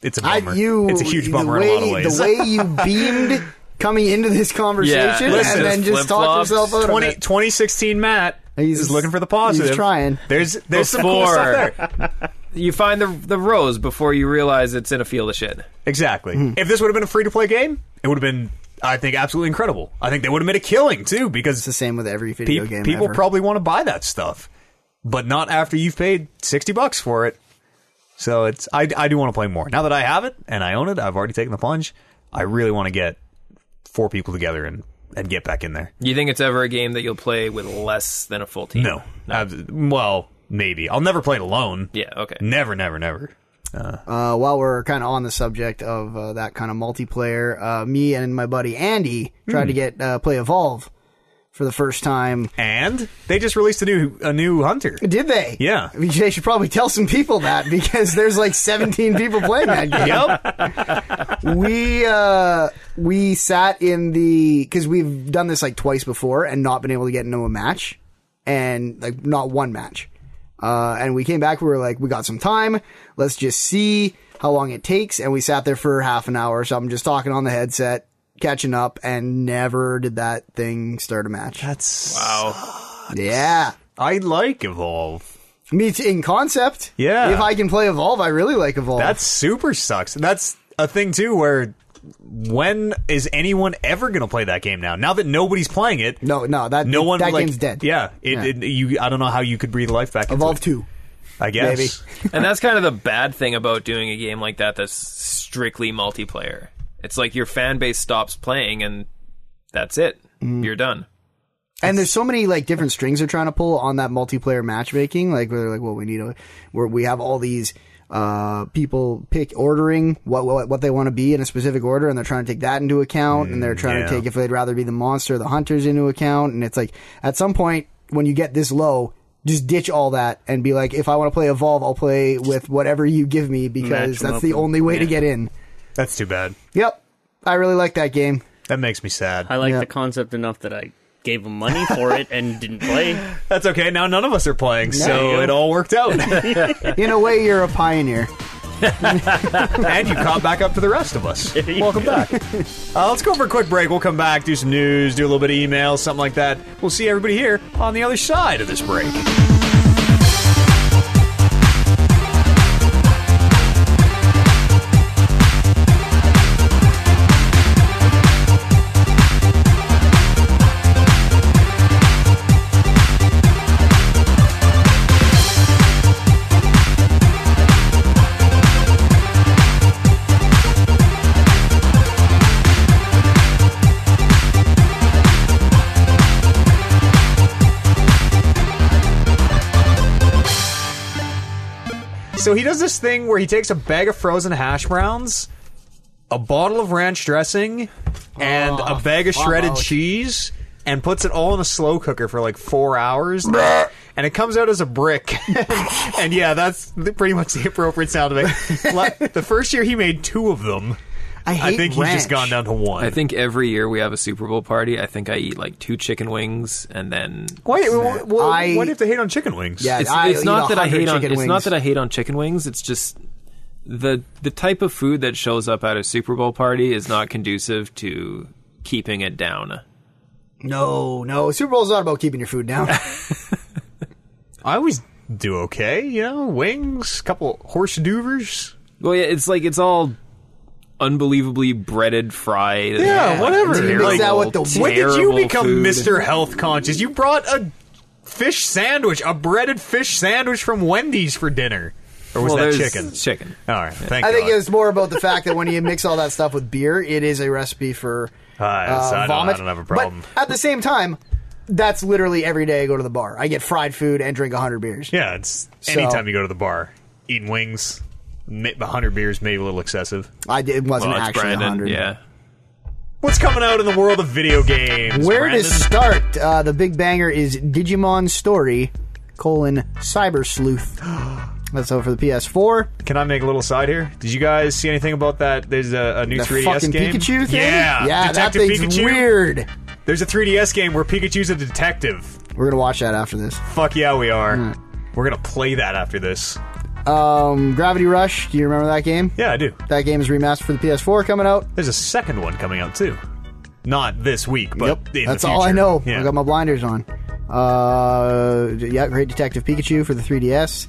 Speaker 1: it's a
Speaker 4: I,
Speaker 1: bummer.
Speaker 4: you.
Speaker 1: it's a huge bummer
Speaker 4: the way,
Speaker 1: in a lot of ways.
Speaker 4: The way you beamed coming into this conversation
Speaker 3: listen,
Speaker 4: and then just
Speaker 3: just
Speaker 4: talked
Speaker 3: flip-flops.
Speaker 4: yourself out
Speaker 1: 20,
Speaker 4: of it.
Speaker 1: 2016 Matt
Speaker 4: He's-
Speaker 1: is looking for the positive.
Speaker 4: he's trying.
Speaker 1: There's there's some cool
Speaker 3: Before.
Speaker 1: stuff there.
Speaker 3: You find the the rose before you realize it's in a field of shit.
Speaker 1: Exactly.
Speaker 4: Hmm.
Speaker 1: If this would have been a free to play game, it would have been, I think, absolutely incredible. I think they would have made a killing too,
Speaker 4: It's the
Speaker 1: because
Speaker 4: same with every video
Speaker 1: pe-
Speaker 4: game.
Speaker 1: people
Speaker 4: ever.
Speaker 1: probably want to buy that stuff, but not after you've paid sixty bucks for it. So it's, I, I do want to play more now that I have it and I own it. I've already taken the plunge. I really want to get four people together and and get back in there.
Speaker 3: You think it's ever a game that you'll play with less than a full team?
Speaker 1: No, Abs- well, maybe I'll never play it alone.
Speaker 3: Yeah. Okay.
Speaker 1: Never, never, never.
Speaker 4: uh, while we're kind of on the subject of uh, that kind of multiplayer, uh, me and my buddy Andy tried to get uh, play Evolve for the first time.
Speaker 1: And they just released a new a new hunter.
Speaker 4: Did they?
Speaker 1: Yeah.
Speaker 4: I mean, they should probably tell some people that because there's like 17 people playing that game.
Speaker 1: Yep.
Speaker 4: we uh we sat in the because we've done this like twice before and not been able to get into a match and like not one match uh and we came back we were like we got some time let's just see how long it takes and we sat there for half an hour or something just talking on the headset catching up and never did that thing start a match
Speaker 1: That's
Speaker 3: Wow.
Speaker 4: yeah
Speaker 1: I like Evolve.
Speaker 4: me too, in concept
Speaker 1: Yeah.
Speaker 4: if i can play evolve i really like evolve
Speaker 1: That super sucks. That's a thing too where when is anyone ever going to play that game now? Now that nobody's playing it,
Speaker 4: no no that
Speaker 1: no one
Speaker 4: that
Speaker 1: like,
Speaker 4: game's dead
Speaker 1: Yeah, it,
Speaker 4: Yeah.
Speaker 1: It, you I don't know how you could breathe life back
Speaker 4: evolve
Speaker 1: into it.
Speaker 4: 2
Speaker 1: I guess.
Speaker 4: maybe.
Speaker 3: and that's kind of the bad thing about doing a game like that that's strictly multiplayer. It's like your fan base stops playing and that's it. You're done.
Speaker 4: And there's so many like different strings they're trying to pull on that multiplayer matchmaking. Like where they're like, well, we need a where we have all these uh people pick ordering what what, what they want to be in a specific order, and they're trying to take that into account, and they're trying
Speaker 1: Mm, yeah.
Speaker 4: to take if they'd rather be the monster, or the hunters into account, and it's like at some point when you get this low. just ditch all that and be like, if I want to play Evolve, I'll play with whatever you give me because
Speaker 2: Match 'em
Speaker 4: that's
Speaker 2: up
Speaker 4: the
Speaker 2: and-
Speaker 4: only way to
Speaker 2: yeah.
Speaker 4: get in.
Speaker 1: That's too bad.
Speaker 4: Yep. I really like that game.
Speaker 1: That makes me sad.
Speaker 2: I like
Speaker 4: Yeah.
Speaker 2: the concept enough that I gave him money for it and didn't play.
Speaker 1: That's okay. Now none of us are playing,
Speaker 4: you
Speaker 1: so
Speaker 4: go.
Speaker 1: it all worked out.
Speaker 4: In a way, you're a pioneer.
Speaker 1: and you caught back up to the rest of us.
Speaker 2: you
Speaker 1: Welcome back. Uh, let's go for a quick break. We'll come back, do some news, do a little bit of email, something like that. We'll see everybody here on the other side of this break. So he does this thing where he takes a bag of frozen hash browns, a bottle of ranch dressing, and
Speaker 4: Ah,
Speaker 1: a bag of shredded
Speaker 4: out.
Speaker 1: cheese, and puts it all in a slow cooker for like four hours, and it comes out as a brick. and yeah, that's the- pretty much the appropriate sound to make. La- the first year he made two of them.
Speaker 4: I hate
Speaker 1: I think he's just
Speaker 4: ranch.
Speaker 1: gone down to one.
Speaker 3: I think every year we have a Super Bowl party. I think I eat like two chicken wings and then
Speaker 1: Wait, well, well, why do
Speaker 4: I-
Speaker 1: you have to hate on chicken wings?
Speaker 4: Yeah,
Speaker 3: it's,
Speaker 4: I
Speaker 3: it's
Speaker 4: eat
Speaker 3: not that I
Speaker 4: 100
Speaker 3: hate on
Speaker 4: chicken
Speaker 3: it's not
Speaker 4: wings.
Speaker 3: that I hate on chicken wings. It's just the the type of food that shows up at a Super Bowl party is not conducive to keeping it down.
Speaker 4: No, no. Super Bowl's not about keeping your food down.
Speaker 1: I always do okay, you know, wings, couple horse doovers.
Speaker 3: Well, yeah, it's like it's all unbelievably breaded, fried. and
Speaker 1: Yeah, whatever.
Speaker 4: and then you
Speaker 3: terrible,
Speaker 4: mix that with the-
Speaker 1: When did you
Speaker 3: terrible
Speaker 1: become
Speaker 3: food.
Speaker 1: Mr. Health Conscious? You brought a fish sandwich, a breaded fish sandwich from Wendy's for dinner. Or was
Speaker 3: Well,
Speaker 1: that
Speaker 3: there's
Speaker 1: chicken?
Speaker 3: Chicken.
Speaker 1: All right, thank
Speaker 4: I think
Speaker 1: God.
Speaker 4: it's more about the fact that when you mix all that stuff with beer, it is a recipe for
Speaker 1: Ah, so
Speaker 4: uh,
Speaker 1: I don't- I
Speaker 4: vomit.
Speaker 1: don't have a problem.
Speaker 4: But at the same time, that's literally every day I go to the bar. I get fried food and drink 100 beers.
Speaker 1: yeah, it's
Speaker 4: So-
Speaker 1: anytime you go to the bar, eating wings, ma- 100 beers, maybe a little excessive.
Speaker 4: I did, it wasn't
Speaker 3: Well, it's
Speaker 4: actually
Speaker 3: Brandon.
Speaker 4: 100.
Speaker 3: Yeah.
Speaker 1: What's coming out in the world of video games?
Speaker 4: Where
Speaker 1: Brandon?
Speaker 4: to start? Uh, the big banger is Digimon Story colon Cyber Sleuth. That's out for the PS4.
Speaker 1: Can I make a little side here? Did you guys see anything about that? There's a, a new
Speaker 4: The
Speaker 1: 3DS
Speaker 3: E
Speaker 4: fucking
Speaker 1: game.
Speaker 4: Pikachu thing.
Speaker 1: Yeah,
Speaker 4: yeah,
Speaker 1: Detective
Speaker 4: that thing's
Speaker 1: Pikachu.
Speaker 4: weird.
Speaker 1: There's a 3DS game where Pikachu's a detective.
Speaker 4: We're gonna watch that after this.
Speaker 1: Fuck yeah, we are.
Speaker 4: Hmm.
Speaker 1: We're gonna play that after this.
Speaker 4: Um, Gravity Rush. Do you remember that game?
Speaker 1: Yeah, I do.
Speaker 4: That game is remastered for the PS4 coming out.
Speaker 1: There's a second one coming out too. Not this week, but in the
Speaker 4: That's all I
Speaker 1: future.
Speaker 4: know.
Speaker 1: Yeah.
Speaker 4: I got my blinders on. Uh, yeah, Great Detective Pikachu for the 3DS.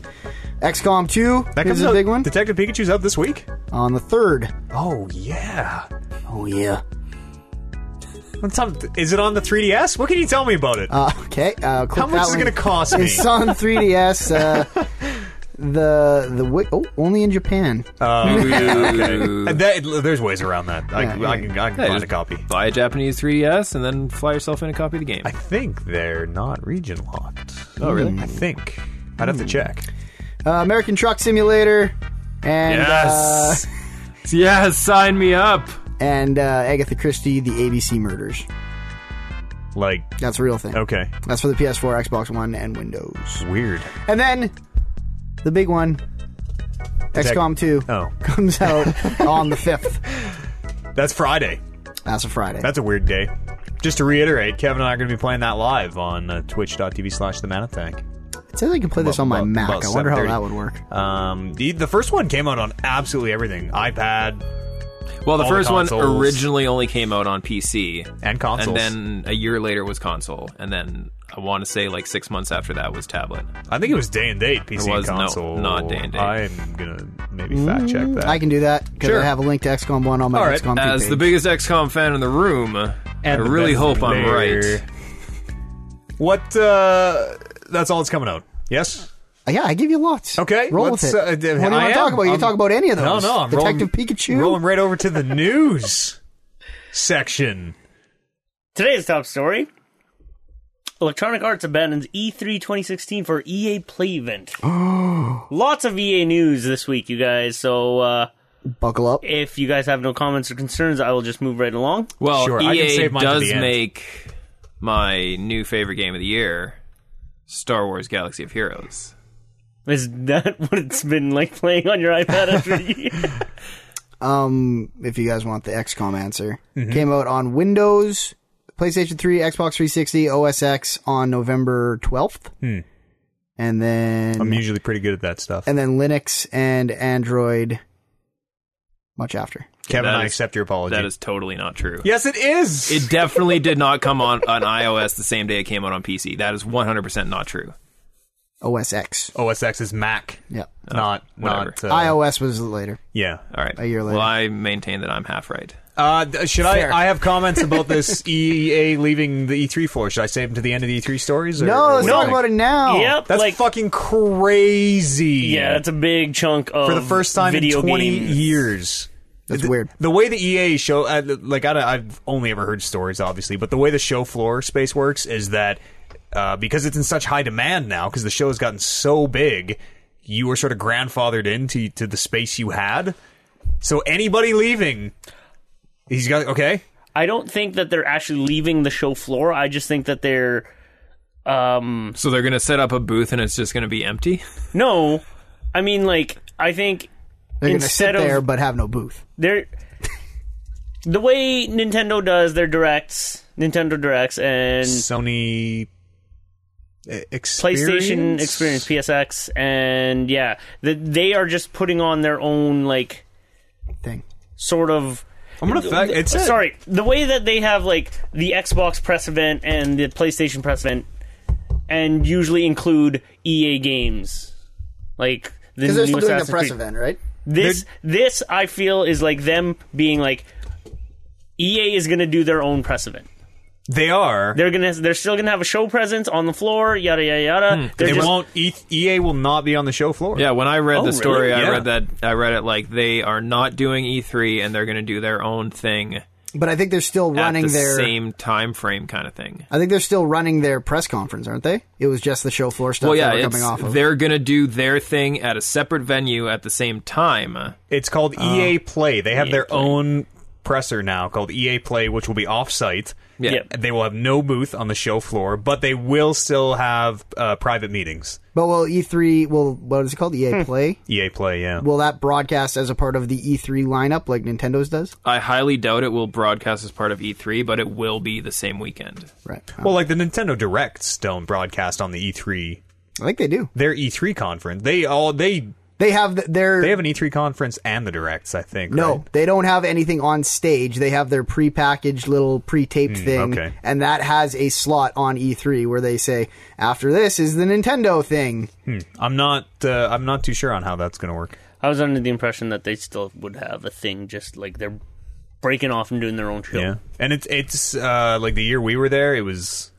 Speaker 4: XCOM 2
Speaker 1: that
Speaker 4: is
Speaker 1: comes
Speaker 4: a
Speaker 1: out.
Speaker 4: big one
Speaker 1: Detective Pikachu's out this week.
Speaker 4: on the third.
Speaker 1: Oh yeah.
Speaker 4: Oh yeah.
Speaker 1: What's up? Is it on the 3DS? What can you tell me about it?
Speaker 4: Uh, okay. Uh, click
Speaker 1: How much
Speaker 4: that
Speaker 1: is it
Speaker 4: one.
Speaker 1: gonna cost me?
Speaker 4: It's on 3DS. Uh, the the wi- oh only in Japan.
Speaker 1: Oh. Uh, that- there's ways around that. I,
Speaker 4: Yeah, yeah.
Speaker 1: I can, I can
Speaker 3: Yeah,
Speaker 1: find
Speaker 3: just
Speaker 1: a copy.
Speaker 3: Buy a Japanese 3DS and then fly yourself in a copy of the game.
Speaker 1: I think they're not region locked.
Speaker 3: oh, really?
Speaker 1: I think. I'd
Speaker 4: Hmm.
Speaker 1: have to check.
Speaker 4: Uh, American Truck Simulator and uh,
Speaker 3: Yes. yes, sign me up.
Speaker 4: and uh, Agatha Christie The ABC Murders.
Speaker 1: Like,
Speaker 4: That's a real thing.
Speaker 1: okay.
Speaker 4: That's for the PS4, Xbox One, and Windows.
Speaker 1: Weird.
Speaker 4: And then the big one, XCOM 2
Speaker 1: Oh.
Speaker 4: comes out on the 5th.
Speaker 1: That's Friday.
Speaker 4: That's a Friday.
Speaker 1: That's a weird day. Just to reiterate, Kevin and I are going to be playing that live on uh, twitch.tv slash the Manatank.
Speaker 4: it says I can play this on my
Speaker 1: About-
Speaker 4: Mac.
Speaker 1: about
Speaker 4: I wonder how
Speaker 1: 7:30.
Speaker 4: that would work.
Speaker 1: Um, the, the first one came out on absolutely everything iPad
Speaker 3: Well, the
Speaker 1: All the
Speaker 3: first one
Speaker 1: consoles.
Speaker 3: originally only came out on PC,
Speaker 1: and consoles.
Speaker 3: and then a year later was console, and then I want to say like six months after that was tablet.
Speaker 1: I think it was day and date, PC
Speaker 3: It was,
Speaker 1: and
Speaker 3: no,
Speaker 1: console.
Speaker 3: not day and date.
Speaker 1: I'm going to maybe fact check that.
Speaker 4: Mm, I can do that because
Speaker 1: Sure.
Speaker 4: I have a link to XCOM 1 on my
Speaker 1: All right,
Speaker 4: XCOM 2
Speaker 3: As
Speaker 4: page.
Speaker 3: the biggest XCOM fan in the room,
Speaker 1: And
Speaker 3: I
Speaker 1: the
Speaker 3: really
Speaker 1: best
Speaker 3: hope I'm
Speaker 1: player.
Speaker 3: right.
Speaker 1: What, uh, that's all that's coming out. Yes?
Speaker 4: yeah, I give you lots.
Speaker 1: Okay,
Speaker 4: roll
Speaker 1: let's,
Speaker 4: with it.
Speaker 1: uh,
Speaker 4: what do you
Speaker 1: I
Speaker 4: want to
Speaker 1: am.
Speaker 4: talk about? You
Speaker 1: I'm-
Speaker 4: can talk about any of
Speaker 1: No,
Speaker 4: those.
Speaker 1: no, I'm
Speaker 4: Detective
Speaker 1: rolling-
Speaker 4: Pikachu.
Speaker 1: Rolling right over to the news section.
Speaker 2: Today's top story. Electronic Arts abandons E E3 2016 for EA Play event. Lots of EA news this week, you guys. So uh,
Speaker 4: Buckle up.
Speaker 2: if you guys have no comments or concerns, I will just move right along.
Speaker 3: Well, E
Speaker 1: Sure, I can
Speaker 3: EA
Speaker 1: save mine to
Speaker 3: does
Speaker 1: the end.
Speaker 3: make my new favorite game of the year, Star Wars Galaxy of Heroes.
Speaker 2: Is that what it's been like playing on your iPad after E a year?
Speaker 4: Um, if you guys want the XCOM answer, came out on Windows, PlayStation 3, Xbox 360, OS X on November 12th, and then
Speaker 1: I'm usually pretty good at that stuff.
Speaker 4: and then Linux and Android much after.
Speaker 1: Kevin,
Speaker 3: That
Speaker 1: I
Speaker 3: is-
Speaker 1: accept your apology.
Speaker 3: That is totally not true.
Speaker 1: yes, it is.
Speaker 3: It definitely did not come on, on iOS the same day it came out on PC. That is 100% not true.
Speaker 4: OS X.
Speaker 1: OS Oh, X is Mac,
Speaker 4: Yeah.
Speaker 1: not
Speaker 3: whatever.
Speaker 1: not. Uh,
Speaker 4: iOS was later.
Speaker 1: yeah.
Speaker 3: All right.
Speaker 4: A year later.
Speaker 3: Well, I maintain that I'm half right.
Speaker 1: Uh, th- should
Speaker 4: Fair.
Speaker 1: I? I have comments about this EA leaving the E3 for. Should I save them to the end of the E3 stories? Or,
Speaker 4: No,
Speaker 1: or
Speaker 4: let's
Speaker 1: what?
Speaker 4: talk about it now.
Speaker 2: Yep.
Speaker 1: That's
Speaker 2: like,
Speaker 1: fucking crazy.
Speaker 2: Yeah, that's a big chunk of
Speaker 1: for the first time in
Speaker 2: video
Speaker 1: 20
Speaker 2: games.
Speaker 1: years.
Speaker 4: That's
Speaker 1: the,
Speaker 4: weird.
Speaker 1: The way the EA show, uh, like I, don't- I've only ever heard stories, obviously, but the way the show floor space works is that uh, because it's in such high demand now, because the show has gotten so big, you were sort of grandfathered into to the space you had. So anybody leaving, he's got okay.
Speaker 2: I don't think that they're actually leaving the show floor. I just think that they're um
Speaker 3: So they're going to set up a booth and it's just going to be empty?
Speaker 2: no. I mean like I think
Speaker 4: They're going to
Speaker 2: Instead
Speaker 4: sit
Speaker 2: of-
Speaker 4: there but have no booth.
Speaker 2: they're the way Nintendo does their directs, Nintendo directs and
Speaker 1: Sony, e-
Speaker 2: PlayStation
Speaker 1: experience?
Speaker 2: Experience, PSX, and yeah, that they are just putting on their own like
Speaker 4: Thing.
Speaker 2: sort of.
Speaker 1: I'm gonna fact. It's it.
Speaker 2: sorry, the way that they have like the Xbox press event and the PlayStation press event, and usually include EA games, like the new
Speaker 4: Because they're still doing the
Speaker 2: Mm, Assassin's
Speaker 4: press
Speaker 2: Creed.
Speaker 4: event, right?
Speaker 2: This this I feel is like them being like. EA is going to do their own press event.
Speaker 1: They are.
Speaker 2: They're gonna. They're still gonna have a show presence on the floor. Yada yada yada. They're
Speaker 1: They
Speaker 2: just-
Speaker 1: won't. E- EA will not be on the show floor.
Speaker 3: Yeah, when I read the
Speaker 2: really?
Speaker 3: story, I
Speaker 1: Oh, Yeah.
Speaker 3: read that I read it like they are not doing E3 and they're going to do their own thing
Speaker 4: But I think they're still running
Speaker 3: at the
Speaker 4: their
Speaker 3: same time frame kind of thing.
Speaker 4: I think they're still running their press conference, aren't they? It was just the show floor stuff
Speaker 3: Well, yeah,
Speaker 4: that we're
Speaker 3: it's,
Speaker 4: coming off of.
Speaker 3: they're going to do their thing at a separate venue at the same time.
Speaker 1: It's called EA Play. They have their own presser now called EA Play, which will be offsite.
Speaker 3: Yeah.
Speaker 2: Yep.
Speaker 1: They will have no booth on the show floor, but they will still have uh, private meetings.
Speaker 4: But will E3 will what is it called?
Speaker 1: Hmm.
Speaker 4: EA Play?
Speaker 1: EA Play, yeah.
Speaker 4: Will that broadcast as a part of the E3 lineup like Nintendo's does?
Speaker 3: I highly doubt it will broadcast as part of E3, but it will be the same weekend.
Speaker 4: Right.
Speaker 1: well, like the Nintendo Directs don't broadcast on the E3,
Speaker 4: I think they do.
Speaker 1: their E3 conference. They all they
Speaker 4: They have th- their
Speaker 1: they have an E3 conference and the Directs, I think.
Speaker 4: no,
Speaker 1: right?
Speaker 4: they don't have anything on stage. They have their pre-packaged little pre-taped
Speaker 1: Hmm,
Speaker 4: thing,
Speaker 1: okay.
Speaker 4: and that has a slot on E3 where they say, "After this is the Nintendo thing."
Speaker 1: I'm not. Uh, I'm not too sure on how that's going to work.
Speaker 2: I was under the impression that they still would have a thing, just like they're breaking off and doing their own show.
Speaker 1: Yeah, and it's it's uh, like the year we were there, it was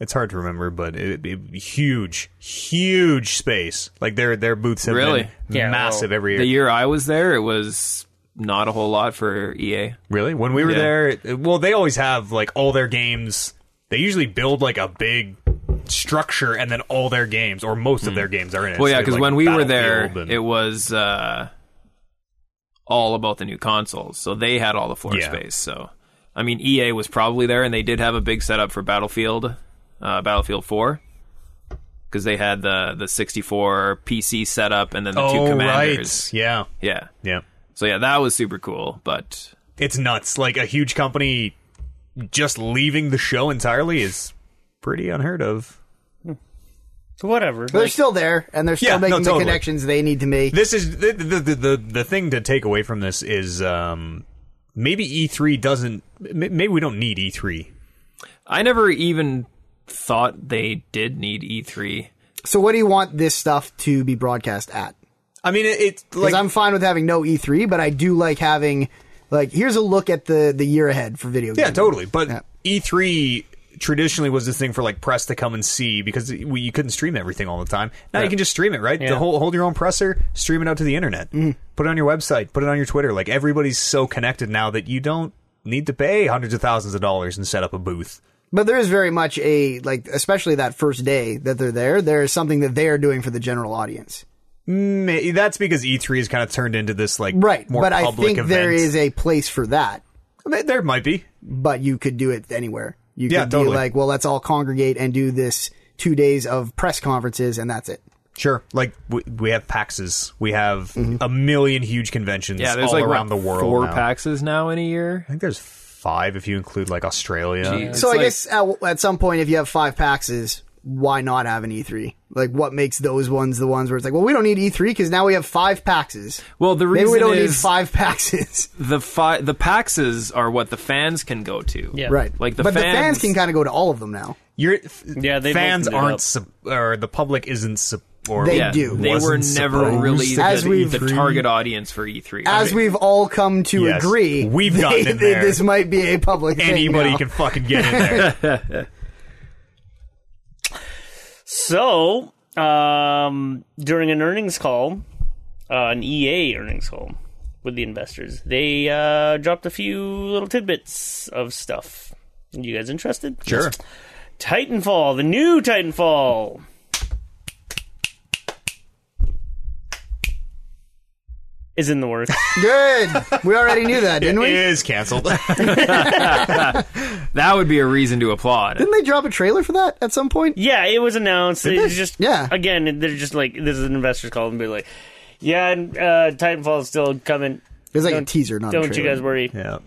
Speaker 1: it's hard to remember, but it, it, huge, huge space. Like their their booths have
Speaker 3: Really?
Speaker 1: been
Speaker 2: Yeah,
Speaker 1: massive
Speaker 2: well,
Speaker 1: every year.
Speaker 3: The year I was there, it was not a whole lot for E EA.
Speaker 1: really, when we were
Speaker 3: Yeah.
Speaker 1: there, it- well, they always have like all their games. They usually build like a big structure, and then all their games or most of their games are in it.
Speaker 3: Hmm. Well,
Speaker 1: So,
Speaker 3: yeah, because
Speaker 1: like,
Speaker 3: when we were there,
Speaker 1: Battlefield and-
Speaker 3: it was uh, all about the new consoles, so they had all the floor
Speaker 1: Yeah.
Speaker 3: space. So, I mean, EA was probably there, and they did have a big setup for Battlefield, uh, Battlefield Four, because they had the the 64 PC setup, and then the two
Speaker 1: oh
Speaker 3: commanders.
Speaker 1: right, yeah,
Speaker 3: Yeah,
Speaker 1: yeah.
Speaker 3: so yeah, that was super cool. But
Speaker 1: It's nuts. Like a huge company just leaving the show entirely is pretty unheard of.
Speaker 2: Whatever.
Speaker 4: But they're still there, and they're still
Speaker 1: Yeah, no,
Speaker 4: making
Speaker 1: totally.
Speaker 4: the connections they need to make.
Speaker 1: this is the the, the the the thing to take away from this is um maybe E3 doesn't m- maybe we don't need E E3.
Speaker 3: I never even thought they did need E E3.
Speaker 4: So, what do you want this stuff to be broadcast at?
Speaker 1: I mean it, it's like
Speaker 4: Because I'm fine with having no E3, but I do like having like here's a look at the the year ahead for video games.
Speaker 1: yeah totally but
Speaker 4: Yeah.
Speaker 1: E3 traditionally was this thing for like press to come and see because we, you couldn't stream everything all the time. Now you can just stream it, right? The whole hold your own presser, stream it out to the internet.
Speaker 4: Mm-hmm.
Speaker 1: Put it on your website, put it on your Twitter. Like everybody's so connected now that you don't need to pay hundreds of thousands of dollars and set up a booth.
Speaker 4: But there is very much a like, especially that first day that they're there. There is something that they are doing for the general audience,
Speaker 1: May- That's because E3 has kind of turned into this like
Speaker 4: right?
Speaker 1: more
Speaker 4: but I
Speaker 1: public
Speaker 4: think
Speaker 1: event.
Speaker 4: there is a place for that.
Speaker 1: There- There might be.
Speaker 4: But you could do it anywhere. You
Speaker 1: Yeah,
Speaker 4: could
Speaker 1: totally.
Speaker 4: be like, well, let's all congregate and do this two days of press conferences, and that's it.
Speaker 1: Sure. Like we, we have PAXs, we have
Speaker 2: Mm-hmm.
Speaker 1: a million huge conventions
Speaker 3: Yeah, there's
Speaker 1: all
Speaker 3: like
Speaker 1: around
Speaker 3: what,
Speaker 1: the world.
Speaker 3: four
Speaker 1: now.
Speaker 3: PAXs now in a year.
Speaker 1: I think there's five if you include like Australia.
Speaker 3: Jeez. It's
Speaker 4: so I
Speaker 3: like-
Speaker 4: guess at, at some point, if you have five PAXs, why not have an E3? Like, what makes those ones the ones where it's like, well, we don't need E3 because now we have five PAXs.
Speaker 3: Well, the
Speaker 4: Maybe
Speaker 3: reason
Speaker 4: we don't need
Speaker 3: is
Speaker 4: five PAXs.
Speaker 3: the fi- the PAXs are what the fans can go to.
Speaker 2: Yeah.
Speaker 4: right.
Speaker 3: Like, the
Speaker 4: but the fans
Speaker 3: fans-
Speaker 4: can kind of go to all of them now.
Speaker 1: Your f-
Speaker 2: Yeah, they've
Speaker 1: fans
Speaker 2: opened it
Speaker 1: aren't
Speaker 2: up.
Speaker 1: sup- or the public isn't sup- or
Speaker 4: They
Speaker 3: Yeah,
Speaker 4: do.
Speaker 3: They were
Speaker 1: wasn't
Speaker 3: never
Speaker 1: supposed
Speaker 3: really
Speaker 1: to
Speaker 4: As
Speaker 3: the,
Speaker 4: we've-
Speaker 3: the target audience for E E3. I
Speaker 4: As
Speaker 3: mean,
Speaker 4: we've all come to
Speaker 1: Yes.
Speaker 4: agree,
Speaker 1: We've
Speaker 4: they-
Speaker 1: gotten in
Speaker 4: they-
Speaker 1: there.
Speaker 4: This might be a public thing
Speaker 1: anybody
Speaker 4: now.
Speaker 1: can fucking get in there.
Speaker 2: So, um, during an earnings call, uh, an EA earnings call with the investors, they uh, dropped a few little tidbits of stuff. You guys interested?
Speaker 1: sure.
Speaker 2: Titanfall, the new Titanfall. Is in the works.
Speaker 4: Good. We already knew that, didn't we?
Speaker 1: Is canceled.
Speaker 3: that would be a reason to applaud.
Speaker 4: Didn't they drop a trailer for that at some point?
Speaker 2: Yeah, it was announced. It's
Speaker 4: they?
Speaker 2: just
Speaker 4: Yeah.
Speaker 2: Again, they're just like this is an investor's call and be like, yeah, and, uh, Titanfall's still coming.
Speaker 4: It was like a
Speaker 2: Don't-
Speaker 4: teaser, not a
Speaker 2: Don't you
Speaker 4: trailer.
Speaker 2: guys worry.
Speaker 1: yeah.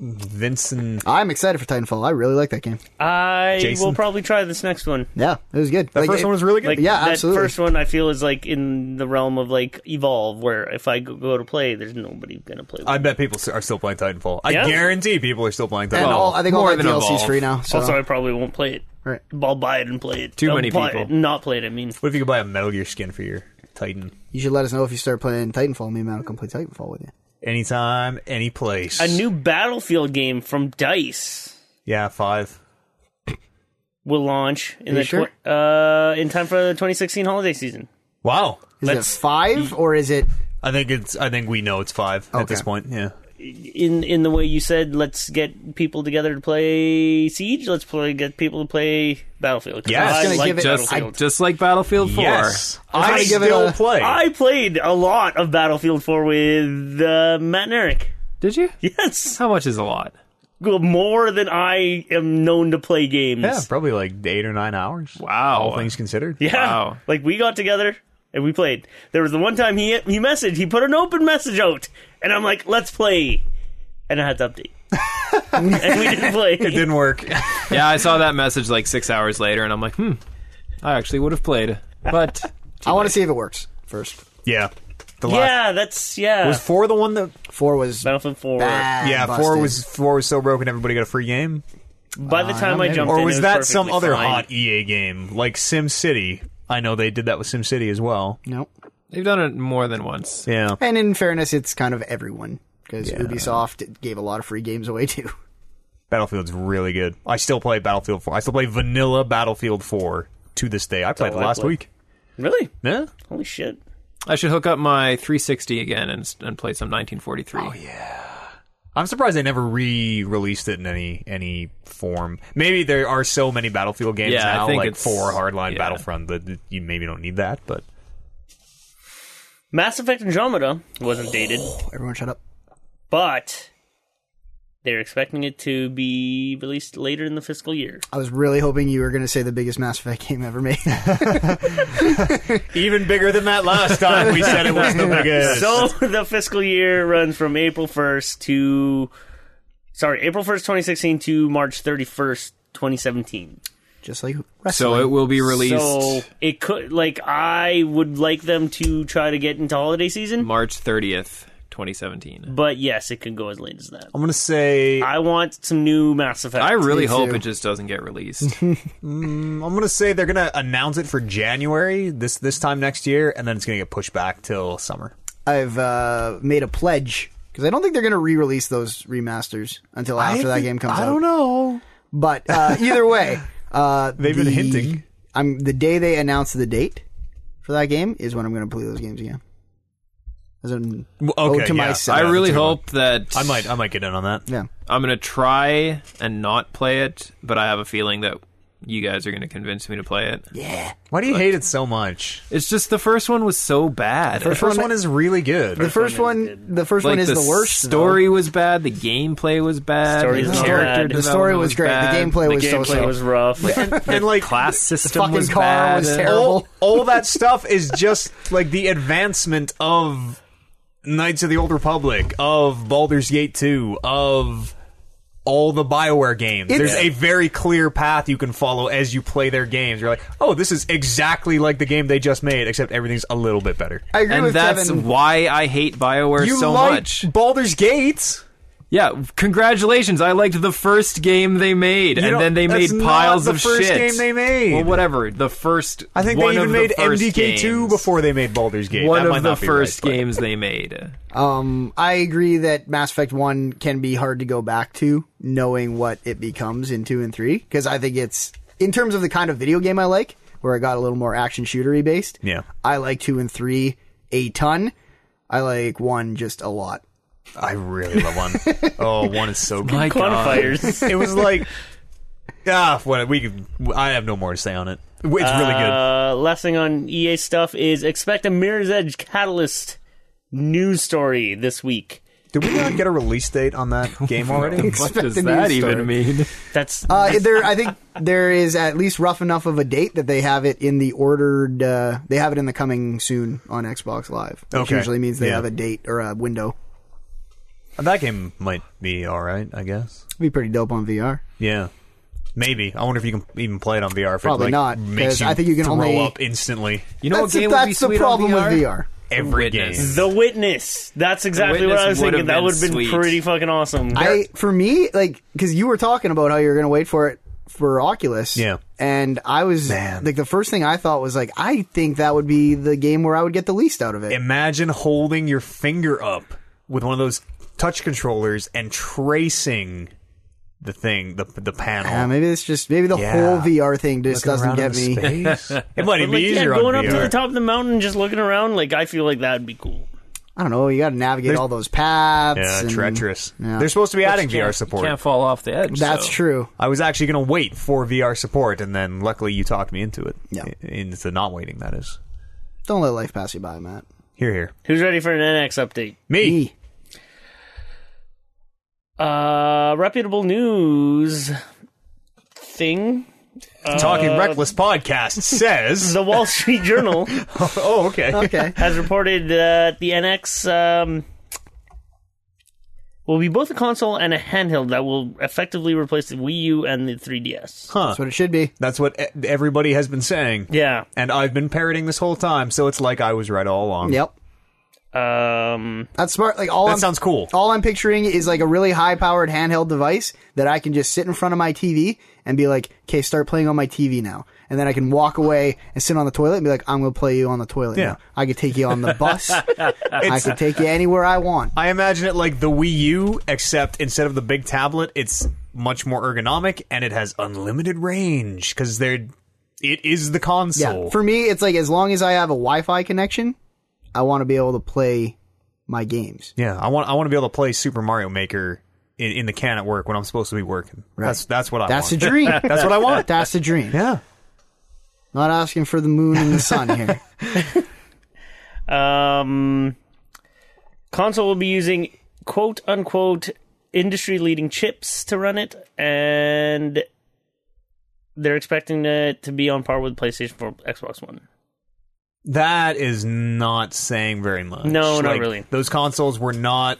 Speaker 1: Vincent.
Speaker 4: I'm excited for Titanfall. I really like that game.
Speaker 2: I
Speaker 1: Jason?
Speaker 2: will probably try this next one.
Speaker 4: Yeah, it was good.
Speaker 1: That first one was really good.
Speaker 2: Like
Speaker 4: Yeah,
Speaker 2: that
Speaker 4: absolutely.
Speaker 2: first one, I feel is like in the realm of like evolve, where if I go- go to play, there's nobody gonna play. With.
Speaker 1: I bet people s- are still playing Titanfall. I
Speaker 2: Yeah.
Speaker 1: guarantee people are still playing Titanfall.
Speaker 4: and all, I think all
Speaker 3: more
Speaker 4: that
Speaker 3: than
Speaker 4: DLC's
Speaker 3: Evolve.
Speaker 4: free now. So
Speaker 2: also, I probably won't play it.
Speaker 4: Right.
Speaker 2: I'll buy it and play it.
Speaker 3: Too
Speaker 2: I'll
Speaker 3: many
Speaker 2: buy
Speaker 3: people.
Speaker 2: It, and not play it. I mean,
Speaker 1: what if you could buy a Metal Gear skin for your Titan?
Speaker 4: you should let us know if you start playing Titanfall. Me and Matt will come play Titanfall with you.
Speaker 1: Anytime, any place.
Speaker 2: a new Battlefield game from Dice
Speaker 1: yeah, five.
Speaker 2: will launch in
Speaker 4: Are
Speaker 2: the
Speaker 4: you sure?
Speaker 2: tw- uh in time for the 2016 holiday season.
Speaker 1: Wow.
Speaker 4: Is
Speaker 2: Let's-
Speaker 4: it five or is it?
Speaker 1: I think it's. I think we know it's five at
Speaker 4: Okay.
Speaker 1: this point. Yeah.
Speaker 2: In in the way you said, let's get people together to play Siege. Let's play get people to play Battlefield. 'Cause
Speaker 1: Yeah, it's
Speaker 2: I
Speaker 1: gonna
Speaker 2: like
Speaker 4: give it-
Speaker 3: Just,
Speaker 2: Battlefield.
Speaker 3: just like Battlefield 4.
Speaker 1: Yes.
Speaker 4: I
Speaker 1: I
Speaker 4: give it
Speaker 1: still
Speaker 4: a-
Speaker 1: play.
Speaker 2: I played a lot of Battlefield 4 with uh, Matt and Eric.
Speaker 3: Did you?
Speaker 2: Yes,
Speaker 3: How much is a lot?
Speaker 2: more than I am known to play games.
Speaker 1: yeah, probably like eight or nine hours.
Speaker 3: Wow.
Speaker 1: All things considered.
Speaker 2: Yeah.
Speaker 3: Wow.
Speaker 2: Like we got together and we played. There was the one time he he messaged, he put an open message out, and I'm like, let's play. And I had to update. and we didn't play.
Speaker 1: It didn't work.
Speaker 3: yeah, I saw that message like six hours later, and I'm like, hmm, I actually would have played, but
Speaker 4: I want to see if it works first.
Speaker 1: yeah. The last
Speaker 2: Yeah, that's yeah.
Speaker 1: was four the one that
Speaker 4: Four was
Speaker 2: Battlefield 4.
Speaker 4: bad.
Speaker 1: yeah
Speaker 4: busted.
Speaker 1: four was four was so broken everybody got a free game
Speaker 2: By the time I
Speaker 4: maybe.
Speaker 2: jumped
Speaker 1: or
Speaker 2: in,
Speaker 1: was
Speaker 2: it
Speaker 1: that some
Speaker 2: perfectly
Speaker 1: other
Speaker 2: fine.
Speaker 1: hot EA game like Sim City? I know they did that with Sim City as well.
Speaker 4: no.
Speaker 3: they've done it more than once.
Speaker 1: Yeah.
Speaker 4: And in fairness, it's kind of everyone because Ubisoft gave a lot of free games away too.
Speaker 1: Battlefield's really good. I still play Battlefield 4. I still play vanilla Battlefield 4 to this day. I played it
Speaker 2: all I
Speaker 1: last
Speaker 2: play.
Speaker 1: week.
Speaker 2: Really?
Speaker 1: Yeah.
Speaker 2: Holy shit.
Speaker 3: I should hook up my 360 again and, and play some 1943. Oh, yeah.
Speaker 1: I'm surprised they never re-released it in any any form. Maybe there are so many Battlefield games
Speaker 3: Yeah, I
Speaker 1: now,
Speaker 3: think
Speaker 1: like
Speaker 3: it's-
Speaker 1: four Hardline
Speaker 3: yeah.
Speaker 1: Battlefront, that you maybe don't need that. But
Speaker 2: Mass Effect Andromeda wasn't dated,
Speaker 4: Everyone, shut up.
Speaker 2: but they're expecting it to be released later in the fiscal year.
Speaker 4: I was really hoping you were going to say the biggest Mass Effect game ever made.
Speaker 1: even bigger than that last time, we said it was the biggest.
Speaker 2: So the fiscal year runs from April 1st to sorry, April 1st 2016 to March 31st 2017.
Speaker 4: Just like wrestling.
Speaker 3: So it will be released
Speaker 2: So it could like I would like them to try to get into holiday season,
Speaker 3: March 30th, 2017.
Speaker 2: but yes, it could go as late as that.
Speaker 1: I'm gonna say
Speaker 2: I want some new Mass Effect.
Speaker 3: I really hope
Speaker 4: too.
Speaker 3: it just doesn't get released.
Speaker 1: I'm gonna say they're gonna announce it for January this this time next year, and then it's gonna get pushed back till summer.
Speaker 4: I've uh, made a pledge because I don't think they're going to re-release those remasters until after that game comes out.
Speaker 1: I don't know.
Speaker 4: But uh, either way, uh,
Speaker 1: They've been hinting.
Speaker 4: I'm the day they announce the date for that game is when I'm going to play those games again. As an
Speaker 1: Well,
Speaker 4: ode
Speaker 1: okay,
Speaker 4: to
Speaker 1: yeah.
Speaker 4: myself.
Speaker 3: I
Speaker 1: that's
Speaker 3: really
Speaker 1: a good
Speaker 3: hope that
Speaker 1: I might I might get in on that.
Speaker 4: yeah.
Speaker 3: I'm gonna try and not play it, but I have a feeling that you guys are going to convince me to play it.
Speaker 1: Why do you hate it so much?
Speaker 3: It's just the first one was so bad.
Speaker 1: The first
Speaker 4: one-
Speaker 1: one is really good.
Speaker 4: The first
Speaker 2: one is
Speaker 4: one,
Speaker 2: good.
Speaker 4: the first
Speaker 3: Like,
Speaker 4: one is the, worst. though.
Speaker 3: Story was bad. The gameplay was bad.
Speaker 2: Story
Speaker 3: the
Speaker 2: was
Speaker 3: character
Speaker 2: bad.
Speaker 4: The story was great. The
Speaker 3: development
Speaker 4: gameplay
Speaker 2: The
Speaker 4: was so
Speaker 2: gameplay
Speaker 4: so.
Speaker 2: was rough.
Speaker 3: bad.
Speaker 1: and like
Speaker 3: class system
Speaker 4: fucking
Speaker 3: was
Speaker 4: car
Speaker 3: bad.
Speaker 4: was
Speaker 3: Uh,
Speaker 4: terrible.
Speaker 1: all, all that stuff is just like the advancement of Knights of the Old Republic, of Baldur's Gate 2, of all the BioWare games.
Speaker 4: It's-
Speaker 1: There's a very clear path you can follow as you play their games. You're like, oh, this is exactly like the game they just made, except everything's a little bit better.
Speaker 4: I agree
Speaker 3: And
Speaker 4: with
Speaker 3: that's
Speaker 4: Kevin.
Speaker 3: why I hate Bioware
Speaker 1: You
Speaker 3: so
Speaker 1: like
Speaker 3: much.
Speaker 1: Baldur's Gate.
Speaker 3: Yeah, congratulations! I liked the first game they made, and
Speaker 1: don't-
Speaker 3: then they
Speaker 1: that's
Speaker 3: made
Speaker 1: not
Speaker 3: piles
Speaker 1: the
Speaker 3: of
Speaker 1: first
Speaker 3: shit.
Speaker 1: game they made.
Speaker 3: Well, whatever. The first.
Speaker 1: I think
Speaker 3: one
Speaker 1: they even
Speaker 3: of the
Speaker 1: made
Speaker 3: first
Speaker 1: MDK2
Speaker 3: games.
Speaker 1: before they made Baldur's Gate.
Speaker 3: One
Speaker 1: That might
Speaker 3: of the
Speaker 1: not be right,
Speaker 3: first
Speaker 1: but-
Speaker 3: games they made.
Speaker 4: Um, I agree that Mass Effect One can be hard to go back to, knowing what it becomes in two and three, because I think it's in terms of the kind of video game I like, where it got a little more action shootery based.
Speaker 1: Yeah.
Speaker 4: I like two and three a ton. I like one just a lot.
Speaker 1: I really love one. oh, one is so good.
Speaker 3: My God.
Speaker 2: Quantifiers.
Speaker 1: it was like ah what we could- I have no more to say on it. It's really good.
Speaker 2: Uh, last thing on EA stuff is expect a Mirror's Edge Catalyst news story this week.
Speaker 1: Did we not get a release date on that game already?
Speaker 3: What
Speaker 4: Expect
Speaker 3: does
Speaker 4: a news
Speaker 3: that
Speaker 4: story.
Speaker 3: even mean?
Speaker 2: That's
Speaker 4: Uh, there, I think there is at least rough enough of a date that they have it in the ordered. Uh, they have it in the coming soon on Xbox Live, which
Speaker 1: Okay.
Speaker 4: usually means they
Speaker 1: Yeah.
Speaker 4: have a date or a window.
Speaker 1: that game might be all right, I guess.
Speaker 4: It'd be pretty dope on VR.
Speaker 1: Yeah. Maybe. I wonder if you can even play it on VR. If
Speaker 4: Probably
Speaker 1: it, like,
Speaker 4: not,
Speaker 1: Makes
Speaker 4: 'cause
Speaker 1: you
Speaker 4: I think you can
Speaker 1: throw
Speaker 4: only-
Speaker 1: up instantly.
Speaker 3: You know
Speaker 4: that's
Speaker 3: what game would be
Speaker 4: that's
Speaker 3: sweet
Speaker 4: the problem
Speaker 3: on
Speaker 4: with VR.
Speaker 1: Every
Speaker 3: Witness.
Speaker 1: game.
Speaker 2: The Witness. That's exactly what
Speaker 3: Witness
Speaker 2: I was
Speaker 3: would've
Speaker 2: thinking. That
Speaker 3: been
Speaker 2: would have been
Speaker 3: sweet.
Speaker 2: pretty fucking awesome.
Speaker 4: I for me like because you were talking about how you were going to wait for it for Oculus.
Speaker 1: Yeah.
Speaker 4: and I was
Speaker 1: Man.
Speaker 4: like the first thing I thought was like I think that would be the game where I would get the least out of it.
Speaker 1: Imagine holding your finger up with one of those touch controllers and tracing the thing, the the panel.
Speaker 4: Uh, maybe it's just maybe the
Speaker 1: Yeah.
Speaker 4: whole VR thing just
Speaker 1: Looking
Speaker 4: doesn't
Speaker 1: around
Speaker 4: get
Speaker 1: in
Speaker 4: me.
Speaker 1: space. it might even
Speaker 2: But, like,
Speaker 1: be
Speaker 2: yeah,
Speaker 1: easier
Speaker 2: going
Speaker 1: on
Speaker 2: up
Speaker 1: VR.
Speaker 2: to the top of the mountain, and just looking around. Like I feel like that'd be cool.
Speaker 4: I don't know. You got to navigate all those paths.
Speaker 1: Yeah,
Speaker 4: and-
Speaker 1: treacherous.
Speaker 4: Yeah.
Speaker 1: They're supposed to be adding
Speaker 3: Can't-
Speaker 1: VR support.
Speaker 3: Can't fall off the edge.
Speaker 4: That's
Speaker 3: so.
Speaker 4: true.
Speaker 1: I was actually going to wait for VR support, and then luckily you talked me into it.
Speaker 4: Yeah.
Speaker 1: I- Into not waiting, that is.
Speaker 4: Don't let life pass you by, Matt.
Speaker 1: Here, here.
Speaker 2: Who's ready for an NX update?
Speaker 1: Me.
Speaker 4: E.
Speaker 2: Uh, reputable news thing.
Speaker 1: Talking
Speaker 3: Uh,
Speaker 1: Reckless Podcast says.
Speaker 2: The Wall Street Journal
Speaker 1: oh, okay.
Speaker 3: Uh,
Speaker 4: Okay.
Speaker 2: has reported that the NX um, will be both a console and a handheld that will effectively replace the Wii U and the 3DS.
Speaker 1: Huh.
Speaker 4: That's what it should be.
Speaker 1: That's what e- everybody has been saying.
Speaker 2: Yeah.
Speaker 1: And I've been parroting this whole time, so it's like I was right all along.
Speaker 4: Yep.
Speaker 2: Um,
Speaker 4: That's smart. Like all
Speaker 1: That
Speaker 4: I'm,
Speaker 1: sounds cool.
Speaker 4: All I'm picturing is like a really high powered handheld device that I can just sit in front of my TV and be like, "Okay, start playing on my TV now." And then I can walk away and sit on the toilet and be like, "I'm going to play you on the toilet."
Speaker 1: Yeah.
Speaker 4: now." I could take you on the bus. I could take you anywhere I want.
Speaker 1: I imagine it like the Wii U, except instead of the big tablet, it's much more ergonomic and it has unlimited range because they're. It is the
Speaker 4: Yeah.
Speaker 1: console.
Speaker 4: For me, it's like as long as I have a Wi-Fi connection, I want to be able to play my games.
Speaker 1: Yeah, I want I want to be able to play Super Mario Maker in, in the can at work when I'm supposed to be working. That's that's what I
Speaker 4: That's a
Speaker 1: want.
Speaker 4: dream.
Speaker 1: that's what I want.
Speaker 4: That's the dream.
Speaker 1: Yeah.
Speaker 4: Not asking for the moon and the sun here.
Speaker 2: Um, console will be using quote unquote industry leading chips to run it, and they're expecting it to be on par with PlayStation 4, Xbox One.
Speaker 1: That is not saying very much.
Speaker 2: No, not really.
Speaker 1: Those consoles were not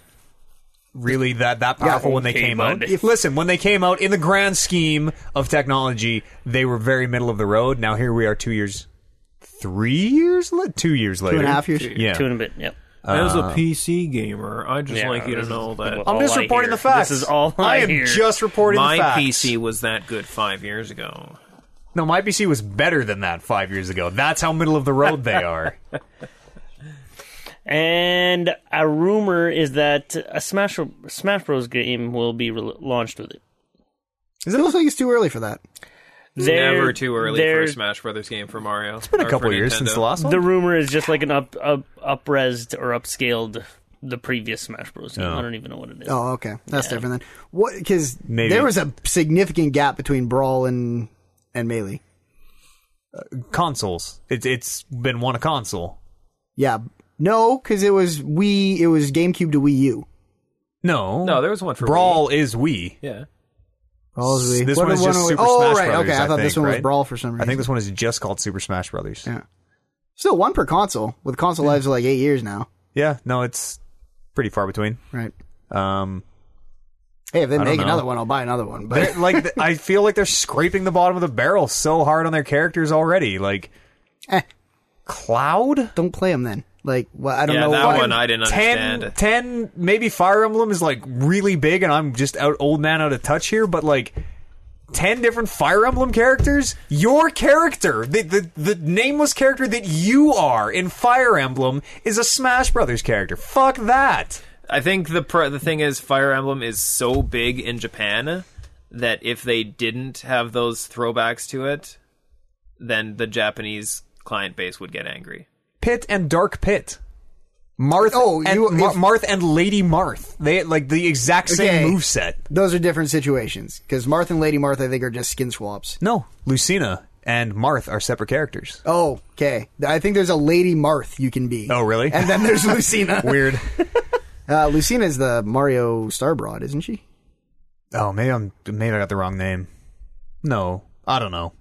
Speaker 1: really that that powerful when they
Speaker 2: okay,
Speaker 1: came
Speaker 2: bud.
Speaker 1: out. Listen, when they came out in the grand scheme of technology, they were very middle of the road. Now here we are 2 years 3 years, la- 2 years later.
Speaker 4: Two and a half years.
Speaker 1: Yeah.
Speaker 2: Two and a bit. Yep.
Speaker 3: As
Speaker 1: Uh,
Speaker 3: a PC gamer, I just
Speaker 2: Yeah,
Speaker 3: like you
Speaker 2: this
Speaker 3: to
Speaker 2: is
Speaker 3: know
Speaker 2: what
Speaker 3: that
Speaker 1: I'm just
Speaker 2: All I
Speaker 1: reporting
Speaker 2: hear.
Speaker 1: the facts.
Speaker 2: This is all I
Speaker 1: am
Speaker 2: hear.
Speaker 1: just reporting
Speaker 3: my
Speaker 1: the facts.
Speaker 3: PC was that good five years ago.
Speaker 1: No, my PC was better than that five years ago. That's how middle of the road they are.
Speaker 2: And a rumor is that a Smash Smash Bros game will be re- launched with it.
Speaker 4: It feels like it's too early for that.
Speaker 2: They're-
Speaker 3: Never too early for
Speaker 2: they're-
Speaker 3: a Smash Brothers game for Mario. It's
Speaker 1: Been a couple years since the last one.
Speaker 2: The rumor is just like an up up upresed or upscaled the previous Smash Bros game. I don't even know what it is.
Speaker 4: Oh, okay. That's different then. What? Because
Speaker 1: Maybe.
Speaker 4: there was a significant gap between Brawl and and Melee.
Speaker 1: Consoles. It's it's been one a console.
Speaker 4: Yeah, no, because it was Wii. It was GameCube to Wii U.
Speaker 1: No,
Speaker 3: No, there was one for
Speaker 1: Brawl is Wii.
Speaker 3: Yeah.
Speaker 4: Oh, it was Wii.
Speaker 1: This
Speaker 4: What-
Speaker 1: one is
Speaker 4: what-
Speaker 1: just
Speaker 4: what-
Speaker 1: Super
Speaker 4: oh,
Speaker 1: Smash
Speaker 4: right,
Speaker 1: Brothers,
Speaker 4: Okay, I,
Speaker 1: I
Speaker 4: thought
Speaker 1: think,
Speaker 4: this one was
Speaker 1: right?
Speaker 4: Brawl for some reason.
Speaker 1: I think this one is just called Super Smash Brothers.
Speaker 4: Yeah. still one per console with console lives of like eight years now.
Speaker 1: Yeah, no, it's pretty far between.
Speaker 4: Right.
Speaker 1: Um,
Speaker 4: Hey, if they make
Speaker 1: know.
Speaker 4: another one, I'll buy another one. But
Speaker 1: they're- like th- I feel like they're scraping the bottom of the barrel so hard on their characters already. Like
Speaker 4: eh,
Speaker 1: Cloud,
Speaker 4: don't play them then. Like, well, I don't
Speaker 3: Yeah,
Speaker 4: know.
Speaker 3: that
Speaker 4: why.
Speaker 3: one uh, I didn't understand.
Speaker 1: 10, 10, maybe Fire Emblem is like really big, and I'm just out old man out of touch here. But like ten different Fire Emblem characters, your character, the the, the nameless character that you are in Fire Emblem, is a Smash Brothers character. Fuck that.
Speaker 3: I think the pr- the thing is Fire Emblem is so big in Japan that if they didn't have those throwbacks to it, then the Japanese client base would get angry.
Speaker 1: Pit and Dark Pit. Marth
Speaker 4: Oh,
Speaker 1: and
Speaker 4: you-
Speaker 1: Mar-
Speaker 4: if-
Speaker 1: Marth and Lady Marth. They had, like the exact same
Speaker 4: Okay.
Speaker 1: move moveset.
Speaker 4: Those are different situations because Marth and Lady Marth, I think, are just skin swaps.
Speaker 1: No, Lucina and Marth are separate characters.
Speaker 4: Oh, okay. I think there's a Lady Marth you can be.
Speaker 1: Oh, really?
Speaker 4: And then there's Lucina.
Speaker 1: Weird.
Speaker 4: Uh, Lucina's the Mario Starbroad, isn't she?
Speaker 1: Oh, maybe I'm maybe I got the wrong name. No, I don't know.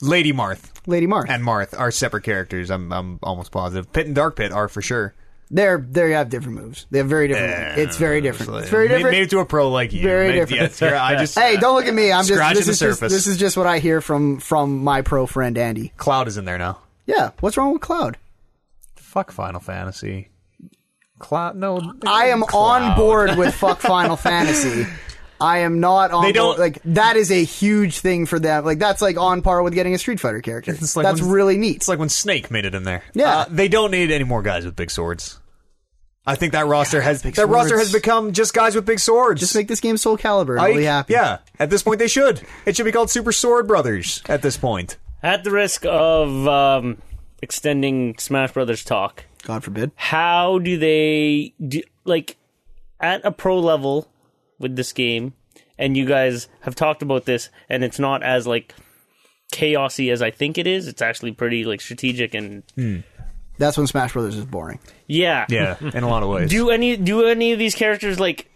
Speaker 1: Lady Marth
Speaker 4: Lady Marth.
Speaker 1: and Marth are separate characters. I'm I'm almost positive. Pit and Dark Pit are for sure.
Speaker 4: They're they have different moves. They have very different. moves. It's very different. It's very
Speaker 1: Maybe,
Speaker 4: different.
Speaker 1: maybe to a pro like you.
Speaker 4: Very
Speaker 1: Maybe-
Speaker 4: different.
Speaker 1: yes, you're- I just
Speaker 4: Hey, don't look at me. I'm just
Speaker 1: Scratching
Speaker 4: this
Speaker 1: the
Speaker 4: is just
Speaker 1: surface.
Speaker 4: this is just what I hear from from my pro friend Andy.
Speaker 1: Cloud is in there now.
Speaker 4: Yeah, what's wrong with Cloud?
Speaker 1: Fuck Final Fantasy. Cloud. No,
Speaker 4: I am on
Speaker 1: Cloud.
Speaker 4: board with fuck Final Fantasy. I am not on
Speaker 1: They don't-
Speaker 4: board. Like that is a huge thing for them. Like that's like on par with getting a Street Fighter character.
Speaker 1: It's like
Speaker 4: that's
Speaker 1: when-
Speaker 4: really neat.
Speaker 1: It's like when Snake made it in there.
Speaker 4: Yeah.
Speaker 1: Uh, they don't need any more guys with big swords. I think that roster has that
Speaker 4: swords.
Speaker 1: roster has become just guys with big swords.
Speaker 4: Just make this game Soul Calibur. I'll
Speaker 1: Ike,
Speaker 4: be happy.
Speaker 1: Yeah. At this point, they should. It should be called Super Sword Brothers. At this point,
Speaker 2: At the risk of um, extending Smash Brothers talk,
Speaker 4: God forbid.
Speaker 2: how do they do, like at a pro level with this game? And you guys have talked about this, and it's not as like chaosy as I think it is. It's actually pretty like strategic and
Speaker 4: That's when Smash Brothers is boring.
Speaker 2: yeah.
Speaker 1: yeah, in a lot of ways.
Speaker 2: Do any do any of these characters like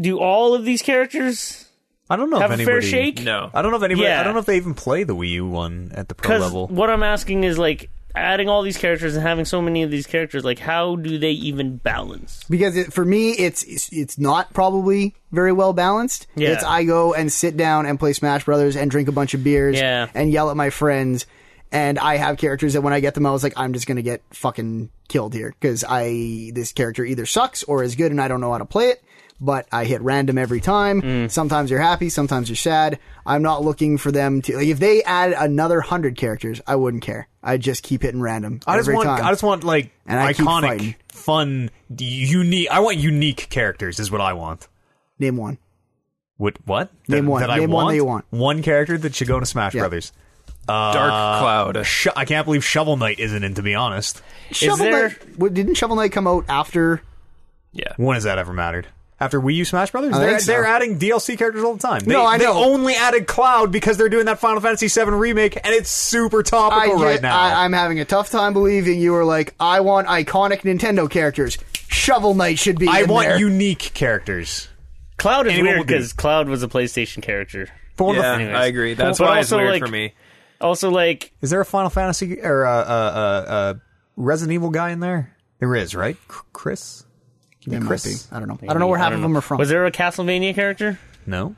Speaker 2: do all of these characters
Speaker 1: I don't know
Speaker 2: have
Speaker 1: if
Speaker 2: a
Speaker 1: anybody.
Speaker 2: fair shake?
Speaker 3: No.
Speaker 1: I don't know if anybody.
Speaker 2: Yeah.
Speaker 1: I don't know if they even play the Wii U one at the pro
Speaker 2: Because
Speaker 1: level.
Speaker 2: what I'm asking is like adding all these characters and having so many of these characters, like how do they even balance?
Speaker 4: because it, for me it's, it's it's not probably very well balanced
Speaker 2: Yeah.
Speaker 4: it's i go and sit down and play smash brothers and drink a bunch of beers
Speaker 2: Yeah.
Speaker 4: and yell at my friends and i have characters that when i get them i was like i'm just gonna get fucking killed here because i this character either sucks or is good and i don't know how to play it but i hit random every time
Speaker 2: Mm.
Speaker 4: sometimes you're happy sometimes you're sad i'm not looking for them to like if they add another 100 characters i wouldn't care i just keep hitting random
Speaker 1: I just
Speaker 4: every
Speaker 1: want.
Speaker 4: time.
Speaker 1: I just want like
Speaker 4: And I keep
Speaker 1: iconic,
Speaker 4: fighting.
Speaker 1: fun, unique. I want unique characters. Is what I want.
Speaker 4: name one
Speaker 1: What? What?
Speaker 4: Name
Speaker 1: that,
Speaker 4: one.
Speaker 1: That I
Speaker 4: Name
Speaker 1: want?
Speaker 4: one that you want.
Speaker 1: One character that should go to Smash
Speaker 4: Yeah.
Speaker 1: Brothers. Uh,
Speaker 3: Dark Cloud.
Speaker 1: Sho- I can't believe Shovel Knight isn't in. To be honest,
Speaker 4: Shovel
Speaker 2: there-
Speaker 4: Knight, what- didn't Shovel Knight come out after?
Speaker 3: Yeah.
Speaker 1: when has that ever mattered? After Wii U Smash Brothers,
Speaker 4: I
Speaker 1: they're,
Speaker 4: think so.
Speaker 1: they're adding DLC characters all the time. They,
Speaker 4: No, I
Speaker 1: they
Speaker 4: know.
Speaker 1: only added Cloud because they're doing that Final Fantasy VII remake, and it's super
Speaker 4: I
Speaker 1: topical
Speaker 4: get,
Speaker 1: right now.
Speaker 4: I, I'm having a tough time believing you were like, I want iconic Nintendo characters. Shovel Knight should be.
Speaker 1: I
Speaker 4: in
Speaker 1: want
Speaker 4: there.
Speaker 1: unique characters.
Speaker 2: Cloud is
Speaker 1: Anyone
Speaker 2: weird
Speaker 1: will do.
Speaker 2: because Cloud was a PlayStation character.
Speaker 1: But one of the-
Speaker 3: Yeah,
Speaker 2: Anyways.
Speaker 3: I agree. That's
Speaker 2: But
Speaker 3: why it's
Speaker 2: also,
Speaker 3: weird
Speaker 2: like-
Speaker 3: for me.
Speaker 2: Also, like
Speaker 1: is there a Final Fantasy or a uh, uh, uh, uh, Resident Evil guy in there? There is, right? C- Chris? Can
Speaker 4: It
Speaker 1: be
Speaker 4: might
Speaker 1: Chris? Uh,
Speaker 4: be. I don't know. I don't know where half of them are from.
Speaker 2: Was there a Castlevania character?
Speaker 1: No.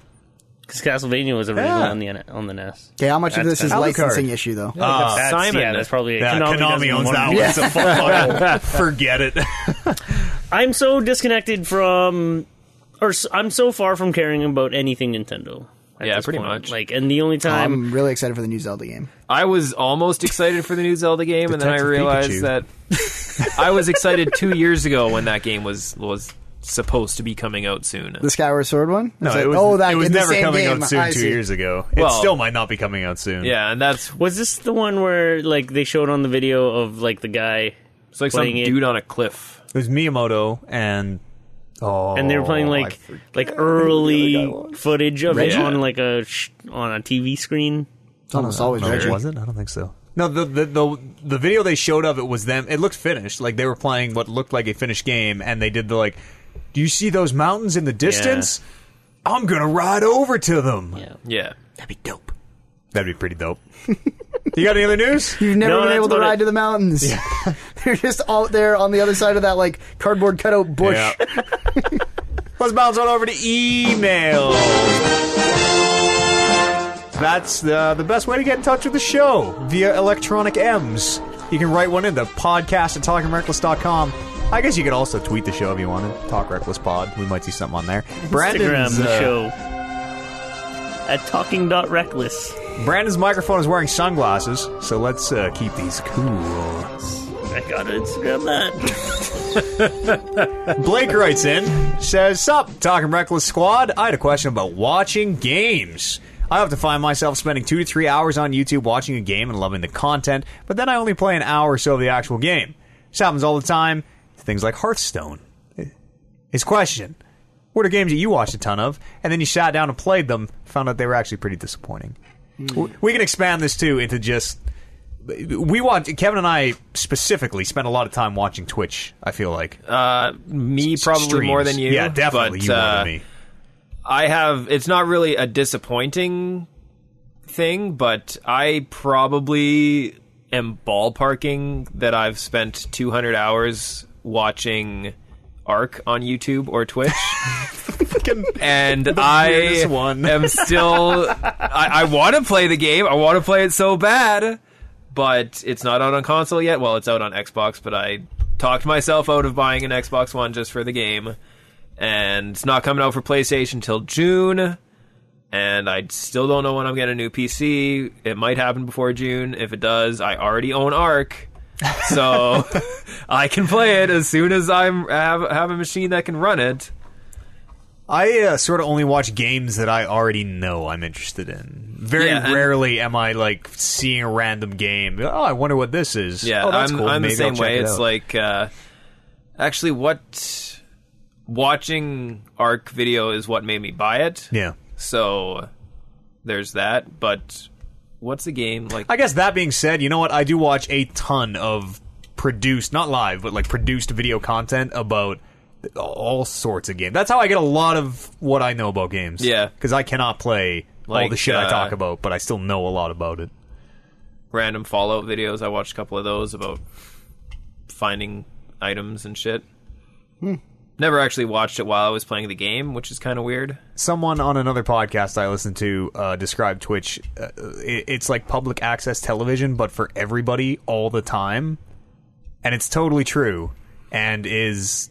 Speaker 2: Because Castlevania was originally
Speaker 1: Yeah.
Speaker 2: on the E, on the NES.
Speaker 4: okay, how much of
Speaker 2: That's
Speaker 4: this is
Speaker 1: kinda-
Speaker 4: licensing
Speaker 1: Alucard.
Speaker 4: issue though?
Speaker 2: That's,
Speaker 3: Simon.
Speaker 2: yeah, that's probably
Speaker 1: Ah, Yeah, Konami,
Speaker 2: doesn't
Speaker 1: owns
Speaker 2: want
Speaker 1: that
Speaker 2: to-
Speaker 1: one. So fuck- forget it.
Speaker 2: I'm so disconnected from, or s- I'm so far from caring about anything Nintendo. at
Speaker 3: Yeah,
Speaker 2: this
Speaker 3: pretty
Speaker 2: point.
Speaker 3: much.
Speaker 2: Like, and the
Speaker 1: Um,
Speaker 2: only time
Speaker 4: I'm really excited for the new Zelda game.
Speaker 3: I was almost excited for the new Zelda game, and then I
Speaker 1: Detective
Speaker 3: realized
Speaker 1: Pikachu.
Speaker 3: that I was excited two years ago when that game was was supposed to be coming out soon.
Speaker 4: The Skyward Sword one?
Speaker 1: No,
Speaker 4: It's like,
Speaker 1: it was,
Speaker 4: oh, that
Speaker 1: it was
Speaker 4: in the
Speaker 1: never
Speaker 4: same
Speaker 1: coming
Speaker 4: game.
Speaker 1: out soon
Speaker 4: I
Speaker 1: two
Speaker 4: see.
Speaker 1: years ago. it
Speaker 3: Well-
Speaker 1: still might not be coming out soon.
Speaker 3: Yeah, and that's
Speaker 2: was this the one where like they showed on the video of like the guy
Speaker 3: it's like some
Speaker 2: Playing it.
Speaker 3: dude on a cliff.
Speaker 1: It was Miyamoto and. Oh,
Speaker 2: and they were playing
Speaker 1: I
Speaker 2: like
Speaker 1: forget
Speaker 2: like
Speaker 1: who the other guy
Speaker 2: early
Speaker 1: was.
Speaker 2: footage of it
Speaker 3: Reggie?
Speaker 2: on like a sh- on a TV screen.
Speaker 4: It's almost always
Speaker 1: No,
Speaker 4: Reggie.
Speaker 1: Oh, was it? I don't think so. No, the, the the the video they showed of it was them. It looked finished, like they were playing what looked like a finished game, and they did the like. Do you see those mountains in the distance? I'm gonna ride over to them.
Speaker 2: Yeah.
Speaker 3: Yeah.
Speaker 1: That'd be dope. That'd be pretty dope. you got any other news?
Speaker 4: You've never
Speaker 2: No,
Speaker 4: been
Speaker 2: that's
Speaker 4: able to
Speaker 2: what
Speaker 4: ride
Speaker 2: it-
Speaker 4: to the mountains. They're just out there on the other side of that like cardboard cutout bush.
Speaker 1: Yeah. Let's bounce on over to email. That's uh, the, the best way to get in touch with the show via electronic M's. You can write one in the podcast at talkingreckless.com. I guess you could also tweet the show if you wanted. Talk Reckless Pod. We might see something on there.
Speaker 2: Instagram
Speaker 1: Brandon's,
Speaker 2: the
Speaker 1: uh,
Speaker 2: show at talking dot reckless.
Speaker 1: Brandon's microphone is wearing sunglasses, so let's uh, keep these cool.
Speaker 2: I gotta Instagram that.
Speaker 1: Blake writes in, says, Sup, Talking Reckless Squad. I had a question about watching games. I often find myself spending two to three hours on YouTube watching a game and loving the content, but then I only play an hour or so of the actual game. This happens all the time to things like Hearthstone. His question What are games that you watched a ton of, and then you sat down and played them, found out they were actually pretty disappointing? W We can expand this too into just we watch Kevin and I specifically spent a lot of time watching Twitch. I feel like
Speaker 3: Uh, me probably
Speaker 1: streams.
Speaker 3: more than you.
Speaker 1: Yeah, definitely
Speaker 3: but,
Speaker 1: you more
Speaker 3: uh,
Speaker 1: than me.
Speaker 3: I have. It's not really a disappointing thing, but I probably am ballparking that I've spent 200 hours watching Arc on YouTube or Twitch, and I
Speaker 1: weirdest one.
Speaker 3: am still. I, I want to play the game. I want to play it so bad, but it's not out on console yet. Well, it's out on Xbox, but I talked myself out of buying an Xbox One just for the game and it's not coming out for PlayStation till June. And I still don't know when I'm getting a new PC. It might happen before June. If it does, I already own Arc, so I can play it as soon as I'm have have a machine that can run it.
Speaker 1: I uh, sort of only watch games that I already know I'm interested in. Very
Speaker 3: Yeah, and-
Speaker 1: rarely am I like seeing a random game. Oh, I wonder what this is.
Speaker 3: Yeah,
Speaker 1: oh, that's
Speaker 3: I'm,
Speaker 1: cool.
Speaker 3: I'm the
Speaker 1: Maybe I'll
Speaker 3: same
Speaker 1: check
Speaker 3: way.
Speaker 1: it
Speaker 3: it's
Speaker 1: out.
Speaker 3: like uh, actually what watching Arc video is what made me buy it.
Speaker 1: yeah.
Speaker 3: So there's that. But what's the game like?
Speaker 1: I guess that being said, you know what? I do watch a ton of produced, not live, but like produced video content about all sorts of games. That's how I get a lot of what I know about games.
Speaker 3: Yeah.
Speaker 1: because I cannot play all the
Speaker 3: Like,
Speaker 1: shit I
Speaker 3: uh,
Speaker 1: talk about, but I still know a lot about it.
Speaker 3: random Fallout videos. I watched a couple of those about finding items and shit. Never actually watched it while I was playing the game, which is kind of weird.
Speaker 1: someone on another podcast I listened to uh, described Twitch. Uh, it, it's like public access television, but for everybody all the time, and it's totally true. And is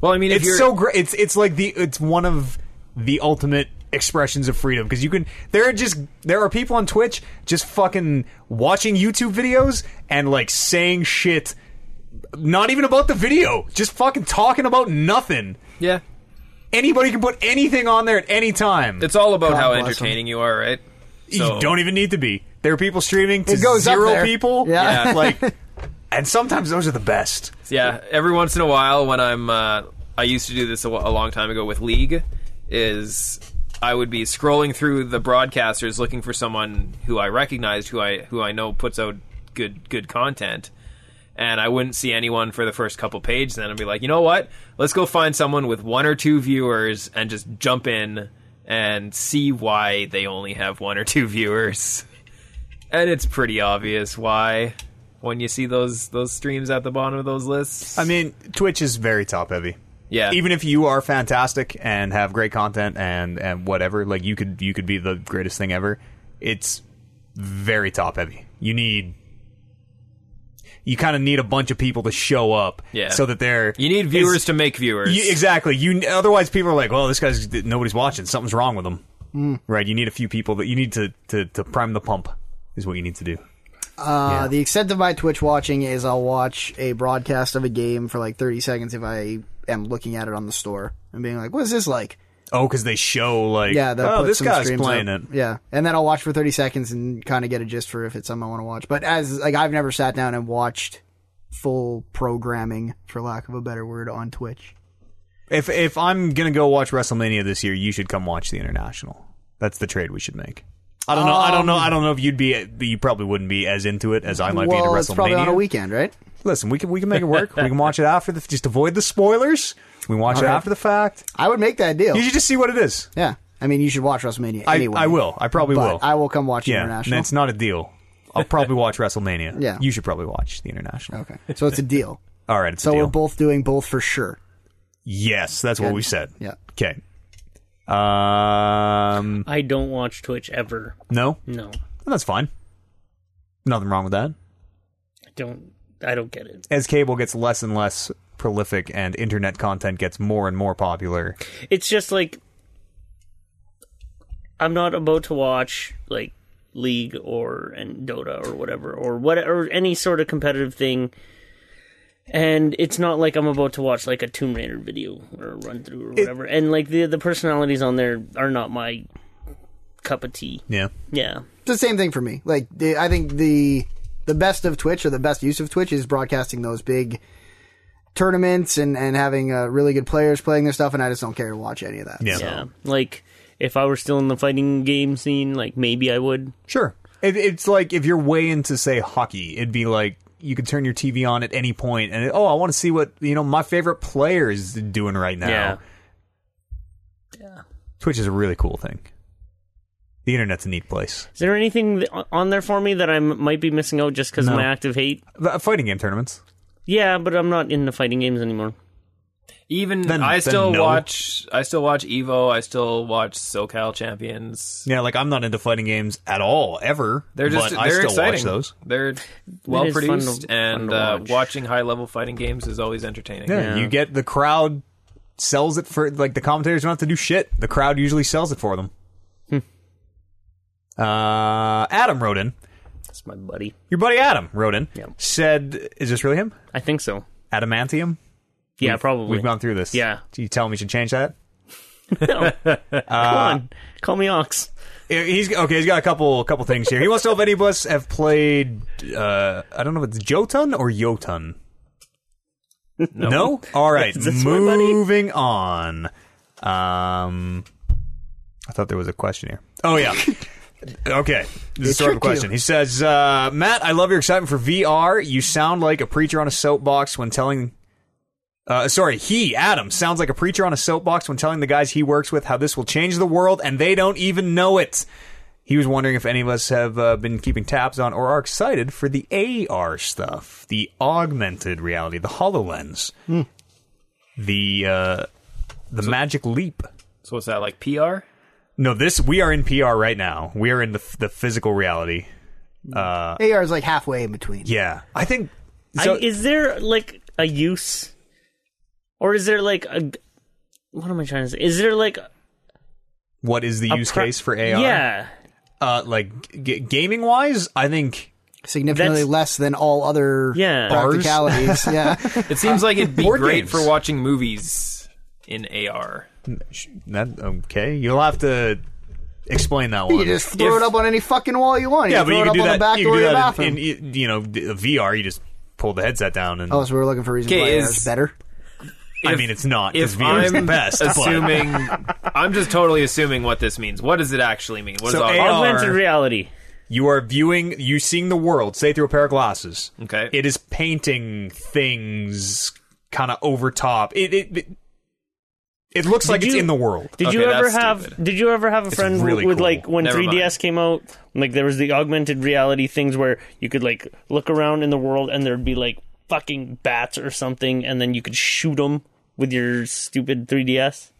Speaker 3: Well, I mean, if
Speaker 1: it's
Speaker 3: you're
Speaker 1: so great. It's it's like the it's one of the ultimate expressions of freedom because you can there are just there are people on Twitch just fucking watching YouTube videos and like saying shit not even about the video just fucking talking about nothing
Speaker 3: yeah,
Speaker 1: anybody can put anything on there at any time
Speaker 3: it's all about how
Speaker 4: bless 'em.
Speaker 3: entertaining you are, right? So-
Speaker 1: you don't even need to be. There are people streaming to
Speaker 4: It goes up
Speaker 1: zero
Speaker 4: there.
Speaker 1: people.
Speaker 4: Yeah.
Speaker 3: Yeah.
Speaker 1: like, and sometimes those are the best.
Speaker 3: Yeah, every once in a while when I'm, uh, I used to do this a, wh- a long time ago with League, is I would be scrolling through the broadcasters looking for someone who I recognized, who I who I know puts out good good content, and I wouldn't see anyone for the first couple pages. Then I'd be like, you know what? Let's go find someone with one or two viewers and just jump in and see why they only have one or two viewers. And it's pretty obvious why when you see those those streams at the bottom of those lists.
Speaker 1: I mean, Twitch is very top heavy.
Speaker 3: Yeah.
Speaker 1: Uh, Even if you are fantastic and have great content and and whatever, like you could you could be the greatest thing ever. It's very top heavy. You need you kind of need a bunch of people to show up
Speaker 3: Yeah.
Speaker 1: so that they're
Speaker 3: you need viewers
Speaker 1: it's-
Speaker 3: to make viewers.
Speaker 1: You, exactly. You otherwise people are like, well, this guy's nobody's watching. Something's wrong with him.
Speaker 4: Hmm.
Speaker 1: Right? You need a few people that you need to, to to prime the pump is what you need to do.
Speaker 4: Uh,
Speaker 1: Yeah.
Speaker 4: The extent of my Twitch watching is I'll watch a broadcast of a game for like 30 seconds if I am looking at it on the store and being like, "What's this like?"
Speaker 1: Oh, because they show like,
Speaker 4: Yeah, they'll
Speaker 1: oh,
Speaker 4: put
Speaker 1: this
Speaker 4: some
Speaker 1: guy's
Speaker 4: streams
Speaker 1: playing
Speaker 4: up.
Speaker 1: it.
Speaker 4: Yeah, and then I'll watch for 30 seconds and kind of get a gist for if it's something I want to watch. But as like I've never sat down and watched full programming, for lack of a better word, on Twitch.
Speaker 1: If if I'm gonna go watch WrestleMania this year, you should come watch the international. That's the trade we should make. I don't know. I don't know. I don't know if you'd be. You probably wouldn't be as into it as I might be
Speaker 4: well,
Speaker 1: into WrestleMania.
Speaker 4: it's probably on a weekend, right?
Speaker 1: Listen, we can we can make it work. we can watch it after the. Just avoid the spoilers. We can watch it
Speaker 4: Okay.
Speaker 1: after the fact.
Speaker 4: I would make that deal.
Speaker 1: You should just see what it is.
Speaker 4: yeah, I mean, you should watch WrestleMania
Speaker 1: I,
Speaker 4: anyway.
Speaker 1: I will. I probably
Speaker 4: but
Speaker 1: will.
Speaker 4: I will come watch the
Speaker 1: yeah,
Speaker 4: international.
Speaker 1: and it's not a deal. I'll probably watch WrestleMania.
Speaker 4: Yeah.
Speaker 1: you should probably watch the international.
Speaker 4: okay, so it's a deal.
Speaker 1: All right, it's
Speaker 4: So
Speaker 1: a deal.
Speaker 4: we're both doing both for sure.
Speaker 1: yes, that's what we said.
Speaker 4: Yeah.
Speaker 1: Okay. Um.
Speaker 2: I don't watch Twitch ever.
Speaker 1: No,
Speaker 2: No,
Speaker 1: that's fine. Nothing wrong with that.
Speaker 2: I don't. I don't get it.
Speaker 1: As cable gets less and less prolific, and internet content gets more and more popular,
Speaker 2: It's just like I'm not about to watch like League or and Dota or whatever or what or any sort of competitive thing. And it's not like I'm about to watch like a Tomb Raider video or a run through or whatever. and like the the personalities on there are not my cup of tea.
Speaker 1: yeah.
Speaker 2: Yeah.
Speaker 4: It's the same thing for me. Like the, I think the the best of Twitch or the best use of Twitch is broadcasting those big tournaments and and having uh, really good players playing their stuff. And I just don't care to watch any of that.
Speaker 1: Yeah.
Speaker 2: Yeah. Like if I were still in the fighting game scene, like maybe I would.
Speaker 1: Sure. It, it's like if you're way into say hockey, it'd be like you could turn your TV on at any point and oh, I want to see what you know my favorite player is doing right now.
Speaker 2: Yeah.
Speaker 1: Twitch is a really cool thing. The internet's a neat place.
Speaker 2: Is there anything th- on there for me that I m- might be missing out just because
Speaker 1: No.
Speaker 2: of my active hate?
Speaker 1: The uh, fighting game tournaments.
Speaker 2: Yeah, but I'm not into fighting games anymore.
Speaker 3: Even
Speaker 1: Then-
Speaker 3: I
Speaker 1: then
Speaker 3: still
Speaker 1: no.
Speaker 3: watch. I still watch Evo. I still watch SoCal Champions.
Speaker 1: Yeah, like I'm not into fighting games at all ever.
Speaker 3: They're just
Speaker 1: but
Speaker 3: they're
Speaker 1: I still
Speaker 3: exciting.
Speaker 1: watch those.
Speaker 3: They're well
Speaker 2: is fun to-
Speaker 3: produced,
Speaker 2: fun
Speaker 3: and
Speaker 2: to
Speaker 3: uh,
Speaker 2: watch.
Speaker 3: watching high level fighting games is always entertaining.
Speaker 1: Yeah, you get the crowd sells it for like the commentators don't have to do shit. The crowd usually sells it for them.
Speaker 3: Hmm.
Speaker 1: Uh, Adam wrote in.
Speaker 2: That's my buddy.
Speaker 1: Your buddy Adam wrote in.
Speaker 2: Yep.
Speaker 1: Said, "Is this really him?
Speaker 2: I think so.
Speaker 1: Adamantium?
Speaker 2: Yeah,
Speaker 1: We've-
Speaker 2: probably.
Speaker 1: We've gone through this.
Speaker 2: Yeah.
Speaker 1: Do you tell him we should change that?
Speaker 2: No.
Speaker 1: Uh,
Speaker 2: Come on, call me Ox.
Speaker 1: Eh, He's okay. He's got a couple couple things here. He wants to know if any of us have played. Uh, I don't know if it's Jotun or Yotun. No. All right.
Speaker 2: Is this my buddy?
Speaker 1: Moving on. Um, I thought there was a question here. Oh yeah. Okay, this is sort of a
Speaker 4: tricked you.
Speaker 1: question. He says, uh, "Matt, I love your excitement for VR. You sound like a preacher on a soapbox when telling Uh, sorry, he, Adam, sounds like a preacher on a soapbox when telling the guys he works with how this will change the world and they don't even know it. He was wondering if any of us have uh, been keeping tabs on or are excited for the AR stuff, the augmented reality, the HoloLens, the uh, the Magic Leap.
Speaker 3: So what's that like? PR?
Speaker 1: No, this we are in PR right now. We are in the the physical reality.
Speaker 4: AR is like halfway in between.
Speaker 1: Yeah, I think
Speaker 2: I, is there like a use, or is there like a? What am I trying to say? Is there like
Speaker 1: what is the
Speaker 2: a
Speaker 1: use
Speaker 2: pro-
Speaker 1: case for AR?
Speaker 2: Yeah,
Speaker 1: uh, like g- gaming wise, I think
Speaker 4: Significantly
Speaker 2: That's-
Speaker 4: less than all other
Speaker 2: Yeah.
Speaker 1: Bars?
Speaker 4: practicalities. yeah.
Speaker 3: It seems like it'd be
Speaker 1: Uh, Board
Speaker 3: great
Speaker 1: games.
Speaker 3: for watching movies in AR.
Speaker 1: Sh- That okay? You'll have to explain that one.
Speaker 4: You just throw it up on any fucking wall you want. You
Speaker 1: yeah,
Speaker 4: can
Speaker 1: but
Speaker 4: throw
Speaker 1: you
Speaker 4: it
Speaker 1: can
Speaker 4: up
Speaker 1: do
Speaker 4: on
Speaker 1: that.
Speaker 4: the back
Speaker 1: you
Speaker 4: door
Speaker 1: can do
Speaker 4: of your
Speaker 1: that
Speaker 4: bathroom.
Speaker 1: in, in you know d- VR. You just pull the headset down, and
Speaker 4: oh, so we're looking for a reason.
Speaker 3: Okay,
Speaker 4: why
Speaker 3: is-
Speaker 4: AR is better.
Speaker 1: I
Speaker 3: if-
Speaker 1: mean it's not because
Speaker 3: If
Speaker 1: VR is the
Speaker 3: I'm
Speaker 1: best. but-
Speaker 3: assuming, I'm just totally assuming what this means. What does it actually mean? What is
Speaker 1: So
Speaker 3: all-
Speaker 1: AR
Speaker 2: augmented reality.
Speaker 1: you are viewing, you seeing the world, say through a pair of glasses.
Speaker 3: Okay.
Speaker 1: it is painting things kind of over top. It it it, it looks like it's
Speaker 2: you-
Speaker 1: in the world.
Speaker 2: Did you
Speaker 3: Okay,
Speaker 2: ever
Speaker 3: that's
Speaker 2: have?
Speaker 3: stupid.
Speaker 2: Did you ever have a friend w-
Speaker 1: really
Speaker 2: with
Speaker 1: cool.
Speaker 2: like when
Speaker 3: Never
Speaker 2: 3ds
Speaker 3: mind.
Speaker 2: came out? Like there was the augmented reality things where you could like look around in the world and there'd be like fucking bats or something, and then you could shoot them with your stupid 3ds.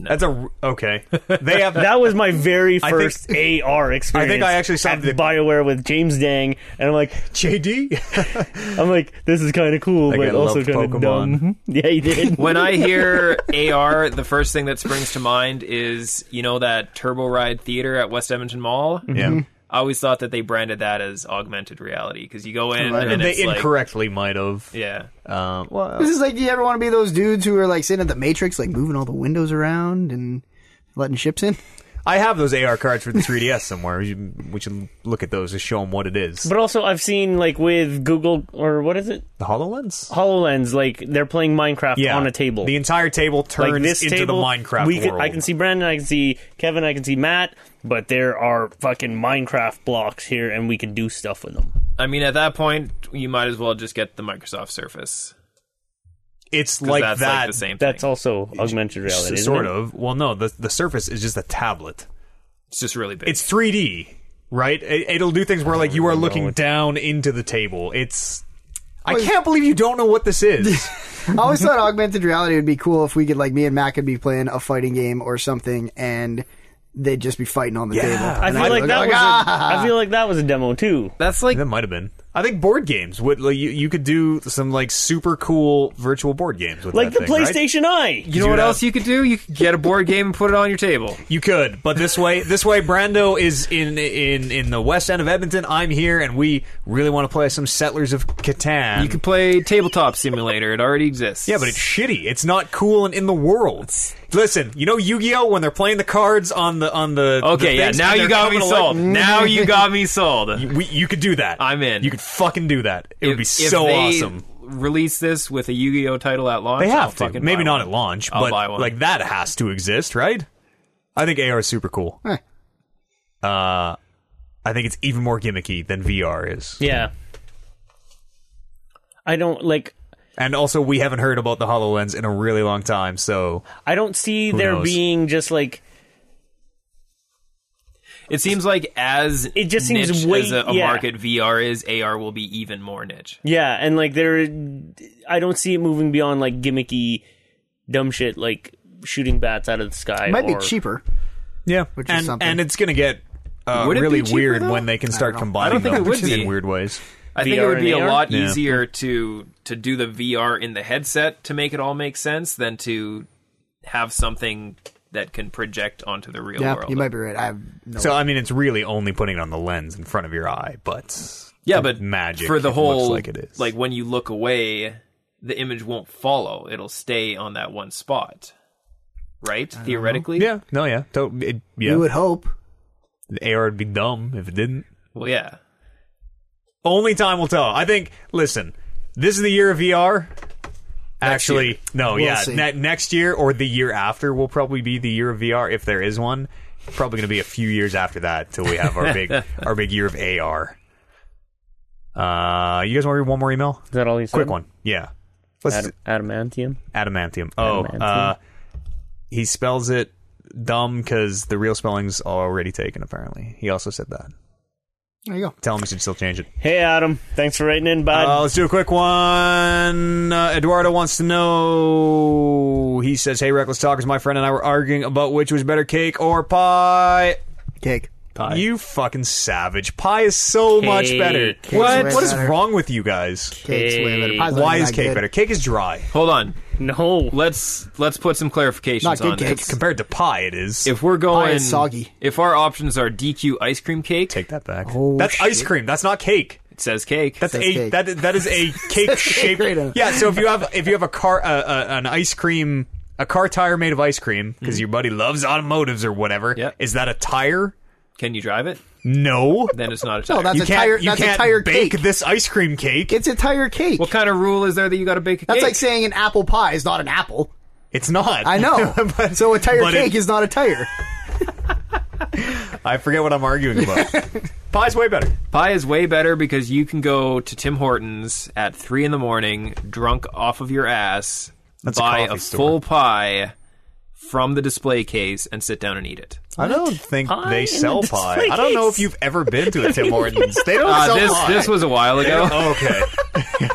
Speaker 1: That's a r- okay. They have
Speaker 2: That was my very
Speaker 1: think-
Speaker 2: first AR experience.
Speaker 1: I actually saw
Speaker 2: at
Speaker 1: the-
Speaker 2: Bioware with James Dang, and I'm like,
Speaker 1: JD.
Speaker 2: I'm like, this is kind of cool,
Speaker 1: That
Speaker 2: but
Speaker 1: guy
Speaker 2: also
Speaker 1: loved
Speaker 2: kind of
Speaker 1: Pokemon.
Speaker 2: dumb. yeah, he did.
Speaker 3: when I hear AR, the first thing that springs to mind is you know that Turbo Ride Theater at West Edmonton Mall.
Speaker 1: Yeah,
Speaker 3: I always thought that they branded that as augmented reality because you go in
Speaker 4: Right.
Speaker 3: and
Speaker 1: they
Speaker 3: it's like-
Speaker 1: incorrectly might have.
Speaker 3: yeah,
Speaker 1: Um, well,
Speaker 4: This is like, do you ever want to be those dudes who are like sitting at the Matrix, like moving all the windows around and letting ships in?
Speaker 1: I have those AR cards for the 3DS somewhere. We should, we should look at those to show them what it is.
Speaker 2: But also, I've seen like with Google or what is it,
Speaker 1: the Hololens.
Speaker 2: Hololens, like they're playing Minecraft
Speaker 1: Yeah,
Speaker 2: on a table.
Speaker 1: The entire table turns
Speaker 2: like this
Speaker 1: into
Speaker 2: table,
Speaker 1: the Minecraft
Speaker 2: we
Speaker 1: world.
Speaker 2: Can, I can see Brandon, I can see Kevin, I can see Matt, but there are fucking Minecraft blocks here, and we can do stuff with them.
Speaker 3: I mean, at that point, you might as well just get the Microsoft Surface.
Speaker 1: it's
Speaker 3: 'cause
Speaker 1: like
Speaker 3: that's
Speaker 1: that.
Speaker 3: like the same
Speaker 2: That's
Speaker 3: thing.
Speaker 2: also augmented
Speaker 1: s-
Speaker 2: reality, isn't
Speaker 1: sort
Speaker 2: it?
Speaker 1: of. Well, no, the the Surface is just a tablet.
Speaker 3: It's just really big.
Speaker 1: It's 3D, right? It, it'll do things where like you are looking down into the table. It's. I can't believe you don't know what this is.
Speaker 4: I always thought augmented reality would be cool if we could, like, me and Matt could be playing a fighting game or something, and they'd just be fighting on the table.
Speaker 2: I
Speaker 4: And
Speaker 2: feel
Speaker 4: I'd
Speaker 2: like
Speaker 4: look
Speaker 2: that was. A, I feel like that was a demo too.
Speaker 3: that's like
Speaker 1: that might have been. I think board games would like you, you could do some like super cool virtual board games with
Speaker 2: Like
Speaker 1: that
Speaker 2: the
Speaker 1: thing, right?
Speaker 2: PlayStation Eye.
Speaker 3: you know
Speaker 1: you
Speaker 3: what
Speaker 1: have-
Speaker 3: else you could do? You could get a board game and put it on your table.
Speaker 1: You could, but this way, this way, Brando is in in in the west end of Edmonton. I'm here, and we really want to play some Settlers of Catan.
Speaker 3: You could play Tabletop Simulator. It already exists.
Speaker 1: yeah, but it's shitty. It's not cool and in the world. Listen, you know Yu-Gi-Oh when they're playing the cards on the on the
Speaker 3: okay.
Speaker 1: the
Speaker 3: Yeah,
Speaker 1: things,
Speaker 3: now
Speaker 1: and they're
Speaker 3: you got me
Speaker 1: coming alive.
Speaker 3: sold. now you got me sold.
Speaker 1: We, you could do that.
Speaker 3: I'm in.
Speaker 1: You could fucking do that. It would be
Speaker 3: If-
Speaker 1: so
Speaker 3: if they
Speaker 1: awesome.
Speaker 3: Release this with a Yu-Gi-Oh title at launch.
Speaker 1: They
Speaker 3: I'll
Speaker 1: have to.
Speaker 3: fucking
Speaker 1: Maybe
Speaker 3: buy
Speaker 1: not
Speaker 3: one.
Speaker 1: at launch,
Speaker 3: I'll
Speaker 1: but
Speaker 3: buy one.
Speaker 1: like that has to exist, right? I think AR is super cool.
Speaker 4: Huh.
Speaker 1: Uh, I think it's even more gimmicky than VR is.
Speaker 2: Yeah. I don't like.
Speaker 1: And also, we haven't heard about the Hololens in a really long time, so
Speaker 2: I don't see there
Speaker 1: knows?
Speaker 2: being just like
Speaker 3: It seems like as
Speaker 2: It just seems
Speaker 3: niche
Speaker 2: way-
Speaker 3: as a, a
Speaker 2: yeah.
Speaker 3: market VR is, AR will be even more niche.
Speaker 2: yeah, and like there. I don't see it moving beyond like gimmicky, dumb shit like shooting bats out of the sky.
Speaker 4: It might be
Speaker 2: or-
Speaker 4: cheaper.
Speaker 1: yeah,
Speaker 4: Which is
Speaker 1: and
Speaker 4: something.
Speaker 1: and it's gonna get uh,
Speaker 3: Would it be
Speaker 1: really
Speaker 3: cheaper,
Speaker 1: weird
Speaker 3: though?
Speaker 1: when they can start
Speaker 4: know.
Speaker 1: combining
Speaker 3: I don't think
Speaker 1: them
Speaker 3: it would
Speaker 1: in
Speaker 3: be.
Speaker 1: weird ways.
Speaker 3: I think it
Speaker 2: VR
Speaker 3: would be
Speaker 2: and
Speaker 3: a
Speaker 2: AR?
Speaker 3: lot
Speaker 1: Yeah.
Speaker 3: easier to to do the VR in the headset to make it all make sense than to have something that can project onto the real
Speaker 4: Yeah,
Speaker 3: world.
Speaker 4: you might be right. I have no
Speaker 1: So I mean, it's really only putting it on the lens in front of your eye, but
Speaker 3: yeah,
Speaker 1: the
Speaker 3: but
Speaker 1: magic
Speaker 3: for the whole
Speaker 1: looks like it is
Speaker 3: like when you look away, the image won't follow. It'll stay on that one spot. Right? Theoretically?
Speaker 1: yeah, no, yeah, to- it, yeah.
Speaker 4: You would hope.
Speaker 1: AR would be dumb if it didn't.
Speaker 3: Well, yeah.
Speaker 1: Only time will tell. I think. Listen, this is the year of VR. Actually,
Speaker 3: year.
Speaker 1: no, yeah,
Speaker 4: see.
Speaker 1: ne- next year or the year after will probably be the year of VR if there is one. Probably going to be a few years after that till we have our big our big year of AR. Uh, you guys want to read one more email?
Speaker 2: Is that all you said?
Speaker 1: Quick one, yeah. Let's
Speaker 2: Um, Adam- adamantium.
Speaker 1: adamantium. Oh,
Speaker 2: Adamantium.
Speaker 1: uh, he spells it dumb because the real spelling's already taken. Apparently, he also said that.
Speaker 4: There you go.
Speaker 1: Tell him he should still change it.
Speaker 2: Hey Adam, thanks for writing in, bud.
Speaker 4: Oh.
Speaker 1: Uh, let's do a quick one. Uh, Eduardo wants to know. He says, "Hey, reckless talkers, my friend and I were arguing about which was better, cake or pie."
Speaker 4: Cake.
Speaker 3: Pie.
Speaker 1: You fucking savage! Pie is so much better.
Speaker 2: Cake's
Speaker 1: What?
Speaker 4: way
Speaker 1: What is
Speaker 4: better.
Speaker 1: wrong with you guys?
Speaker 4: Cake's way better. Pie's not
Speaker 1: Why
Speaker 4: even
Speaker 1: is
Speaker 4: that
Speaker 1: cake
Speaker 4: good.
Speaker 1: better? Cake is dry
Speaker 3: Hold on.
Speaker 2: no,
Speaker 3: Let's let's put some clarifications
Speaker 4: Not good
Speaker 3: on
Speaker 4: cake.
Speaker 3: this.
Speaker 1: compared to pie. It is.
Speaker 3: If we're going
Speaker 4: is soggy.
Speaker 3: if our options are DQ ice cream cake,
Speaker 1: Take that back.
Speaker 4: Oh,
Speaker 1: that's ice
Speaker 4: shit.
Speaker 1: cream. That's not cake.
Speaker 3: it says cake.
Speaker 1: That's
Speaker 4: Says
Speaker 1: a
Speaker 4: cake.
Speaker 1: that that is a cake shaped.
Speaker 4: Right on.
Speaker 1: yeah. So if you have if you have a car uh, uh, an ice cream a car tire made of ice cream because your buddy loves automotives or whatever,
Speaker 3: Yep.
Speaker 1: is that a tire?
Speaker 3: Can you drive it?
Speaker 1: No.
Speaker 3: Then it's not a tire.
Speaker 4: No, that's
Speaker 1: you
Speaker 4: a
Speaker 1: can't.
Speaker 4: tire.
Speaker 1: you
Speaker 4: That's
Speaker 1: can't
Speaker 4: a tire
Speaker 1: bake
Speaker 4: cake.
Speaker 1: this ice cream cake.
Speaker 4: It's a tire cake.
Speaker 3: what kind of rule is there that you got to bake a
Speaker 4: That's
Speaker 3: cake?
Speaker 4: like saying an apple pie is not an apple.
Speaker 1: it's not.
Speaker 4: I know.
Speaker 1: But-
Speaker 4: so a tire
Speaker 1: but it-
Speaker 4: cake is not a tire.
Speaker 1: I forget what I'm arguing about. Pie's way better.
Speaker 3: Pie is way better because you can go to Tim Hortons at three in the morning, drunk off of your ass,
Speaker 1: That's a
Speaker 3: buy a,
Speaker 1: coffee store.
Speaker 3: full pie from the display case, and sit down and eat it.
Speaker 1: I don't think
Speaker 2: Pie
Speaker 1: they
Speaker 2: in
Speaker 1: sell
Speaker 2: the
Speaker 1: pie.
Speaker 2: display
Speaker 1: I don't know if
Speaker 2: case. Ah,
Speaker 1: you've ever been to a Tim Hortons. They don't
Speaker 3: Uh,
Speaker 1: sell
Speaker 3: this
Speaker 1: pie.
Speaker 3: this was a while ago.
Speaker 1: okay.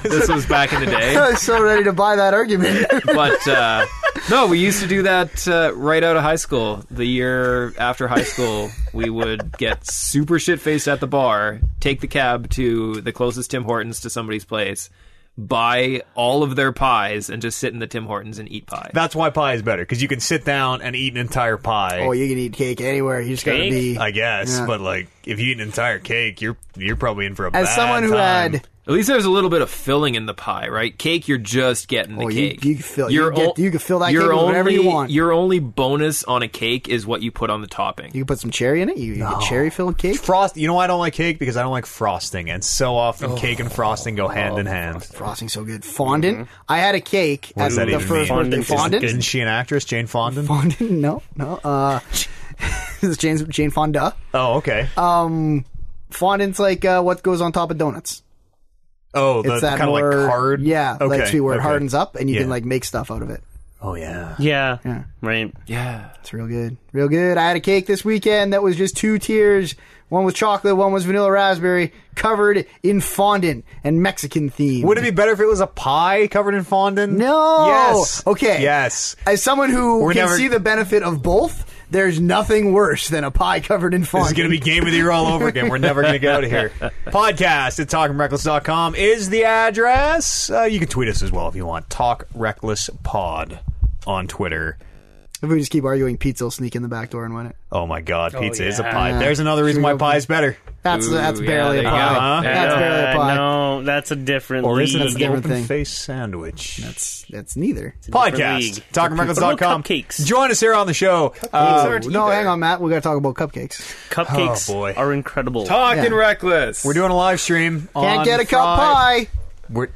Speaker 3: this was back in the day.
Speaker 4: I was so ready to buy that argument.
Speaker 3: but uh, no, we used to do that uh, right out of high school. The year after high school, we would get super shit faced at the bar, take the cab to the closest Tim Hortons to somebody's place, buy all of their pies, and just sit in the Tim Hortons and eat pie.
Speaker 1: That's why pie is better because you can sit down and eat an entire pie.
Speaker 4: oh, you can eat cake anywhere. You just gotta
Speaker 2: Cake?
Speaker 4: be.
Speaker 1: I guess,
Speaker 4: Yeah.
Speaker 1: but like if you eat an entire cake, you're you're probably in for a
Speaker 4: As
Speaker 1: bad
Speaker 4: someone who
Speaker 1: time.
Speaker 4: had
Speaker 3: At least there's a little bit of filling in the pie, right? Cake, you're just getting the
Speaker 4: Oh, you-
Speaker 3: cake.
Speaker 4: you can fill- you
Speaker 3: Your
Speaker 4: can get- you can fill that
Speaker 3: your
Speaker 4: cake with whatever you
Speaker 3: only-
Speaker 4: want.
Speaker 3: Your only bonus on a cake is what you put on the topping.
Speaker 4: You can put some cherry in it. You, you get cherry filled cake.
Speaker 1: Frost. You know why I don't like cake because I don't like frosting, and so often
Speaker 4: Oh.
Speaker 1: cake and frosting go hand in hand.
Speaker 4: Frosting's so good. Fondant. I had a cake
Speaker 1: Mm-hmm. What
Speaker 4: at
Speaker 1: does that
Speaker 4: the
Speaker 1: even
Speaker 4: first
Speaker 1: mean?
Speaker 5: Fondant
Speaker 4: birthday.
Speaker 5: is
Speaker 4: Fondant.
Speaker 1: Isn't she an actress, Jane Fonda?
Speaker 4: Fondant. No, no. Uh, it's Jane Jane Fonda. Um,
Speaker 1: oh, okay.
Speaker 4: Uh, Fondant's like uh, what goes on top of donuts.
Speaker 1: oh, the
Speaker 4: It's that
Speaker 1: kind of like
Speaker 4: more-
Speaker 1: card.
Speaker 4: Yeah,
Speaker 1: okay.
Speaker 4: like sweet where it
Speaker 1: okay.
Speaker 4: hardens up, and you
Speaker 1: Yeah.
Speaker 4: can like make stuff out of it.
Speaker 1: Oh yeah.
Speaker 2: Yeah.
Speaker 4: Yeah.
Speaker 2: Right.
Speaker 3: Yeah.
Speaker 4: It's real good, real good. I had a cake this weekend that was just two tiers. One was chocolate, one was vanilla raspberry, covered in fondant and Mexican theme.
Speaker 1: Would it be better if it was a pie covered in fondant?
Speaker 4: No.
Speaker 1: Yes.
Speaker 4: Okay.
Speaker 1: Yes.
Speaker 4: As someone who
Speaker 1: We're
Speaker 4: can
Speaker 1: never-
Speaker 4: see the benefit of both, there's nothing worse than a pie covered in
Speaker 1: This
Speaker 4: fondant.
Speaker 1: is going to be game of the year all over again. We're never going to get out of here. Podcast at talkingreckless.com is the address. Uh, you can tweet us as well if you want. Talk Reckless Pod on Twitter.
Speaker 4: If we just keep arguing, pizza will sneak in the back door and win it.
Speaker 1: Oh my God, pizza is a
Speaker 2: yeah.
Speaker 1: pie. There's another reason why
Speaker 4: True.
Speaker 1: pie is better.
Speaker 4: That's
Speaker 3: Ooh,
Speaker 4: that's
Speaker 3: yeah,
Speaker 4: barely
Speaker 3: there
Speaker 4: a
Speaker 3: you
Speaker 1: go. Uh-huh.
Speaker 4: pie. That's
Speaker 2: Uh,
Speaker 4: barely a pie.
Speaker 2: No, that's a different
Speaker 1: Or is
Speaker 2: league.
Speaker 1: it
Speaker 4: That's a
Speaker 1: an
Speaker 4: different
Speaker 1: open
Speaker 4: thing.
Speaker 1: face sandwich?
Speaker 4: That's that's neither.
Speaker 1: Podcast,
Speaker 2: What about
Speaker 1: talkingreckless.com.
Speaker 2: cupcakes?
Speaker 1: Join us here on the show. Uh,
Speaker 4: Oh, no, hang on, Matt. We got to talk about cupcakes.
Speaker 2: Cupcakes
Speaker 1: Oh, boy.
Speaker 2: are incredible.
Speaker 3: Talking
Speaker 4: Yeah.
Speaker 3: reckless.
Speaker 1: we're doing a live stream.
Speaker 4: Can't
Speaker 1: on
Speaker 4: get a cup
Speaker 1: Friday.
Speaker 4: pie.
Speaker 1: We're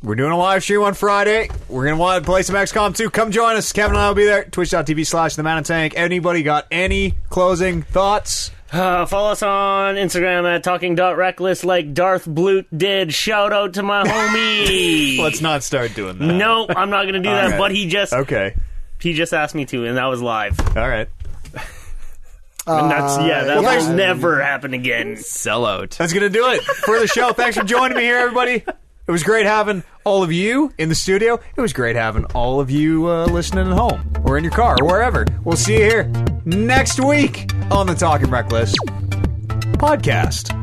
Speaker 1: we're doing a live stream on Friday. We're gonna want to play some XCOM 2. Come join us. Kevin and I will be there. Twitch.tv slash the man in tank. Anybody got any closing thoughts?
Speaker 2: Uh, follow us on Instagram at talking.reckless like Darth Blute did. Shout out to my homie.
Speaker 1: Let's not start doing that.
Speaker 2: no, I'm not going to do that,
Speaker 1: right.
Speaker 2: but he just
Speaker 1: Okay.
Speaker 2: he just asked me to and that was live.
Speaker 1: All right.
Speaker 2: And that's
Speaker 4: Uh,
Speaker 2: yeah, that
Speaker 4: yeah.
Speaker 2: will never happen again.
Speaker 3: sell out.
Speaker 1: That's gonna do it for the show. Thanks for joining me here, everybody. It was great having all of you in the studio. It was great having all of you uh, listening at home or in your car or wherever. We'll see you here next week on the Talking Reckless podcast.